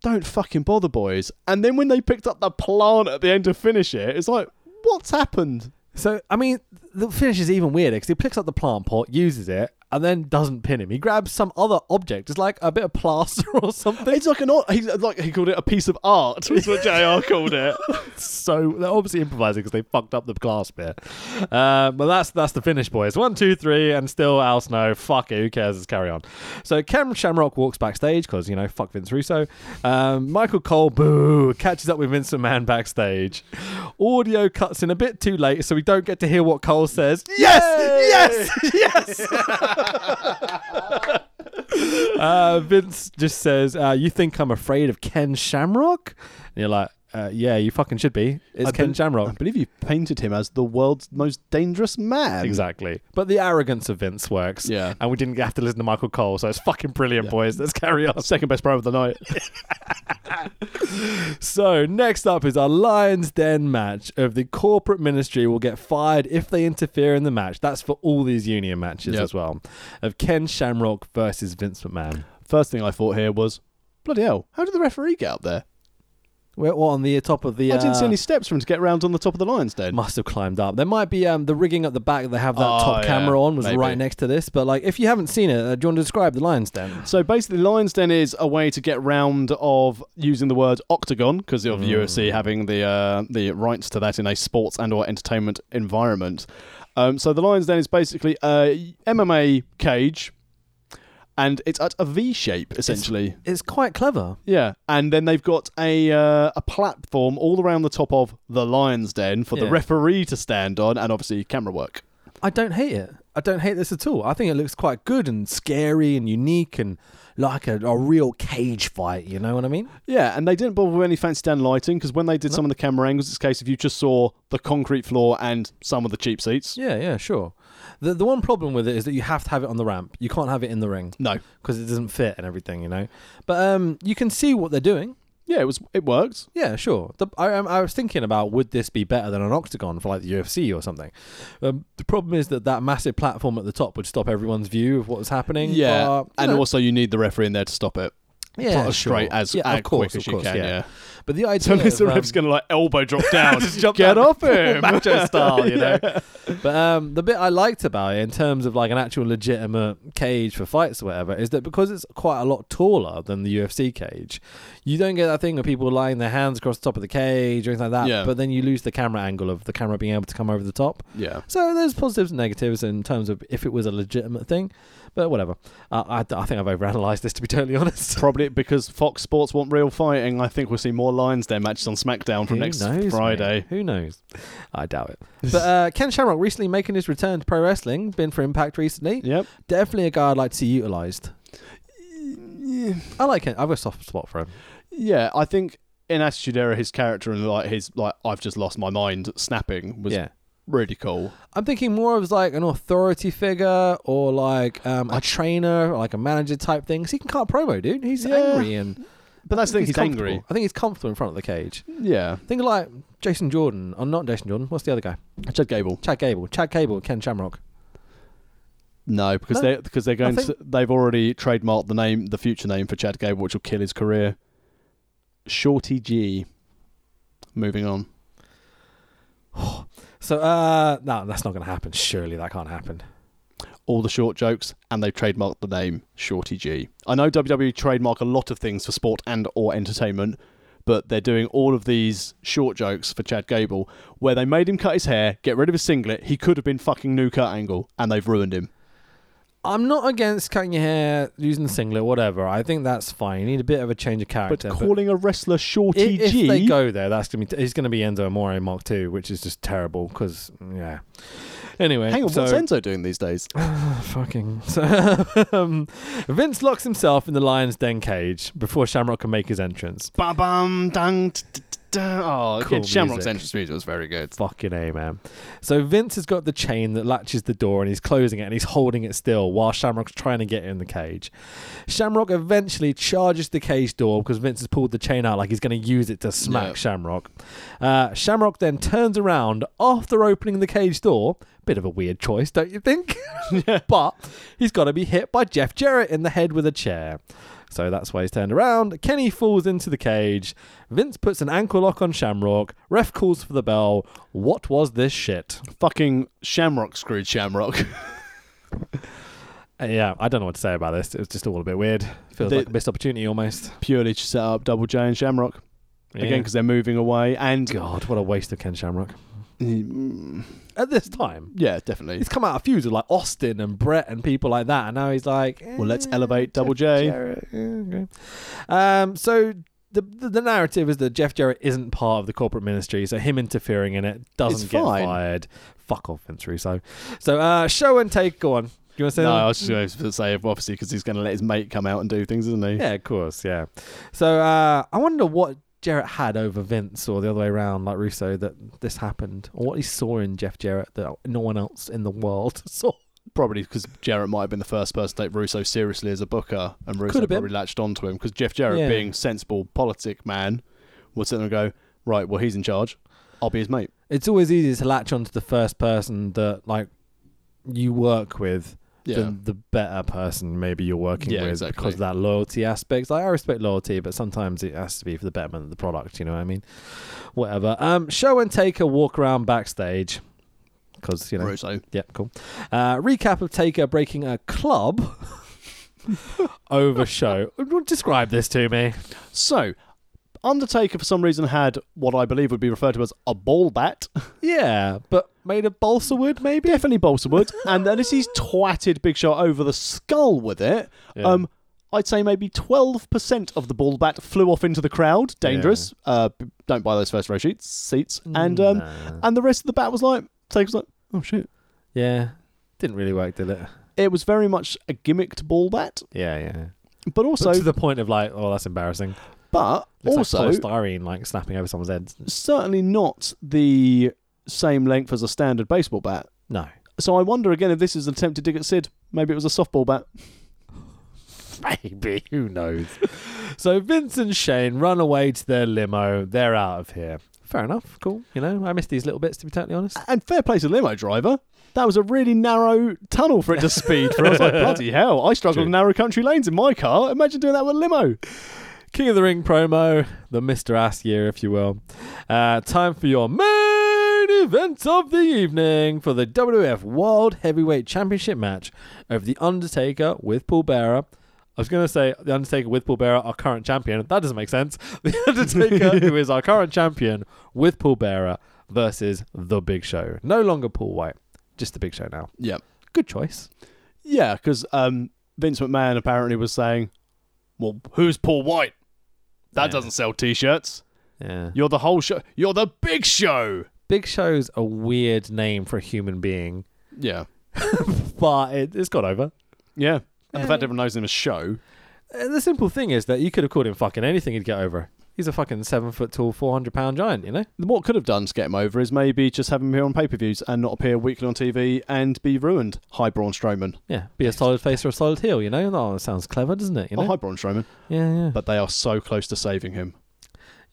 Speaker 3: don't fucking bother, boys. And then when they picked up the plant at the end to finish it, it's like, what's happened?
Speaker 2: So I mean, the finish is even weirder because he picks up the plant pot, uses it, and then doesn't pin him. He grabs some other object. It's like a bit of plaster or something.
Speaker 3: It's like an art. He's like he called it a piece of art. That's what Jr. called it.
Speaker 2: so they're obviously improvising because they fucked up the glass bit. Uh, but that's that's the finish, boys. One, two, three, and still Al Snow. Fuck it, who cares? Let's carry on. So Cam Shamrock walks backstage because you know fuck Vince Russo. Um, Michael Cole boo catches up with Vincent Man backstage. Audio cuts in a bit too late, so we don't get to hear what Cole says.
Speaker 3: Yes, yes, yes.
Speaker 2: uh, Vince just says, uh, "You think I'm afraid of Ken Shamrock?" And you're like, uh, "Yeah, you fucking should be. It's
Speaker 3: I
Speaker 2: Ken
Speaker 3: bel- I
Speaker 2: Shamrock."
Speaker 3: believe you painted him as the world's most dangerous man.
Speaker 2: Exactly. But the arrogance of Vince works.
Speaker 3: Yeah.
Speaker 2: And we didn't have to listen to Michael Cole, so it's fucking brilliant, boys. Let's carry on.
Speaker 3: Second best promo of the night.
Speaker 2: So, next up is our Lions Den match of the corporate ministry will get fired if they interfere in the match. That's for all these union matches
Speaker 3: Yep.
Speaker 2: as well. Of Ken Shamrock versus Vince McMahon.
Speaker 3: First thing I thought here was, bloody hell, how did the referee get up there?
Speaker 2: We're on the top of the.
Speaker 3: I didn't see
Speaker 2: uh,
Speaker 3: any steps for him to get round on the top of the lion's den.
Speaker 2: must have climbed up. There might be um, the rigging at the back that they have that
Speaker 3: Oh,
Speaker 2: top
Speaker 3: yeah,
Speaker 2: camera on was
Speaker 3: maybe.
Speaker 2: right next to this. But like, if you haven't seen it, uh, do you want to describe the lion's den?
Speaker 3: So basically, lion's den is a way to get round of using the word octagon because
Speaker 2: Mm.
Speaker 3: of UFC having the uh, the rights to that in a sports and or entertainment environment. Um, so the lion's den is basically a MMA cage, and it's at a V shape essentially.
Speaker 2: It's quite clever.
Speaker 3: yeah, and then they've got a uh, a platform all around the top of the lion's den for the
Speaker 2: Yeah.
Speaker 3: referee to stand on, and obviously camera work.
Speaker 2: I don't hate it. I don't hate this at all. I think it looks quite good and scary and unique and like a, a real cage fight. You know what I mean?
Speaker 3: Yeah, and they didn't bother with any fancy down lighting because when they did some of the camera angles, it's a case of you just saw the concrete floor and some of the cheap seats.
Speaker 2: Yeah, yeah, sure. The the one problem with it is that you have to have it on the ramp. You can't have it in the ring
Speaker 3: No,
Speaker 2: because it doesn't fit and everything. You know, but um, you can see what they're doing.
Speaker 3: yeah, it was it worked.
Speaker 2: Yeah, sure. The, I, um, I was thinking about would this be better than an octagon for like the UFC or something. Um, the problem is that that massive platform at the top would stop everyone's view of what was happening. but, you
Speaker 3: and
Speaker 2: know,
Speaker 3: also you need the referee in there to stop it.
Speaker 2: yeah,
Speaker 3: Put us straight
Speaker 2: sure.
Speaker 3: as-
Speaker 2: yeah,
Speaker 3: as
Speaker 2: of course,
Speaker 3: quick
Speaker 2: of
Speaker 3: as you
Speaker 2: course,
Speaker 3: can,
Speaker 2: Yeah.
Speaker 3: yeah.
Speaker 2: but the idea
Speaker 3: So unless the
Speaker 2: of,
Speaker 3: ref's
Speaker 2: um,
Speaker 3: gonna like elbow drop down,
Speaker 2: Just jump
Speaker 3: get
Speaker 2: down.
Speaker 3: off him.
Speaker 2: macho style, you know.
Speaker 3: Yeah.
Speaker 2: But um, the bit I liked about it, in terms of like an actual legitimate cage for fights or whatever, is that because it's quite a lot taller than the UFC cage, you don't get that thing of people lying their hands across the top of the cage or anything like that.
Speaker 3: Yeah.
Speaker 2: But then you lose the camera angle of the camera being able to come over the top.
Speaker 3: Yeah.
Speaker 2: So there's positives and negatives in terms of if it was a legitimate thing, but whatever. Uh, I, I think I've overanalyzed this to be totally honest.
Speaker 3: Probably because Fox Sports want real fighting. I think we'll see more Lions Day matches on SmackDown from
Speaker 2: Who
Speaker 3: next
Speaker 2: knows, mate?
Speaker 3: Friday.
Speaker 2: Who knows? I doubt it. But uh, Ken Shamrock recently making his return to pro wrestling, been for Impact recently.
Speaker 3: Yep.
Speaker 2: Definitely a guy I'd like to see utilized. I like him. I've got a soft spot for him.
Speaker 3: Yeah, I think in Attitude Era, his character and like his like I've just lost my mind snapping was
Speaker 2: yeah.
Speaker 3: really cool.
Speaker 2: I'm thinking more of like an authority figure or like um, a trainer or like a manager type thing. 'Cause he can cut promo, dude. He's
Speaker 3: Yeah.
Speaker 2: angry and
Speaker 3: But that's the thing, he's,
Speaker 2: comfortable.
Speaker 3: angry.
Speaker 2: I think he's comfortable in front of the cage.
Speaker 3: Yeah.
Speaker 2: Think of like Jason Jordan, or not Jason Jordan. What's the other guy?
Speaker 3: Chad Gable.
Speaker 2: Chad Gable. Chad Gable. Ken Shamrock.
Speaker 3: No, because
Speaker 2: No.
Speaker 3: they because they're going
Speaker 2: I think-
Speaker 3: to, they've already trademarked the name the future name for Chad Gable, which will kill his career. Shorty G. Moving on.
Speaker 2: So uh, no, that's not going to happen. Surely that can't happen.
Speaker 3: All the short jokes, and they've trademarked the name Shorty G. I know WWE trademark a lot of things for sport and or entertainment, but they're doing all of these short jokes for Chad Gable, where they made him cut his hair, get rid of his singlet. He could have been fucking new Kurt Angle, and they've ruined him.
Speaker 2: I'm not against cutting your hair, using the singlet, whatever. I think that's fine. You need a bit of a change of
Speaker 3: But
Speaker 2: character. but
Speaker 3: calling a wrestler
Speaker 2: i-
Speaker 3: Shorty
Speaker 2: if,
Speaker 3: G.
Speaker 2: they go there, that's gonna be he's gonna be Enzo Amore Mark II, which is just terrible. Because yeah. Anyway,
Speaker 3: Hang on,
Speaker 2: so,
Speaker 3: what's Enzo doing these days?
Speaker 2: fucking. So, um, Vince locks himself in the lion's den cage before Shamrock can make his entrance.
Speaker 3: Ba bum dang. t- t- t- da. Oh,
Speaker 2: Cool
Speaker 3: again, Shamrock's
Speaker 2: music.
Speaker 3: entrance music was very good.
Speaker 2: Fucking A, man. So Vince has got the chain that latches the door and he's closing it and he's holding it still while Shamrock's trying to get in the cage. Shamrock eventually charges the cage door because Vince has pulled the chain out like he's going to use it to smack
Speaker 3: Yeah.
Speaker 2: Shamrock. Uh, Shamrock then turns around after opening the cage door. Bit of a weird choice, don't you think? but he's got to be hit by Jeff Jarrett in the head with a chair. So that's why he's turned around. Kenny falls into the cage. Vince puts an ankle lock on Shamrock. Ref calls for the bell. What was this shit?
Speaker 3: Fucking Shamrock screwed Shamrock.
Speaker 2: Uh, yeah, I don't know what to say about this. It was just all a bit weird. Feels
Speaker 3: They-
Speaker 2: like a missed opportunity almost.
Speaker 3: Purely to set up Double J and Shamrock
Speaker 2: Yeah.
Speaker 3: Again again because they're moving away. And
Speaker 2: God, what a waste of Ken Shamrock.
Speaker 3: Mm,
Speaker 2: At this time,
Speaker 3: yeah, definitely.
Speaker 2: he's come out of feuds with like Austin and Brett and people like that, and now he's like,
Speaker 3: Well, let's
Speaker 2: eh,
Speaker 3: elevate Double
Speaker 2: Jeff
Speaker 3: J.
Speaker 2: Jarrett. Yeah, okay. Um, so. The, the, the narrative is that Jeff Jarrett isn't part of the corporate ministry, so him interfering in it doesn't
Speaker 3: It's
Speaker 2: get
Speaker 3: fine.
Speaker 2: fired. Fuck off, Vince Russo. So uh, show and take. Go on. Do you want to say?
Speaker 3: No,
Speaker 2: that?
Speaker 3: I was just going to say obviously because he's going to let his mate come out and do things, isn't he?
Speaker 2: Yeah, of course, yeah. So uh, I wonder what Jarrett had over Vince or the other way around, like Russo, that this happened, or what he saw in Jeff Jarrett that no one else in the world saw.
Speaker 3: Probably because Jarrett might have been the first person to take Russo seriously as a booker, and Russo
Speaker 2: have been.
Speaker 3: probably latched onto him because Jeff Jarrett,
Speaker 2: Yeah.
Speaker 3: being sensible politic man, would sit there and go, "Right, well he's in charge. I'll be his mate."
Speaker 2: It's always easier to latch onto the first person that like you work with
Speaker 3: Yeah,
Speaker 2: than the better person maybe you're working
Speaker 3: Yeah,
Speaker 2: with
Speaker 3: exactly.
Speaker 2: because of that loyalty aspect. Like I respect loyalty, but sometimes it has to be for the betterment of the product. You know what I mean? Whatever. Um, show and take a walk around backstage because you know
Speaker 3: Russo.
Speaker 2: Yep, cool. Uh, recap of Taker breaking a club over show. Describe this to me.
Speaker 3: So, Undertaker for some reason had what I believe would be referred to as a ball bat,
Speaker 2: Yeah, but made of balsa wood, maybe.
Speaker 3: definitely balsa wood, and then as he's twatted Big Show over the skull with it,
Speaker 2: Yeah.
Speaker 3: um, I'd say maybe twelve percent of the ball bat flew off into the crowd. Dangerous. Uh, b- don't buy those first row sheets, seats, and um,
Speaker 2: Nah.
Speaker 3: and the rest of the bat was like Taker's like, oh shit.
Speaker 2: yeah, didn't really work, did it?
Speaker 3: It was very much a gimmicked ball bat,
Speaker 2: Yeah, yeah.
Speaker 3: but also,
Speaker 2: to
Speaker 3: but,
Speaker 2: the point of like, oh, that's embarrassing. Looks
Speaker 3: also
Speaker 2: like polystyrene like snapping over someone's head.
Speaker 3: certainly not the same length as a standard baseball bat.
Speaker 2: No,
Speaker 3: So I wonder again if this is an attempt to dig at Sid. Maybe it was a softball bat.
Speaker 2: maybe who knows. so Vince and Shane run away to their limo. They're out of here. Fair enough. Cool. You know, I missed these little bits to be totally honest.
Speaker 3: And fair play to the limo driver. That was a really narrow tunnel for it to speed through. I was like, bloody hell, I struggle
Speaker 2: True.
Speaker 3: in narrow country lanes in my car. Imagine doing that with a limo.
Speaker 2: King of the Ring promo, the Mr. Ass year, if you will. Uh, time for your main event of the evening for the WWF World Heavyweight Championship match over The Undertaker with Paul Bearer. I was going to say The Undertaker with Paul Bearer, our current champion. That doesn't make sense. The Undertaker, who is our current champion, with Paul Bearer versus The Big Show. No longer Paul White, just The Big Show now.
Speaker 3: Yeah.
Speaker 2: Good choice.
Speaker 3: Yeah, because um, Vince McMahon apparently was saying, well, who's Paul White? That
Speaker 2: Yeah.
Speaker 3: doesn't sell t shirts.
Speaker 2: Yeah.
Speaker 3: You're the whole show. You're the big show.
Speaker 2: Big Show's a weird name for a human being,
Speaker 3: Yeah.
Speaker 2: but it, it's got over.
Speaker 3: Yeah. And the fact everyone knows him as show.
Speaker 2: Uh, the simple thing is that you could have called him fucking anything he'd get over. He's a fucking seven foot tall, 400 pound giant, you know?
Speaker 3: What could have done to get him over is maybe just have him appear on pay per views and not appear weekly on TV and be ruined. Hi, Braun Strowman.
Speaker 2: Yeah, be a solid face or a solid heel, you know? Oh, that sounds clever, doesn't it? You
Speaker 3: Oh,
Speaker 2: know?
Speaker 3: hi, Braun Strowman.
Speaker 2: yeah, yeah.
Speaker 3: But they are so close to saving him.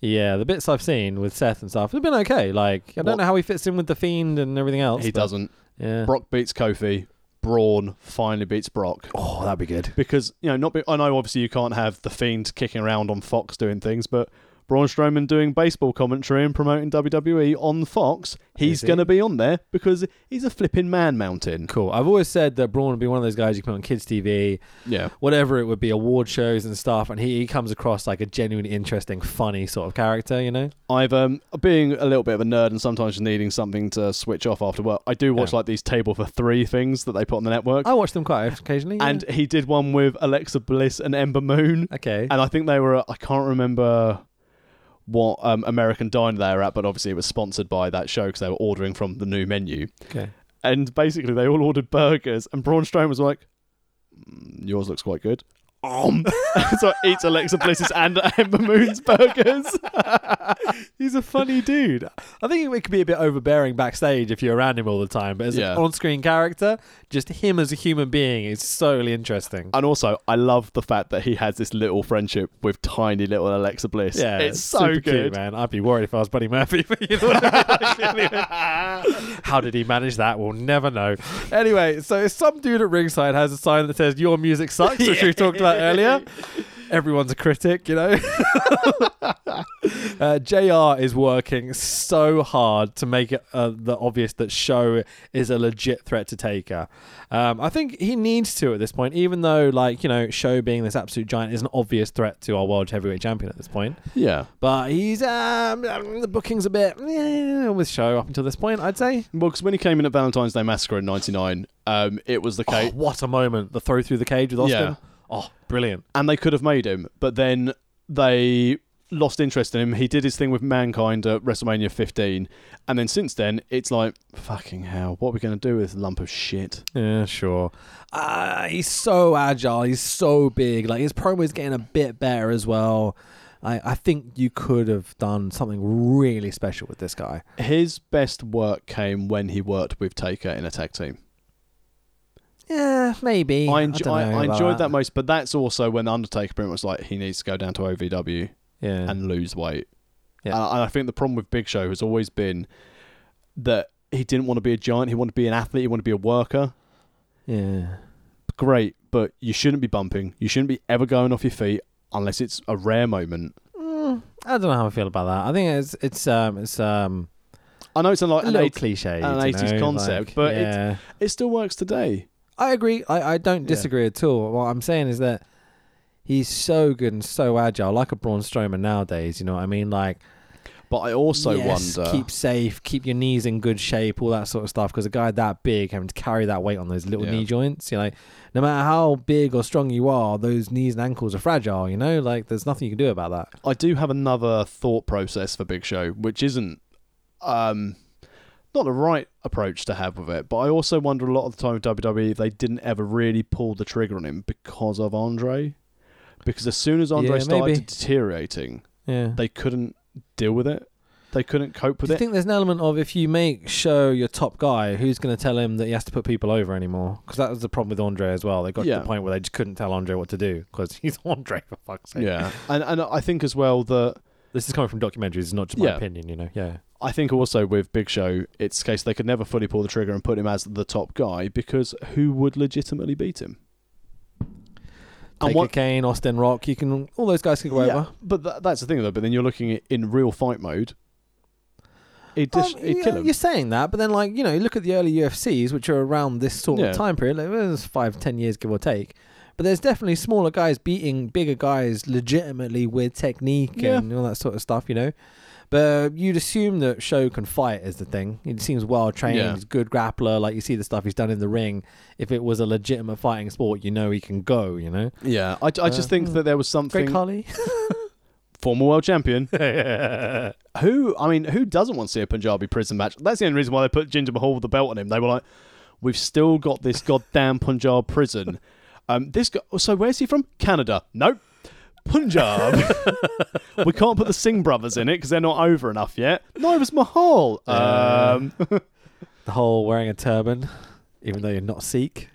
Speaker 2: yeah, the bits I've seen with Seth and stuff have been okay. Like, I don't
Speaker 3: What-
Speaker 2: know how he fits in with The Fiend and everything else.
Speaker 3: he
Speaker 2: but-
Speaker 3: doesn't.
Speaker 2: Yeah.
Speaker 3: Brock beats Kofi. Braun finally beats Brock.
Speaker 2: oh, that'd be good.
Speaker 3: Because, you know, not be- I know obviously you can't have The Fiend kicking around on Fox doing things, but Braun Strowman doing baseball commentary and promoting WWE on Fox, he's
Speaker 2: Is he?
Speaker 3: going to be on there because he's a flipping man mountain.
Speaker 2: Cool. I've always said that Braun would be one of those guys you put on kids' TV,
Speaker 3: Yeah.
Speaker 2: whatever it would be, award shows and stuff, and he, he comes across like a genuinely interesting, funny sort of character, you know?
Speaker 3: I've um being a little bit of a nerd and sometimes just needing something to switch off after work. I do watch
Speaker 2: Yeah.
Speaker 3: like these table for three things that they put on the network,
Speaker 2: I watch them quite occasionally. yeah.
Speaker 3: and he did one with Alexa Bliss and Ember Moon,
Speaker 2: Okay.
Speaker 3: and I think they were I can't remember what um, American diner they were at, but obviously it was sponsored by that show because they were ordering from the new menu,
Speaker 2: okay.
Speaker 3: and basically they all ordered burgers, and Braun Strowman was like, "Mm, "Yours looks quite good." Um, so I eats Alexa Bliss's and Ember Moon's burgers.
Speaker 2: He's a funny dude. I think it could be a bit overbearing backstage if you're around him all the time, but as
Speaker 3: Yeah.
Speaker 2: an on-screen character, just him as a human being is solely interesting.
Speaker 3: And also, I love the fact that he has this little friendship with tiny little Alexa Bliss.
Speaker 2: yeah,
Speaker 3: it's so
Speaker 2: super
Speaker 3: good.
Speaker 2: cute, man. I'd be worried if I was Buddy Murphy. you know what I mean? Like, How did he manage that? We'll never know. Anyway, so some dude at ringside has a sign that says "Your music sucks," which we talked about earlier. everyone's a critic, you know. uh, Jr. is working so hard to make it uh, the obvious that Show is a legit threat to Taker. Um, I think he needs to at this point, even though, like you know, Show being this absolute giant is an obvious threat to our world heavyweight champion at this point.
Speaker 3: Yeah.
Speaker 2: But he's um, um, the bookings a bit eh, with Show up until this point, I'd say.
Speaker 3: Well, because when he came in at Valentine's Day Massacre in '99, um, it was the
Speaker 2: Oh,
Speaker 3: case,
Speaker 2: what a moment! The throw through the cage with Austin.
Speaker 3: Yeah.
Speaker 2: Oh, brilliant.
Speaker 3: and they could have made him, but then they lost interest in him. He did his thing with Mankind at WrestleMania 15, and then since then, it's like fucking hell. What are we going to do with this lump of shit?
Speaker 2: Yeah, sure. Uh, he's so agile. He's so big. Like his promo is getting a bit better as well. I, I think you could have done something really special with this guy.
Speaker 3: His best work came when he worked with Taker in a tag team.
Speaker 2: Yeah, maybe.
Speaker 3: I,
Speaker 2: don't
Speaker 3: enjo-
Speaker 2: know
Speaker 3: I, I
Speaker 2: about
Speaker 3: enjoyed that. most, but that's also when the Undertaker pretty much like he needs to go down to OVW
Speaker 2: Yeah.
Speaker 3: and lose weight.
Speaker 2: Yeah.
Speaker 3: And, I, and I think the problem with Big Show has always been that he didn't want to be a giant. He wanted to be an athlete. He wanted to be a worker.
Speaker 2: yeah.
Speaker 3: Great, but you shouldn't be bumping. You shouldn't be ever going off your feet unless it's a rare moment.
Speaker 2: Mm, I don't know how I feel about that. I think it's it's um it's um
Speaker 3: I know it's unlike
Speaker 2: a
Speaker 3: an
Speaker 2: little
Speaker 3: 80s
Speaker 2: cliche,
Speaker 3: an
Speaker 2: you
Speaker 3: 80s
Speaker 2: know,
Speaker 3: concept,
Speaker 2: like,
Speaker 3: but it's-
Speaker 2: yeah.
Speaker 3: It still works today.
Speaker 2: I agree. I, I don't
Speaker 3: Yeah.
Speaker 2: disagree at all. What I'm saying is that he's so good and so agile, like a Braun Strowman nowadays. You know what I mean? Like
Speaker 3: But I also
Speaker 2: yes,
Speaker 3: wonder.
Speaker 2: keep safe, keep your knees in good shape, all that sort of stuff. Because a guy that big having to carry that weight on those little
Speaker 3: Yeah.
Speaker 2: knee joints, you know, no matter how big or strong you are, those knees and ankles are fragile. You know, like there's nothing you can do about that.
Speaker 3: I do have another thought process for Big Show, which isn't um, not the right approach to have with it. But I also wonder a lot of the time with WWE, they didn't ever really pull the trigger on him because of Andre. Because as soon as Andre
Speaker 2: Yeah,
Speaker 3: started
Speaker 2: maybe.
Speaker 3: deteriorating,
Speaker 2: Yeah.
Speaker 3: they couldn't deal with it. They couldn't cope with
Speaker 2: do you
Speaker 3: it.
Speaker 2: think there's an element of if you make show your top guy, who's going to tell him that he has to put people over anymore? Because that was the problem with Andre as well. They got to
Speaker 3: Yeah.
Speaker 2: the point where they just couldn't tell Andre what to do because he's Andre for fuck's sake.
Speaker 3: yeah, and and I think as well that
Speaker 2: This is coming from documentaries. It's not just my
Speaker 3: Yeah.
Speaker 2: opinion, you know. Yeah.
Speaker 3: I think also with Big Show, it's the case they could never fully pull the trigger and put him as the top guy because who would legitimately beat him?
Speaker 2: Taker Kane, Austin Rock, you can all those guys can go
Speaker 3: Yeah,
Speaker 2: over.
Speaker 3: but tha- that's the thing, though. But then you're looking at, in real fight mode. It
Speaker 2: Um,
Speaker 3: just it
Speaker 2: yeah,
Speaker 3: kill him.
Speaker 2: You're saying that, but then like you know, you look at the early UFCs, which are around this sort
Speaker 3: Yeah.
Speaker 2: of time period, like it was five, ten years give or take. But there's definitely smaller guys beating bigger guys legitimately with technique
Speaker 3: Yeah.
Speaker 2: and all that sort of stuff, you know. But you'd assume that Show can fight is the thing. He seems well trained,
Speaker 3: Yeah.
Speaker 2: he's a good grappler. Like you see the stuff he's done in the ring. If it was a legitimate fighting sport, you know he can go. You know,
Speaker 3: Yeah, I, I just
Speaker 2: Uh,
Speaker 3: think
Speaker 2: mm.
Speaker 3: that there was something
Speaker 2: Greg Harley.
Speaker 3: former world champion.
Speaker 2: yeah,
Speaker 3: who I mean, who doesn't want to see a Punjabi prison match? That's the only reason why they put Ginger Mahal with the belt on him. They were like, we've still got this goddamn Punjab prison. Um, this guy. So where's he from? Canada. Nope. Punjab. we can't put the Singh brothers in it because they're not over enough yet. No, it was Mahal.
Speaker 2: Yeah.
Speaker 3: Um,
Speaker 2: the whole wearing a turban, even though you're not Sikh.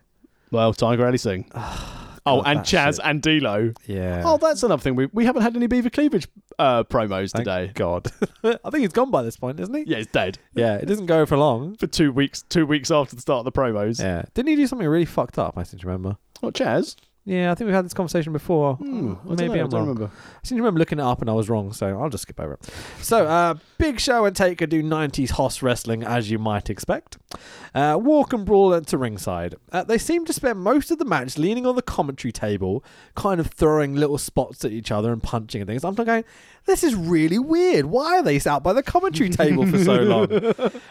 Speaker 3: Well, Tiger Ali Singh. oh,
Speaker 2: God,
Speaker 3: and
Speaker 2: that
Speaker 3: Chaz
Speaker 2: shit.
Speaker 3: and D'Lo.
Speaker 2: Yeah.
Speaker 3: Oh, that's another thing. We, we haven't had any Beaver Cleavage uh, promos
Speaker 2: Thank
Speaker 3: today.
Speaker 2: God. I think he's gone by this point, isn't he?
Speaker 3: Yeah, it's dead
Speaker 2: Yeah, it doesn't go for long.
Speaker 3: for two weeks. Two weeks after the start of the promos.
Speaker 2: Yeah. Didn't he do something really fucked up? I seem to remember.
Speaker 3: Oh, Chaz.
Speaker 2: Yeah, I think we've had this conversation before.
Speaker 3: Hmm, I don't know,
Speaker 2: Maybe
Speaker 3: I
Speaker 2: I'm
Speaker 3: don't
Speaker 2: wrong.
Speaker 3: remember.
Speaker 2: I seem to remember looking it up and I was wrong, so I'll just skip over it. So, uh, Big Show and Taker do 90s Hoss wrestling, as you might expect. Uh, walk and brawl to ringside. Uh, they seem to spend most of the match leaning on the commentary table, kind of throwing little spots at each other and punching and things. I'm like going, this is really weird. Why are they out by the commentary table for so long?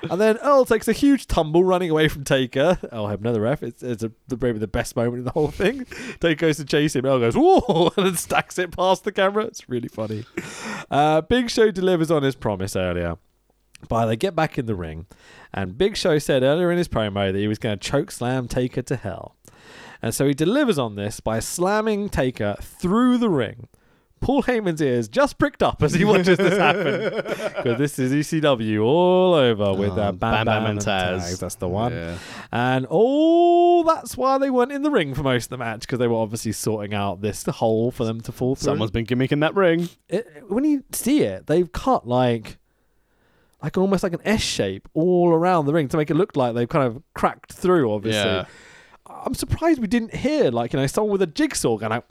Speaker 2: and then Earl takes a huge tumble running away from Taker. Earl had another ref. It's, it's a, the, maybe the best moment in the whole thing. Taker goes to chase him. Earl goes, whoa, and then stacks it past the camera. It's really funny. Uh, Big Show delivers on his promise earlier. But they get back in the ring, and Big Show said earlier in his promo that he was going to choke slam Taker to hell. And so he delivers on this by slamming Taker through the ring. Paul Heyman's ears just pricked up as he watches this happen. Because this is ECW all over with uh,
Speaker 3: Oh,
Speaker 2: Bam Bam, and Taz. That's the one.
Speaker 3: Yeah.
Speaker 2: And oh, that's why they weren't in the ring for most of the match because they were obviously sorting out this hole for them to fall through
Speaker 3: Someone's been gimmicking that ring.
Speaker 2: it, when you see it, they've cut like like almost like an S shape all around the ring to make it look like they've kind of cracked through. Obviously,
Speaker 3: Yeah.
Speaker 2: I'm surprised we didn't hear like you know someone with a jigsaw going like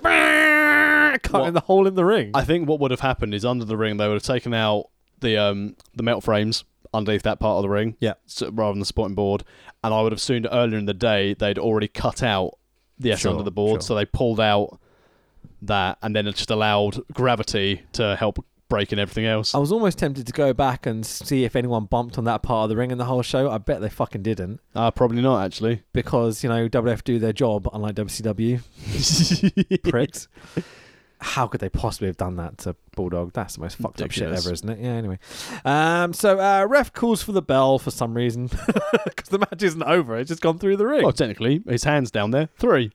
Speaker 2: cutting
Speaker 3: What-
Speaker 2: the hole in the ring.
Speaker 3: I think what would have happened is under the ring they would have taken out the um the metal frames underneath that part of the ring.
Speaker 2: Yeah.
Speaker 3: So, rather than the supporting board, and I would have assumed earlier in the day they'd already cut out the S
Speaker 2: Sure,
Speaker 3: under the board,
Speaker 2: sure.
Speaker 3: so they pulled out that and then it just allowed gravity to help break in everything else.
Speaker 2: I was almost tempted to go back and see if anyone bumped on that part of the ring in the whole show. I bet they fucking didn't
Speaker 3: Uh, probably not actually.
Speaker 2: because, you know, WF do their job, unlike WCW, pricks. How could they possibly have done that to Bulldog? That's the most fucked up
Speaker 3: Ridiculous.
Speaker 2: shit ever, isn't it? Yeah, anyway. Um, so, uh, ref calls for the bell for some reason because the match isn't over. It's just gone through the ring.
Speaker 3: well, technically, his hands down there. Three.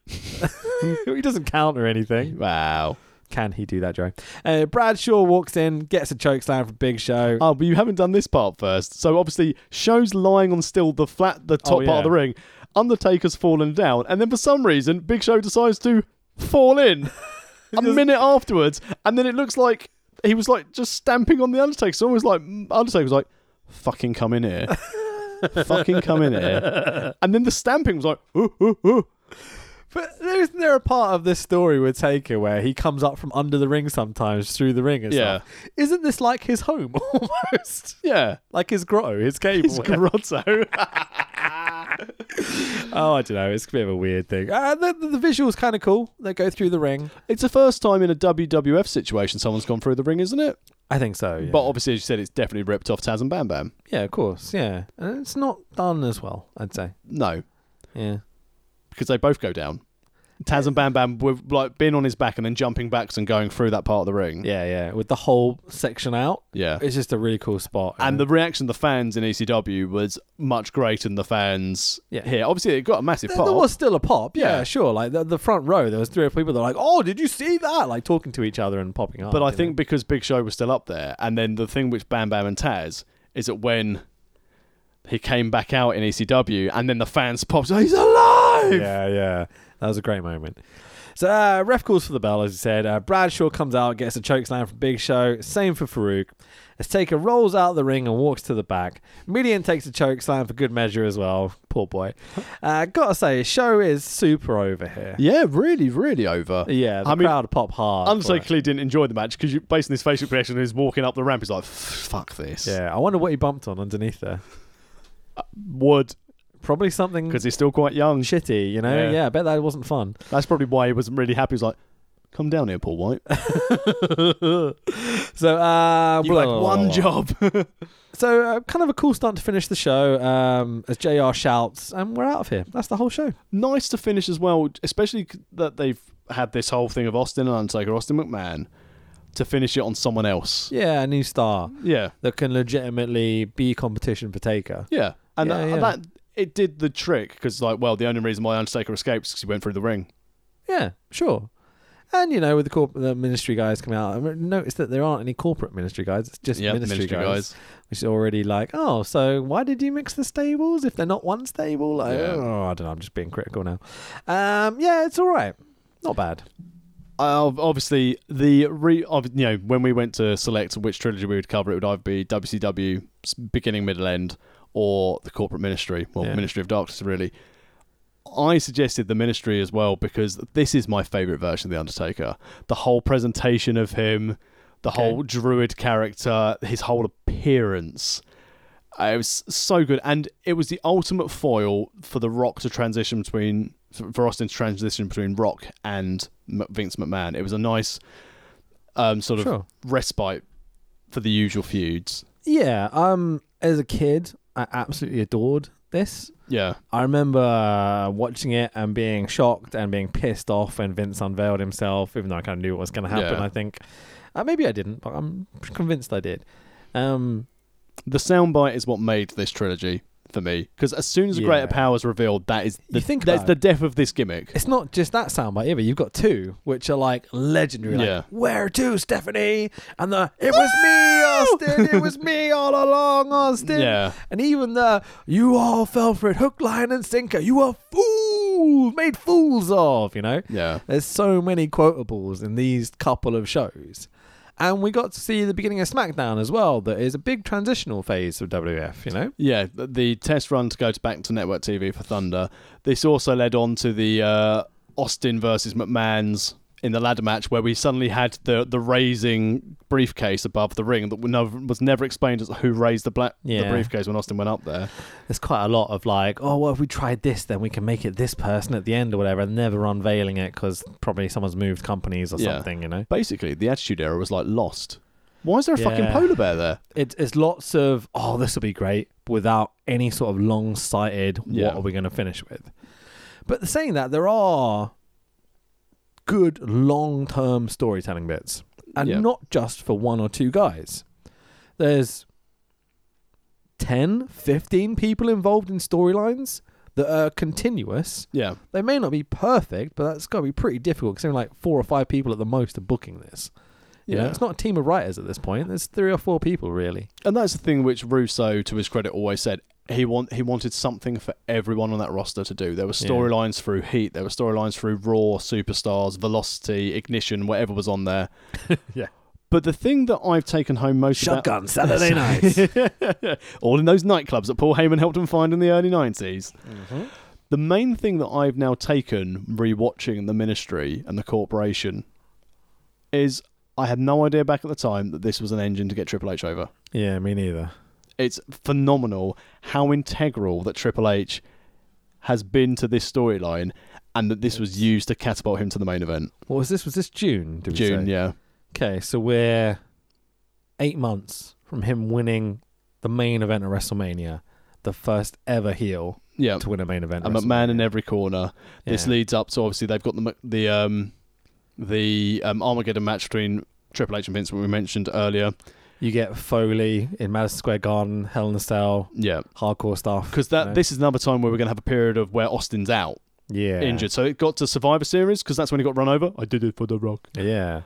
Speaker 2: he doesn't count or anything.
Speaker 3: Wow.
Speaker 2: Can he do that, Joe? Uh, Bradshaw walks in, gets a choke slam for Big Show.
Speaker 3: Oh, but you haven't done this part first. So obviously, show's lying on still the flat, the top
Speaker 2: Oh,
Speaker 3: part
Speaker 2: yeah.
Speaker 3: of the ring. Undertaker's fallen down, and then for some reason, Big Show decides to fall in a minute afterwards, and then it looks like he was like just stamping on the Undertaker. So almost like mm, Undertaker was like, "Fucking come in here, fucking come in here," and then the stamping was like, "Ooh, ooh, ooh."
Speaker 2: But there isn't there a part of this story with Taker where he comes up from under the ring sometimes through the ring and
Speaker 3: Yeah.
Speaker 2: stuff? Isn't this like his home almost?
Speaker 3: yeah."
Speaker 2: like his grotto, his cave.
Speaker 3: It's Grotto.
Speaker 2: oh, I don't know. It's a bit of a weird thing. Uh, the, the, the visual's kind of cool. They go through the ring.
Speaker 3: it's the first time in a WWF situation someone's gone through the ring, isn't it?
Speaker 2: I think so. Yeah.
Speaker 3: But obviously, as you said, it's definitely ripped off Taz and Bam Bam.
Speaker 2: yeah, of course. Yeah. And it's not done as well, I'd say.
Speaker 3: No,
Speaker 2: Yeah.
Speaker 3: because they both go down. Taz and Bam Bam with like being on his back and then jumping backs and going through that part of the ring.
Speaker 2: Yeah, yeah. With the whole section out,
Speaker 3: Yeah.
Speaker 2: it's uh, just a really cool spot.
Speaker 3: And the reaction of the fans in ECW was much greater than the fans
Speaker 2: Yeah.
Speaker 3: here. Obviously, it got a massive
Speaker 2: There,
Speaker 3: pop.
Speaker 2: there was still a pop, yeah,
Speaker 3: Yeah.
Speaker 2: sure. Like the, the front row, there was three or four people that were like, "Oh, did you see that?" Like talking to each other and popping up.
Speaker 3: but I
Speaker 2: you know?
Speaker 3: think because Big Show was still up there, and then the thing with Bam Bam and Taz is that when he came back out in ECW, and then the fans popped, "Oh, he's alive!
Speaker 2: Yeah, yeah. That was a great moment. So, uh, ref calls for the bell, as you said. Uh, Bradshaw comes out, gets a chokeslam from Big Show. Same for Farouk. As Taker rolls out the ring and walks to the back. Median takes a chokeslam for good measure as well. Poor boy. Uh, gotta say, Show is super over here.
Speaker 3: Yeah, really, really over.
Speaker 2: Yeah, the
Speaker 3: I mean,
Speaker 2: crowd pop hard. for
Speaker 3: Undertaker
Speaker 2: it.
Speaker 3: clearly didn't enjoy the match because based on his facial expression, he's walking up the ramp. He's like, "Fuck this."
Speaker 2: Yeah, I wonder what he bumped on underneath there.
Speaker 3: Would
Speaker 2: Probably something
Speaker 3: because he's still quite young.
Speaker 2: shitty, you know?
Speaker 3: Yeah.
Speaker 2: yeah, I bet that wasn't fun.
Speaker 3: That's probably why he wasn't really happy. He's like, "Come down here, Paul White.
Speaker 2: So, uh, blah,
Speaker 3: You had
Speaker 2: blah, blah,
Speaker 3: one
Speaker 2: blah.
Speaker 3: job."
Speaker 2: So, uh, kind of a cool stunt to finish the show um, as JR shouts, and we're out of here. That's the whole show.
Speaker 3: nice to finish as well, especially c- that they've had this whole thing of Austin and Undertaker, Austin McMahon, to finish it on someone else.
Speaker 2: Yeah, a new star
Speaker 3: Yeah,
Speaker 2: that can legitimately be competition for Taker.
Speaker 3: yeah, and
Speaker 2: Yeah,
Speaker 3: that,
Speaker 2: yeah.
Speaker 3: that it did the trick because, like, well, the only reason why Undertaker escaped is because he went through the ring.
Speaker 2: Yeah, sure. And, you know, with the corporate the ministry guys coming out, I noticed that there aren't any corporate ministry guys. It's just
Speaker 3: Yeah,
Speaker 2: ministry, guys, Which is already like, oh, so why did you mix the stables if they're not one stable? Like,
Speaker 3: Yeah.
Speaker 2: oh, I don't know. I'm just being critical now. Um, yeah, it's all right. Not bad.
Speaker 3: Uh, obviously, the re ob- you know when we went to select which trilogy we would cover, it would either be WCW s- beginning, middle, end, or the corporate ministry, well,
Speaker 2: Yeah.
Speaker 3: Ministry of Darkness, really. I suggested the ministry as well because this is my favorite version of the Undertaker. The whole presentation of him, the whole druid character, his whole appearance. Uh, It was so good, and it was the ultimate foil for The Rock to transition between, for Austin to transition between Rock and M- Vince McMahon. It was a nice um, sort of
Speaker 2: Sure.
Speaker 3: respite for the usual feuds.
Speaker 2: Yeah. Um, as a kid, I absolutely adored this.
Speaker 3: Yeah,
Speaker 2: I remember uh, watching it and being shocked and being pissed off when Vince unveiled himself, even though I kind of knew what was going to happen.
Speaker 3: Yeah.
Speaker 2: I think uh, maybe I didn't, but I'm convinced I did. Um,
Speaker 3: the soundbite is what made this trilogy for me because as soon as the
Speaker 2: Yeah.
Speaker 3: Greater Power is revealed, that is the
Speaker 2: You think
Speaker 3: that's
Speaker 2: about
Speaker 3: the death of this gimmick.
Speaker 2: it's not just that soundbite either. You've got two, which are like legendary. Like,
Speaker 3: Yeah.
Speaker 2: Where to, Stephanie? And the it was me, Austin. It was me all along, Austin.
Speaker 3: Yeah.
Speaker 2: And even the you all fell for it, hook, line, and sinker. You are fools, made fools of. You know.
Speaker 3: Yeah,
Speaker 2: There's so many quotables in these couple of shows. And we got to see the beginning of SmackDown as well, that is a big transitional phase of WF, you know?
Speaker 3: yeah. th- The test run to go to back to network TV for Thunder. This also led on to the uh, Austin versus McMahon's in the ladder match where we suddenly had the the raising briefcase above the ring that was never, was never explained as who raised the black the
Speaker 2: Yeah.
Speaker 3: briefcase when Austin went up there.
Speaker 2: There's quite a lot of like, oh, well, if we tried this, then we can make it this person at the end or whatever, and never unveiling it because probably someone's moved companies or
Speaker 3: Yeah.
Speaker 2: something, you know?
Speaker 3: Basically, the Attitude Era was like lost. Why is there a fucking
Speaker 2: Yeah.
Speaker 3: polar bear there?
Speaker 2: It's, it's lots of, oh, this will be great without any sort of long sighted,
Speaker 3: Yeah.
Speaker 2: what are we going to finish with? But saying that, there are good long term storytelling bits, and
Speaker 3: Yeah.
Speaker 2: not just for one or two guys. There's 10, 15 people involved in storylines that are continuous.
Speaker 3: Yeah,
Speaker 2: They may not be perfect, but that's got to be pretty difficult because like four or five people at the most are booking this. You know,
Speaker 3: Yeah.
Speaker 2: it's not a team of writers at this point. There's three or four people really.
Speaker 3: and that's the thing which Russo, to his credit, always said. He want he wanted something for everyone on that roster to do. There were
Speaker 2: Yeah.
Speaker 3: storylines through Heat, there were storylines through Raw, Superstars, Velocity, Ignition, whatever was on there.
Speaker 2: Yeah.
Speaker 3: But the thing that I've taken home most about-
Speaker 2: Saturday night.
Speaker 3: all in those nightclubs that Paul Heyman helped him find in the early 90s.
Speaker 2: Mm-hmm.
Speaker 3: The main thing that I've now taken rewatching the ministry and the corporation is I had no idea back at the time that this was an engine to get Triple H over.
Speaker 2: yeah, me neither.
Speaker 3: It's phenomenal how integral that Triple H has been to this storyline and that this was used to catapult him to the main event.
Speaker 2: What was this? Was this June? Did we
Speaker 3: June,
Speaker 2: say?
Speaker 3: yeah.
Speaker 2: Okay, so we're eight months from him winning the main event at WrestleMania, the first ever heel
Speaker 3: Yeah.
Speaker 2: to win a main event.
Speaker 3: a
Speaker 2: at
Speaker 3: McMahon in
Speaker 2: WrestleMania.
Speaker 3: every corner. This
Speaker 2: Yeah.
Speaker 3: leads up to obviously they've got the Mc- the um, the um, Armageddon match between Triple H and Vince, what we mentioned earlier.
Speaker 2: You get Foley in Madison Square Garden, Hell in a Cell,
Speaker 3: Yeah,
Speaker 2: hardcore stuff.
Speaker 3: because that
Speaker 2: you know?
Speaker 3: this is another time where we're going to have a period of where Austin's out
Speaker 2: yeah
Speaker 3: injured. So it got to Survivor Series because that's when he got run over. I did it for The Rock.
Speaker 2: Yeah.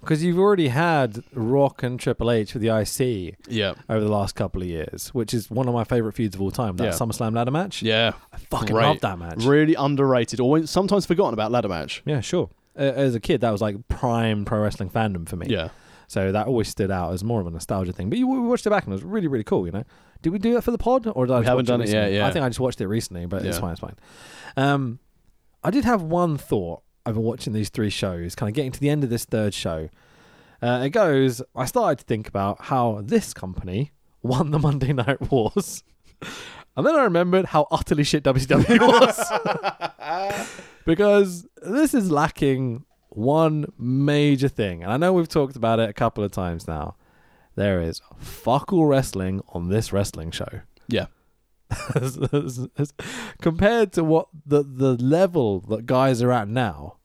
Speaker 2: Because you've already had Rock and Triple H with the IC
Speaker 3: Yeah,
Speaker 2: over the last couple of years, which is one of my favorite feuds of all time. That
Speaker 3: Yeah.
Speaker 2: SummerSlam ladder match.
Speaker 3: yeah,
Speaker 2: I fucking
Speaker 3: Great.
Speaker 2: love that match.
Speaker 3: really underrated or sometimes forgotten about ladder match.
Speaker 2: yeah, sure. Uh, as a kid, that was like prime pro wrestling fandom for me.
Speaker 3: Yeah,
Speaker 2: So that always stood out as more of a nostalgia thing. But you we watched it back and it was really, really cool, you know? Did we do that for the pod? Or did I
Speaker 3: We
Speaker 2: just
Speaker 3: haven't
Speaker 2: watch
Speaker 3: done it yet,
Speaker 2: recently?
Speaker 3: yeah.
Speaker 2: I think I just watched it recently, but it's
Speaker 3: Yeah.
Speaker 2: fine, it's fine. Um, I did have one thought over watching these three shows, kind of getting to the end of this third show. Uh, it goes, I started to think about how this company won the Monday Night Wars. And then I remembered how utterly shit WCW was. because this is lacking one major thing. And I know we've talked about it a couple of times now. There is fuck all wrestling on this wrestling show.
Speaker 3: yeah,
Speaker 2: Compared to what the, the level that guys are at now,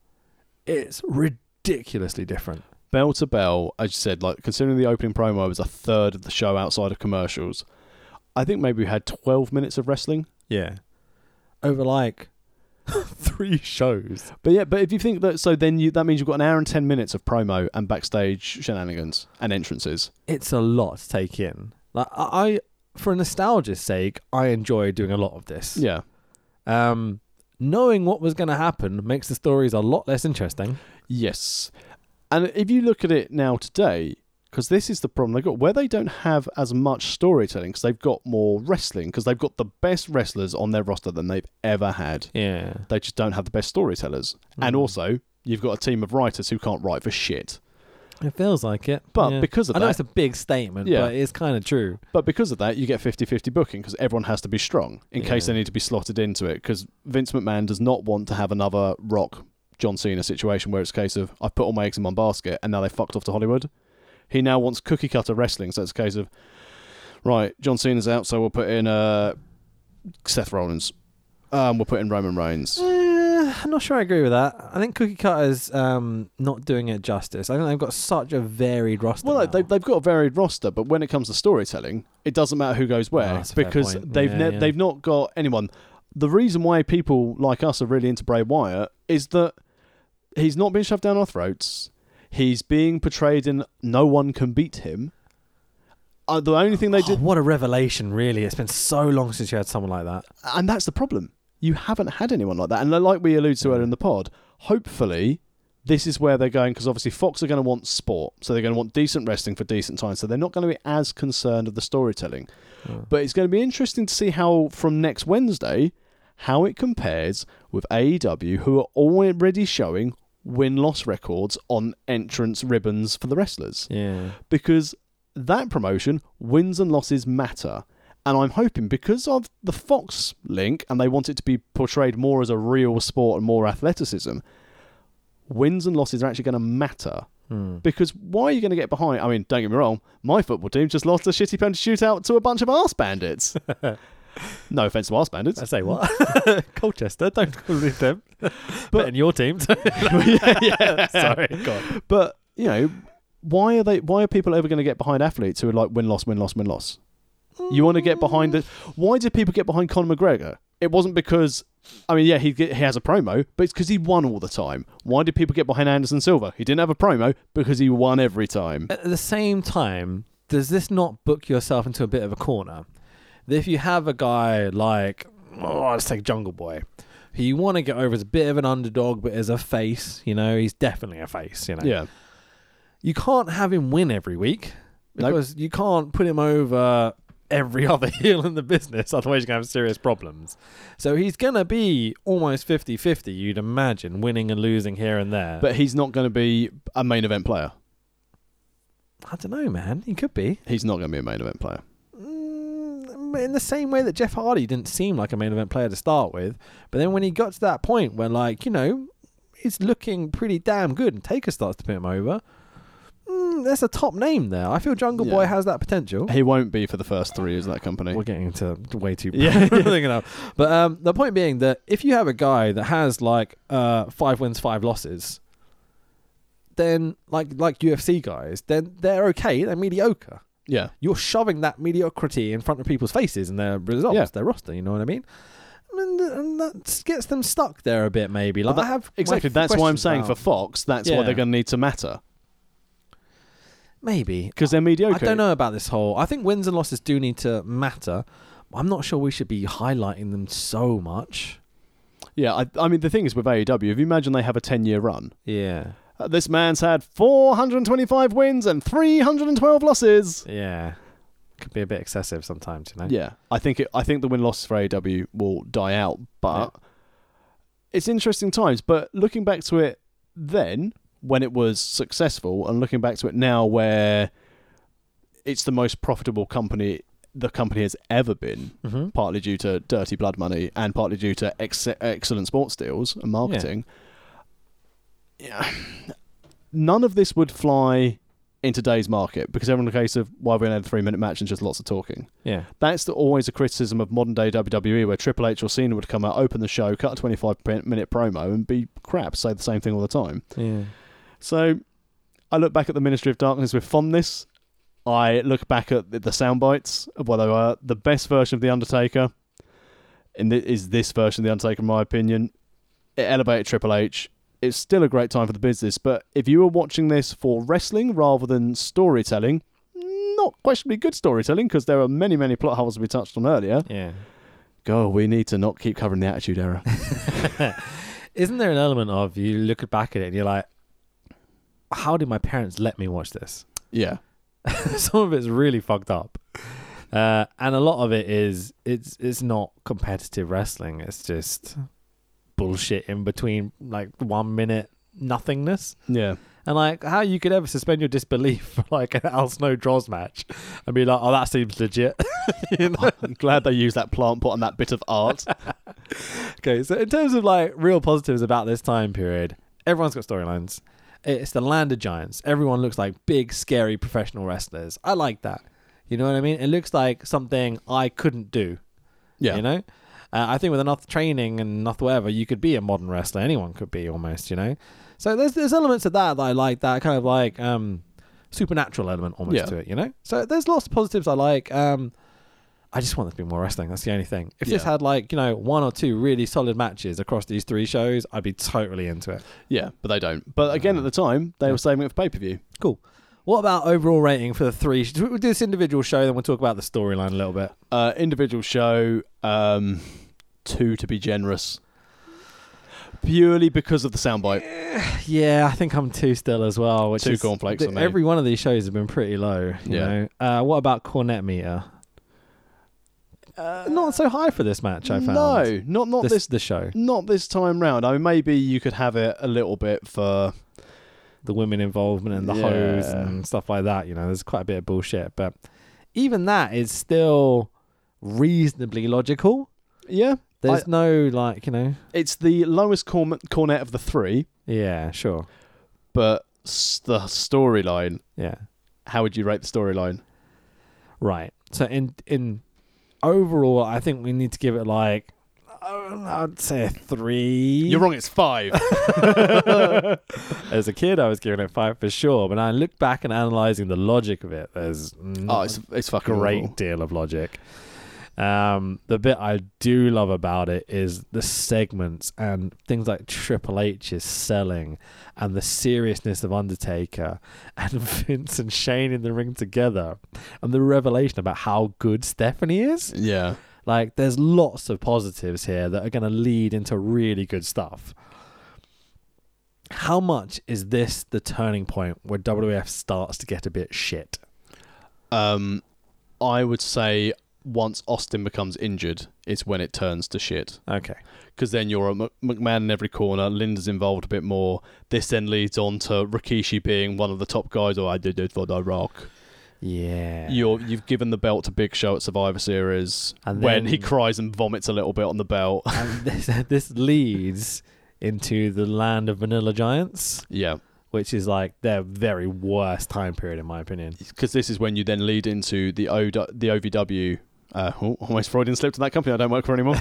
Speaker 2: it's ridiculously different.
Speaker 3: bell to bell. As you said, like considering the opening promo was a third of the show outside of commercials. I think maybe we had twelve minutes of wrestling.
Speaker 2: Yeah. Over like three shows.
Speaker 3: But yeah, but if you think that, so then you that means you've got an hour and ten minutes of promo and backstage shenanigans and entrances.
Speaker 2: It's a lot to take in. Like I, I for nostalgia's sake, I enjoy doing a lot of this.
Speaker 3: Yeah,
Speaker 2: Um, knowing what was going to happen makes the stories a lot less interesting.
Speaker 3: yes. And if you look at it now today, because this is the problem they've got, where they don't have as much storytelling because they've got more wrestling because they've got the best wrestlers on their roster than they've ever had.
Speaker 2: Yeah.
Speaker 3: They just don't have the best storytellers, and also you've got a team of writers who can't write for shit.
Speaker 2: It feels like it.
Speaker 3: But
Speaker 2: Yeah.
Speaker 3: because of
Speaker 2: I know
Speaker 3: that-
Speaker 2: it's a big statement,
Speaker 3: Yeah.
Speaker 2: but it's kind of true.
Speaker 3: But because of that, you get 50 50 booking because everyone has to be strong in case
Speaker 2: Yeah.
Speaker 3: they need to be slotted into it. Because Vince McMahon does not want to have another Rock John Cena situation where it's a case of I've put all my eggs in one basket and now they fucked off to Hollywood. He now wants cookie cutter wrestling. So it's a case of, right, John Cena's out, so we'll put in uh, Seth Rollins. Um, we'll put in Roman Reigns.
Speaker 2: Eh, I'm not sure I agree with that. I think Cookie Cutter's um, not doing it justice. I think they've got such a varied roster.
Speaker 3: Well,
Speaker 2: now.
Speaker 3: they've, they've got a varied roster, but when it comes to storytelling, it doesn't matter who goes
Speaker 2: Oh,
Speaker 3: where
Speaker 2: that's a fair
Speaker 3: because
Speaker 2: point.
Speaker 3: they've
Speaker 2: Yeah,
Speaker 3: ne-
Speaker 2: yeah.
Speaker 3: they've not got anyone. The reason why people like us are really into Bray Wyatt is that he's not being shoved down our throats. He's being portrayed in no one can beat him. Uh, the only thing they
Speaker 2: Oh,
Speaker 3: did,
Speaker 2: what a revelation, really. It's been so long since you had someone like that.
Speaker 3: and that's the problem. You haven't had anyone like that, and like we alluded to earlier in the pod. Hopefully, this is where they're going because obviously Fox are going to want sport, so they're going to want decent wrestling for decent time. So they're not going to be as concerned of the storytelling. But it's going to be interesting to see how from next E Wednesday how it compares with AEW, who are already showing win loss records on entrance ribbons for the wrestlers
Speaker 2: Yeah.
Speaker 3: because that promotion wins and losses matter. And I'm hoping because of the Fox link and they want it to be portrayed more as a real sport and more athleticism, wins and losses are actually going to matter. Because why are you going to get behind? I mean, don't get me wrong, my football team just lost a shitty penalty shootout to a bunch of arse bandits. no offense to arse bandits.
Speaker 2: I say what? Colchester, don't call it them. but in your team. Sorry. God.
Speaker 3: But you know, why are they? Why are people ever going to get behind athletes who are like win loss win loss win loss? You want to get behind the? Why did people get behind Conor McGregor? It wasn't because, I mean, yeah, he get, he has a promo, but it's because he won all the time. Why did people get behind Anderson Silva? He didn't have a promo because he won every time.
Speaker 2: At the same time, does this not book yourself into a bit of a corner? That If you have a guy like, oh, let's take Jungle Boy, who you want to get over as a bit of an underdog, but as a face, you know, he's definitely a face, you know.
Speaker 3: Yeah,
Speaker 2: you can't have him win every week
Speaker 3: Nope.
Speaker 2: because you can't put him over every other heel in the business otherwise you're going to have serious problems so he's going to be almost 50-50 you'd imagine winning and losing here and there
Speaker 3: but he's not going to be a main event player.
Speaker 2: i don't know man he could be
Speaker 3: He's not going to be a main event player.
Speaker 2: Mm, in the same way that jeff hardy didn't seem like a main event player to start with but then when he got to that point where like you know he's looking pretty damn good and taker starts to put him over mm, that's a top name there i feel jungle
Speaker 3: Yeah.
Speaker 2: boy has that potential
Speaker 3: He won't be for the first three years of that company.
Speaker 2: We're getting into way too
Speaker 3: Yeah.
Speaker 2: thinking of. But um, the point being that if you have a guy that has like uh, five wins, five losses, then like like UFC guys, then they're okay. They're mediocre.
Speaker 3: Yeah,
Speaker 2: You're shoving that mediocrity in front of people's faces and their results,
Speaker 3: Yeah.
Speaker 2: their roster. You know what I mean? And, and that gets them stuck there a bit, maybe. Like
Speaker 3: But
Speaker 2: I have my
Speaker 3: exactly. That's why I'm
Speaker 2: questions
Speaker 3: saying
Speaker 2: about-
Speaker 3: for Fox, that's
Speaker 2: Yeah.
Speaker 3: why they're going to need to matter
Speaker 2: maybe
Speaker 3: because they're mediocre.
Speaker 2: I don't know about this whole. I think wins and losses do need to matter. I'm not sure we should be highlighting them so much.
Speaker 3: Yeah, I, I mean the thing is with AEW, if you imagine they have a ten-year run,
Speaker 2: Yeah.
Speaker 3: uh, this man's had 425 wins and 312 losses.
Speaker 2: Yeah. Could be a bit excessive sometimes, you know?
Speaker 3: Yeah, I think it, I think the win losses for AEW will die out, but it's interesting times. But looking back to it then, when it was successful, and looking back to it now, where it's the most profitable company the company has ever been,
Speaker 2: Mm-hmm.
Speaker 3: partly due to dirty blood money and partly due to ex- excellent sports deals and marketing. Yeah. None of this would fly in today's market because everyone in the case of why we're in a three minute match and just lots of talking.
Speaker 2: Yeah.
Speaker 3: That's the, always a criticism of modern day WWE where Triple H or Cena would come out, open the show, cut a 25 pin- minute promo and be crap, say the same thing all the time.
Speaker 2: Yeah.
Speaker 3: So I look back at the Ministry of Darkness with fondness. I look back at the, the sound bites of what they were. The best version of The Undertaker and thi- is this version of The Undertaker, in my opinion. It elevated Triple H. It's still a great time for the business, but if you were watching this for wrestling rather than storytelling, not questionably good storytelling because there are many, many plot holes we touched on earlier.
Speaker 2: Yeah.
Speaker 3: Go, we need to not keep covering the Attitude Era.
Speaker 2: Isn't there an element of you look back at it and you're like, how did my parents let me watch this?
Speaker 3: yeah.
Speaker 2: Some of it's really fucked up. Uh, and a lot of it is it's it's not competitive wrestling. It's just bullshit in between like one minute nothingness.
Speaker 3: Yeah.
Speaker 2: And like how you could ever suspend your disbelief for like an Al Snow Draws match and be like, Oh, that seems legit. you know?
Speaker 3: I'm glad they used that plant pot and that bit of art.
Speaker 2: Okay, so in terms of like real positives about this time period, everyone's got storylines. It's the land of giants. Everyone looks like big, scary professional wrestlers. I like that. You know what I mean? It looks like something I couldn't do.
Speaker 3: Yeah.
Speaker 2: You know? Uh, I think with enough training and enough whatever, you could be a modern wrestler. Anyone could be almost, you know? So there's there's elements of that that I like, that kind of like um supernatural element almost
Speaker 3: Yeah.
Speaker 2: to it, you know? So there's lots of positives I like. Um I just want there to be more wrestling. That's the only thing. If this
Speaker 3: Yeah.
Speaker 2: had like, you know, one or two really solid matches across these three shows, I'd be totally into it.
Speaker 3: Yeah, but they don't. But again, at the time, they
Speaker 2: Yeah.
Speaker 3: were saving it for pay per view.
Speaker 2: Cool. What about overall rating for the three? Should we do this individual show, then we'll talk about the storyline a little bit.
Speaker 3: Uh, individual show, um, two to be generous, purely because of the soundbite.
Speaker 2: Yeah, I think I'm two still as well. Which
Speaker 3: Two
Speaker 2: is-
Speaker 3: cornflakes
Speaker 2: th-
Speaker 3: on me.
Speaker 2: Every one of these shows have been pretty low. You
Speaker 3: Yeah.
Speaker 2: Know? Uh, what about cornet meter? Not so high for this match, I found.
Speaker 3: No, not not
Speaker 2: This, this
Speaker 3: this,
Speaker 2: the show.
Speaker 3: not this time round. I mean, maybe you could have it a little bit for
Speaker 2: The women involvement and the hose
Speaker 3: Yeah.
Speaker 2: and stuff like that, you know, there's quite a bit of bullshit. But even that is still reasonably logical.
Speaker 3: yeah.
Speaker 2: There's no like, you know
Speaker 3: It's the lowest corn- cornet of the three,
Speaker 2: Yeah, sure.
Speaker 3: but s- the storyline.
Speaker 2: Yeah.
Speaker 3: How would you rate the storyline?
Speaker 2: Right. So in in overall, I think we need to give it like uh, I'd say a three.
Speaker 3: You're wrong. It's five.
Speaker 2: As a kid, I was giving it five for sure, but I look back and analyzing the logic of it, there's
Speaker 3: oh,
Speaker 2: not
Speaker 3: it's it's
Speaker 2: a
Speaker 3: fucking
Speaker 2: great
Speaker 3: awful.
Speaker 2: deal of logic. Um, the bit I do love about it is the segments and things like Triple H is selling and the seriousness of Undertaker and Vince and Shane in the ring together and the revelation about how good Stephanie is.
Speaker 3: Yeah.
Speaker 2: Like, there's lots of positives here that are going to lead into really good stuff. How much is this the turning point where WWF starts to get a bit shit?
Speaker 3: Um, I would say once Austin becomes injured, it's when it turns to shit.
Speaker 2: Okay.
Speaker 3: because then you're a Mc- McMahon in every corner. Linda's involved a bit more. This then leads on to Rikishi being one of the top guys. Or I did it for the Rock.
Speaker 2: Yeah.
Speaker 3: You're you've given the belt to Big Show at Survivor Series
Speaker 2: And
Speaker 3: when
Speaker 2: then-
Speaker 3: he cries and vomits a little bit on the belt.
Speaker 2: and this, this leads into the land of vanilla giants,
Speaker 3: yeah,
Speaker 2: which is like their very worst time period, in my opinion.
Speaker 3: because this is when you then lead into the o- the OVW. Uh, oh, almost Freudian slipped in that company I don't work for anymore.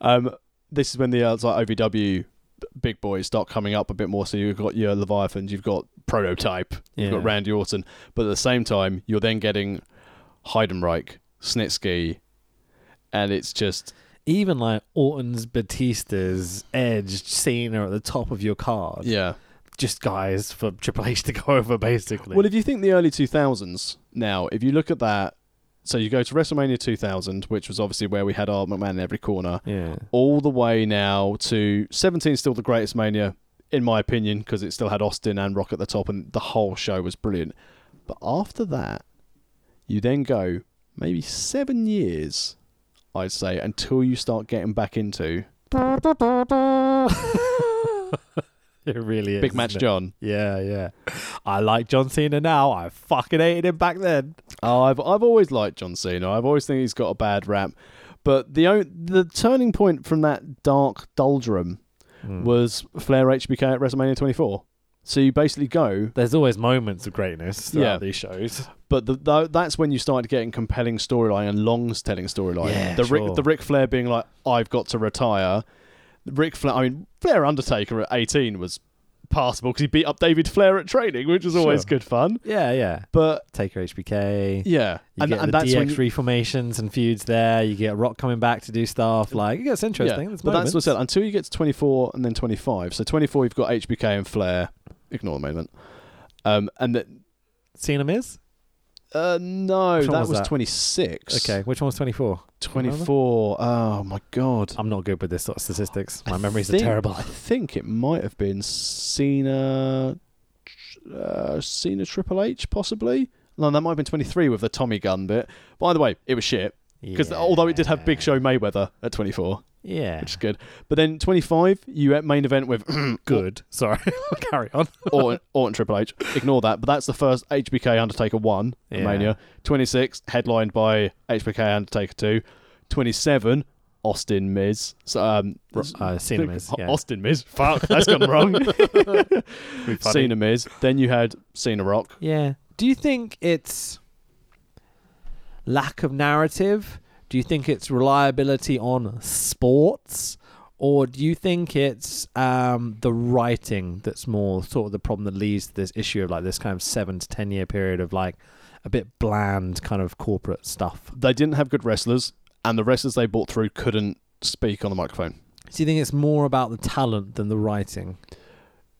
Speaker 3: um, this is when the uh, like OVW b- big boys start coming up a bit more. So you've got your Leviathans, you've got Prototype,
Speaker 2: Yeah.
Speaker 3: You've got Randy Orton, but at the same time, you're then getting Heidenreich, Snitsky, and it's just
Speaker 2: Even like Orton's, Batista's, Edge, Cena at the top of your card.
Speaker 3: yeah.
Speaker 2: Just guys for Triple H to go over, basically.
Speaker 3: Well, if you think the early 2000s now, if you look at that, so you go to WrestleMania 2000, which was obviously where we had our McMahon in every corner,
Speaker 2: yeah.
Speaker 3: all the way now to 17, still the greatest mania in my opinion, because it still had Austin and Rock at the top, and the whole show was brilliant. But after that, you then go maybe seven years, I'd say, until you start getting back into
Speaker 2: It really is.
Speaker 3: Big Match
Speaker 2: isn't it?
Speaker 3: John.
Speaker 2: Yeah, yeah. I like John Cena now. I fucking hated him back then.
Speaker 3: Oh, I've I've always liked John Cena. I've always think he's got a bad rap, but the o- the turning point from that dark doldrum was Flair HBK at WrestleMania 24. So you basically go,
Speaker 2: There's always moments of greatness throughout
Speaker 3: Yeah.
Speaker 2: these shows.
Speaker 3: but the, tho- that's when you start getting compelling storyline and long telling storyline.
Speaker 2: Yeah,
Speaker 3: the
Speaker 2: sure.
Speaker 3: Rick the Ric Flair being like, I've got to retire. Rick Flair, I mean Flair Undertaker at 18 was passable because he beat up David Flair at training, which was always
Speaker 2: Sure.
Speaker 3: good fun.
Speaker 2: Yeah, yeah.
Speaker 3: But
Speaker 2: Taker HBK.
Speaker 3: yeah,
Speaker 2: You
Speaker 3: and,
Speaker 2: get
Speaker 3: and
Speaker 2: the
Speaker 3: that's
Speaker 2: DX
Speaker 3: when you-
Speaker 2: reformations and feuds there. You get Rock coming back to do stuff. Like it gets interesting. There's
Speaker 3: but that's what I
Speaker 2: moments.
Speaker 3: said. Until you get to 24 and then 25. So 24, you've got HBK and Flair. Ignore the moment. Um, and that
Speaker 2: Cena Miz.
Speaker 3: uh, no,
Speaker 2: Which
Speaker 3: that
Speaker 2: one was
Speaker 3: was,
Speaker 2: that?
Speaker 3: 26.
Speaker 2: Okay, which one was 24?
Speaker 3: 24. Oh my god.
Speaker 2: I'm not good with this sort of statistics. My
Speaker 3: I
Speaker 2: memories
Speaker 3: think-
Speaker 2: are terrible.
Speaker 3: I think it might have been Cena, uh, Cena Triple H possibly. No, that might have been 23 with the Tommy gun bit. By the way, it was shit because although it did have Big Show Mayweather at 24,
Speaker 2: Yeah.
Speaker 3: which is good. But then 25, you at main event with
Speaker 2: Good. Sorry. Carry on.
Speaker 3: Orton, Orton Triple H. Ignore that, but that's the first HBK Undertaker 1 at
Speaker 2: Yeah.
Speaker 3: Mania. 26, headlined by HBK Undertaker 2. 27, Austin Miz. So, um,
Speaker 2: Uh, Cena Miz. Yeah.
Speaker 3: Austin Miz. Fuck, that's gone wrong. Cena Miz. Then you had Cena Rock.
Speaker 2: Yeah. Do you think it's lack of narrative? Do you think it's reliability on sports? Or do you think it's um, the writing that's more sort of the problem that leads to this issue of like this kind of seven to ten year period of like a bit bland kind of corporate stuff?
Speaker 3: They didn't have good wrestlers, and the wrestlers they brought through couldn't speak on the microphone.
Speaker 2: Do you think it's more about the talent than the writing?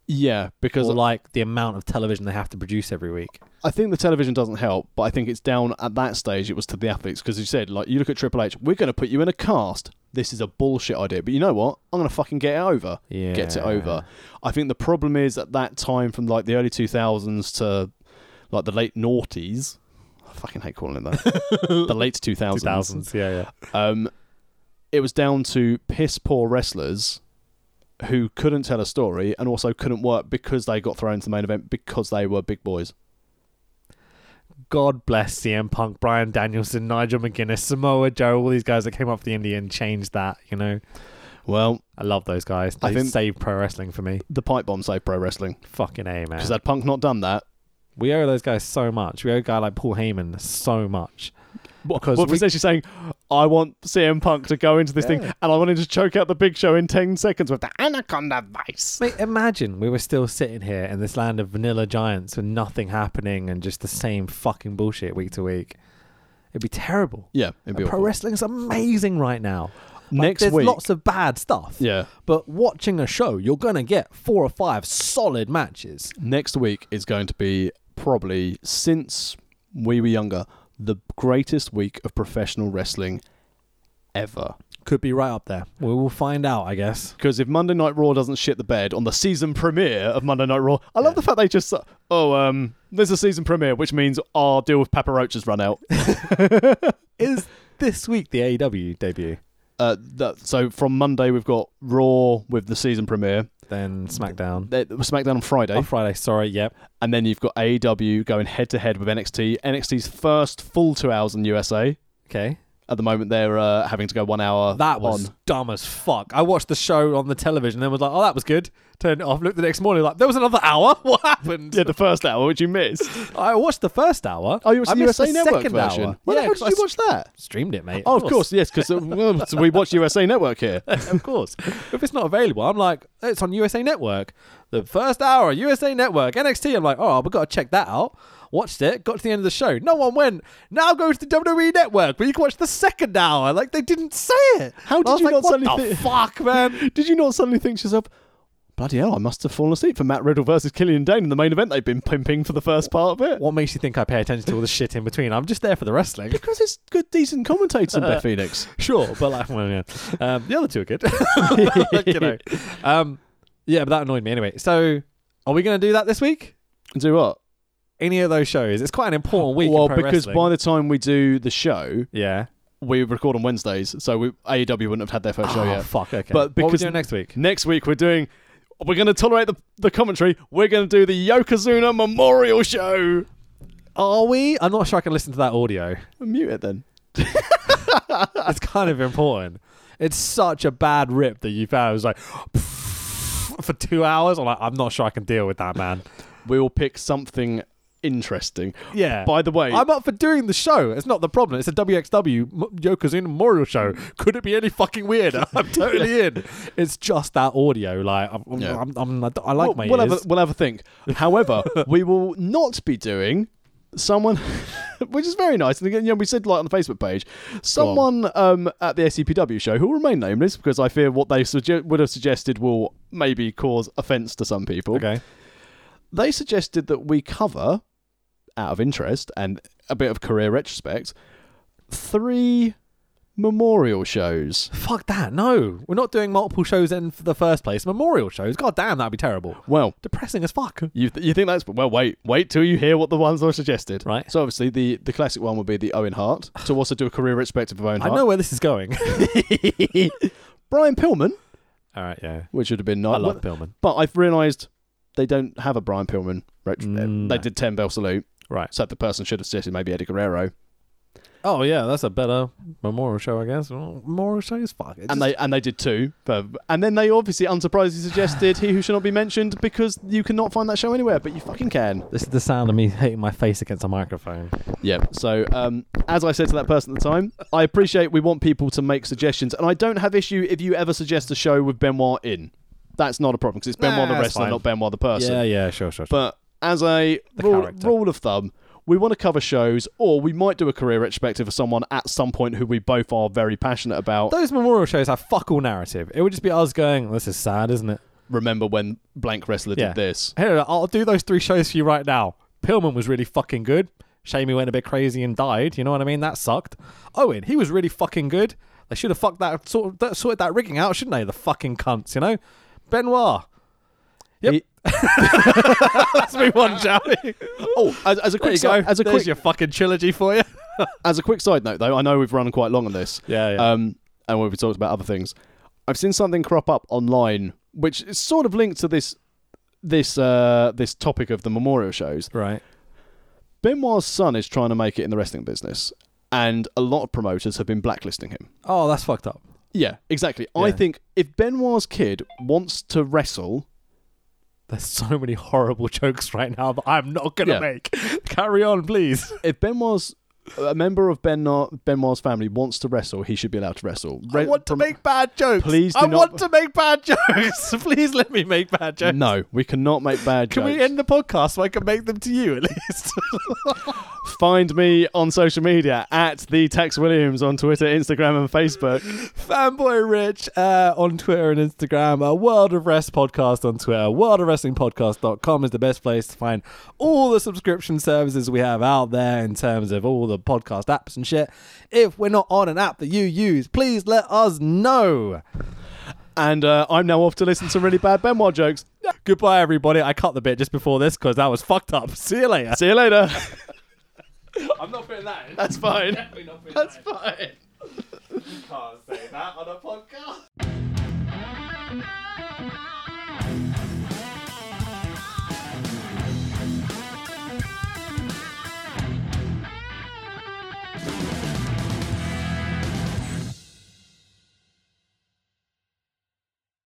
Speaker 3: Yeah, because
Speaker 2: Or like the amount of television they have to produce every week?
Speaker 3: I think the television doesn't help, but I think it's down at that stage. It was to the athletes because you said, like, you look at Triple H, we're going to put you in a cast. This is a bullshit idea, but you know what? I'm going to fucking get it over.
Speaker 2: Yeah.
Speaker 3: Gets it over. I think the problem is at that time, from like the early 2000s to like the late noughties. fucking hate calling it that. the late 2000s.
Speaker 4: 2000s. Yeah, yeah.
Speaker 3: Um, it was down to piss poor wrestlers who couldn't tell a story and also couldn't work because they got thrown to the main event because they were big boys.
Speaker 4: God bless CM Punk, Brian Danielson, Nigel McGuinness, Samoa Joe, all these guys that came up for the indie and changed that, you know.
Speaker 3: Well,
Speaker 4: I love those guys. They
Speaker 3: I think-
Speaker 4: saved pro wrestling for me.
Speaker 3: the pipe bomb saved pro wrestling
Speaker 4: Fucking A, man.
Speaker 3: because had Punk not done that,
Speaker 4: We owe those guys so much. We owe a guy like Paul Heyman so much. Because
Speaker 3: well,
Speaker 4: we-
Speaker 3: essentially saying, "I want CM Punk to go into this thing
Speaker 4: Yeah.
Speaker 3: and I want him to choke out the Big Show in ten seconds with the Anaconda Vice."
Speaker 4: Mate, imagine we were still sitting here in this land of vanilla giants with nothing happening and just the same fucking bullshit week to week. It'd be terrible.
Speaker 3: Yeah, it'd be
Speaker 4: Pro
Speaker 3: awful.
Speaker 4: wrestling's amazing right now. Like,
Speaker 3: Next
Speaker 4: there's
Speaker 3: week,
Speaker 2: Lots of bad stuff.
Speaker 3: yeah,
Speaker 2: But watching a show, you're going to get four or five solid matches.
Speaker 3: next week is going to be probably since we were younger the greatest week of professional wrestling ever.
Speaker 2: Could be right up there. We will find out, I guess.
Speaker 3: Because if Monday Night Raw doesn't shit the bed on the season premiere of Monday Night Raw, I love the fact they just oh um there's a season premiere, which means our deal with Papa Roach has run out.
Speaker 2: Is
Speaker 4: This week, the
Speaker 2: E
Speaker 4: AEW debut,
Speaker 3: uh, that, so from Monday we've got Raw with the season premiere,
Speaker 4: then SmackDown.
Speaker 3: Then SmackDown on Friday,
Speaker 4: On Friday, sorry, yep.
Speaker 3: and then you've got AEW going head to head with NXT. NXT's first full two hours in USA.
Speaker 4: Okay.
Speaker 3: At the moment they're uh, having to go one hour.
Speaker 2: that was
Speaker 3: on.
Speaker 2: dumb as fuck. I watched the show on the television and was like, "Oh, that was good." Turned it off. Looked the next morning like there was another hour. What happened?
Speaker 3: yeah the first hour which you missed.
Speaker 2: I watched the first hour.
Speaker 3: Oh, you watched
Speaker 2: I
Speaker 3: the
Speaker 2: missed
Speaker 3: USA Network
Speaker 2: second
Speaker 3: version.
Speaker 2: hour.
Speaker 3: Where the
Speaker 2: yeah,
Speaker 3: hell
Speaker 2: 'cause
Speaker 3: did
Speaker 2: I
Speaker 3: you watch that?
Speaker 2: streamed it, mate.
Speaker 3: Oh, of course, yes, because we watch USA Network here.
Speaker 2: of course. If it's not available, I'm like, it's on USA Network. The first hour, USA Network, NXT. I'm like, oh, we've got to check that out. Watched it, got to the end of the show. No one went, now go to the WWE Network where you can watch the second hour. Like, they didn't say it.
Speaker 3: How did
Speaker 2: I was
Speaker 3: you
Speaker 2: like,
Speaker 3: not
Speaker 2: what
Speaker 3: suddenly
Speaker 2: the
Speaker 3: thi-
Speaker 2: fuck, man?
Speaker 3: Did you not suddenly think to yourself, bloody hell, I must have fallen asleep for Matt Riddle versus Killian Dane in the main event they've been pimping for the first part of it?
Speaker 4: What makes you think I pay attention to all the shit in between? I'm just there for the wrestling.
Speaker 3: Because it's good, decent commentators in Beth Phoenix.
Speaker 4: Sure, but like, well, yeah. Um, the other two are good.
Speaker 2: you know. Um, yeah, but that annoyed me anyway. So, are we going to do that this week?
Speaker 3: Do what?
Speaker 2: Any of those shows? It's quite an important week. in
Speaker 3: well,
Speaker 2: pro
Speaker 3: because
Speaker 2: wrestling.
Speaker 3: by the time we do the show,
Speaker 4: yeah.
Speaker 3: we record on Wednesdays, so we, AEW wouldn't have had their first show
Speaker 2: Oh,
Speaker 3: yet.
Speaker 2: fuck. Okay.
Speaker 3: But
Speaker 4: Ah, What are we
Speaker 3: because
Speaker 4: doing next week?
Speaker 3: next week we're doing, we're going to tolerate the, the commentary. We're going to do the Yokozuna Memorial Show.
Speaker 2: Are we?
Speaker 4: I'm not sure I can listen to that audio.
Speaker 3: Mute it then.
Speaker 4: It's kind of important.
Speaker 2: It's such a bad rip that you found. It was like,
Speaker 4: For two hours, I'm like, I'm not sure I can deal with that, man.
Speaker 3: We'll pick something interesting.
Speaker 4: Yeah.
Speaker 3: By the way,
Speaker 2: I'm up for doing the show. It's not the problem. It's a WXW M- Yokozuna Memorial Show. Could it be any fucking weirder? I'm totally in. It's just that audio. Like, I'm, I'm,
Speaker 3: Yeah.
Speaker 2: I'm, I'm, I am i am i like my
Speaker 3: we'll,
Speaker 2: ears.
Speaker 3: Have a, we'll have a think. However, we will not be doing someone, which is very nice. And again, you know, we said like on the Facebook page, someone um, at the SCPW show who will remain nameless because I fear what they sugge- would have suggested will maybe cause offence to some people.
Speaker 4: okay.
Speaker 3: They suggested that we cover, out of interest and a bit of career retrospect, three memorial shows.
Speaker 2: Fuck that. No, we're not doing multiple shows in for the first place. Memorial shows. God damn, that'd be terrible.
Speaker 3: Well,
Speaker 2: Depressing as fuck.
Speaker 3: You, th- you think that's well? Wait, wait till you hear what the ones I suggested.
Speaker 2: Right.
Speaker 3: So obviously the, the classic one would be the Owen Hart. To also do a career retrospective of Owen
Speaker 2: I
Speaker 3: Hart.
Speaker 2: know where this is going.
Speaker 3: Brian Pillman,
Speaker 4: All right, yeah.
Speaker 3: which would have been
Speaker 4: I
Speaker 3: nice.
Speaker 4: love
Speaker 3: But,
Speaker 4: Pillman.
Speaker 3: but I've realised they don't have a Brian Pillman. Retro-
Speaker 4: Mm,
Speaker 3: They
Speaker 4: no.
Speaker 3: did ten bell salute.
Speaker 4: Right.
Speaker 3: So the person should have suggested maybe Eddie Guerrero.
Speaker 2: oh yeah, that's a better memorial show, I guess. Well, Memorial shows. Fuck. It's just-
Speaker 3: And they and they did two. But, and then they obviously unsurprisingly suggested He Who Shall Not Be Mentioned because you cannot find that show anywhere, but you fucking can.
Speaker 2: this is the sound of me hitting my face against a microphone.
Speaker 3: Yeah. So, um, as I said to that person at the time, I appreciate we want people to make suggestions, and I don't have issue if you ever suggest a show with Benoit in. That's not a problem because it's Benoit the
Speaker 4: that's
Speaker 3: wrestler,
Speaker 4: fine.
Speaker 3: not Benoit the person.
Speaker 2: Yeah, yeah, sure, sure. sure.
Speaker 3: But as a rule,
Speaker 4: character.
Speaker 3: rule of thumb, we want to cover shows, or we might do a career retrospective of someone at some point who we both are very passionate about.
Speaker 2: Those memorial shows have fuck all narrative. It would just be us going, "This is sad, isn't it?"
Speaker 3: Remember when blank wrestler
Speaker 2: Yeah.
Speaker 3: did this?
Speaker 2: Here, I'll do those three shows for you right now. Pillman was really fucking good. Shame he went a bit crazy and died. You know what I mean? That sucked. Owen, he was really fucking good. They should have fucked that sort that sorted that rigging out, shouldn't they? The fucking cunts, you know. Benoit,
Speaker 5: Yep.
Speaker 3: He-
Speaker 2: Let's move on, shall we?
Speaker 3: oh, as, as a
Speaker 2: There
Speaker 3: quick
Speaker 2: you go.
Speaker 3: side, as a
Speaker 2: There's
Speaker 3: quick
Speaker 2: your fucking trilogy for you.
Speaker 3: as a quick side note though, I know we've run quite long on this.
Speaker 2: Yeah, yeah.
Speaker 3: Um, and we've talked about other things. I've seen something crop up online, which is sort of linked to this this uh, this topic of the memorial shows.
Speaker 5: Right.
Speaker 3: Benoit's son is trying to make it in the wrestling business, and a lot of promoters have been blacklisting him.
Speaker 5: Oh, that's fucked up.
Speaker 3: Yeah, exactly. I
Speaker 5: Yeah.
Speaker 3: think if Benoit's kid wants to wrestle,
Speaker 2: There's so many horrible jokes right now that I'm not gonna
Speaker 3: Yeah.
Speaker 2: make. Carry on, please.
Speaker 3: if Benoit's a member of Benoit, Benoit's family wants to wrestle, he should be allowed to wrestle.
Speaker 2: I
Speaker 3: Re-
Speaker 2: want to
Speaker 3: prom-
Speaker 2: make bad jokes.
Speaker 3: Please do
Speaker 2: I
Speaker 3: not-
Speaker 2: want to make bad jokes. please let me make bad jokes.
Speaker 3: No, we cannot make bad
Speaker 2: Can
Speaker 3: jokes.
Speaker 2: we end the podcast so I can make them to you at least?
Speaker 3: Find me on social media at the Tex Williams on Twitter, Instagram, and Facebook.
Speaker 2: Fanboy Rich uh, on Twitter and Instagram, a World of Rest podcast on Twitter. World of Wrestling Podcast.com is the best place to find all the subscription services we have out there in terms of all the podcast apps and shit. If we're not on an app that you use, please let us know.
Speaker 3: And uh, I'm now off to listen to really bad Benoit jokes.
Speaker 2: Goodbye, everybody. I cut the bit just before this because that was fucked up. See you later.
Speaker 3: See you later.
Speaker 2: I'm not putting that in.
Speaker 3: That's fine.
Speaker 2: not putting
Speaker 3: That's fine.
Speaker 2: can't say that on a podcast.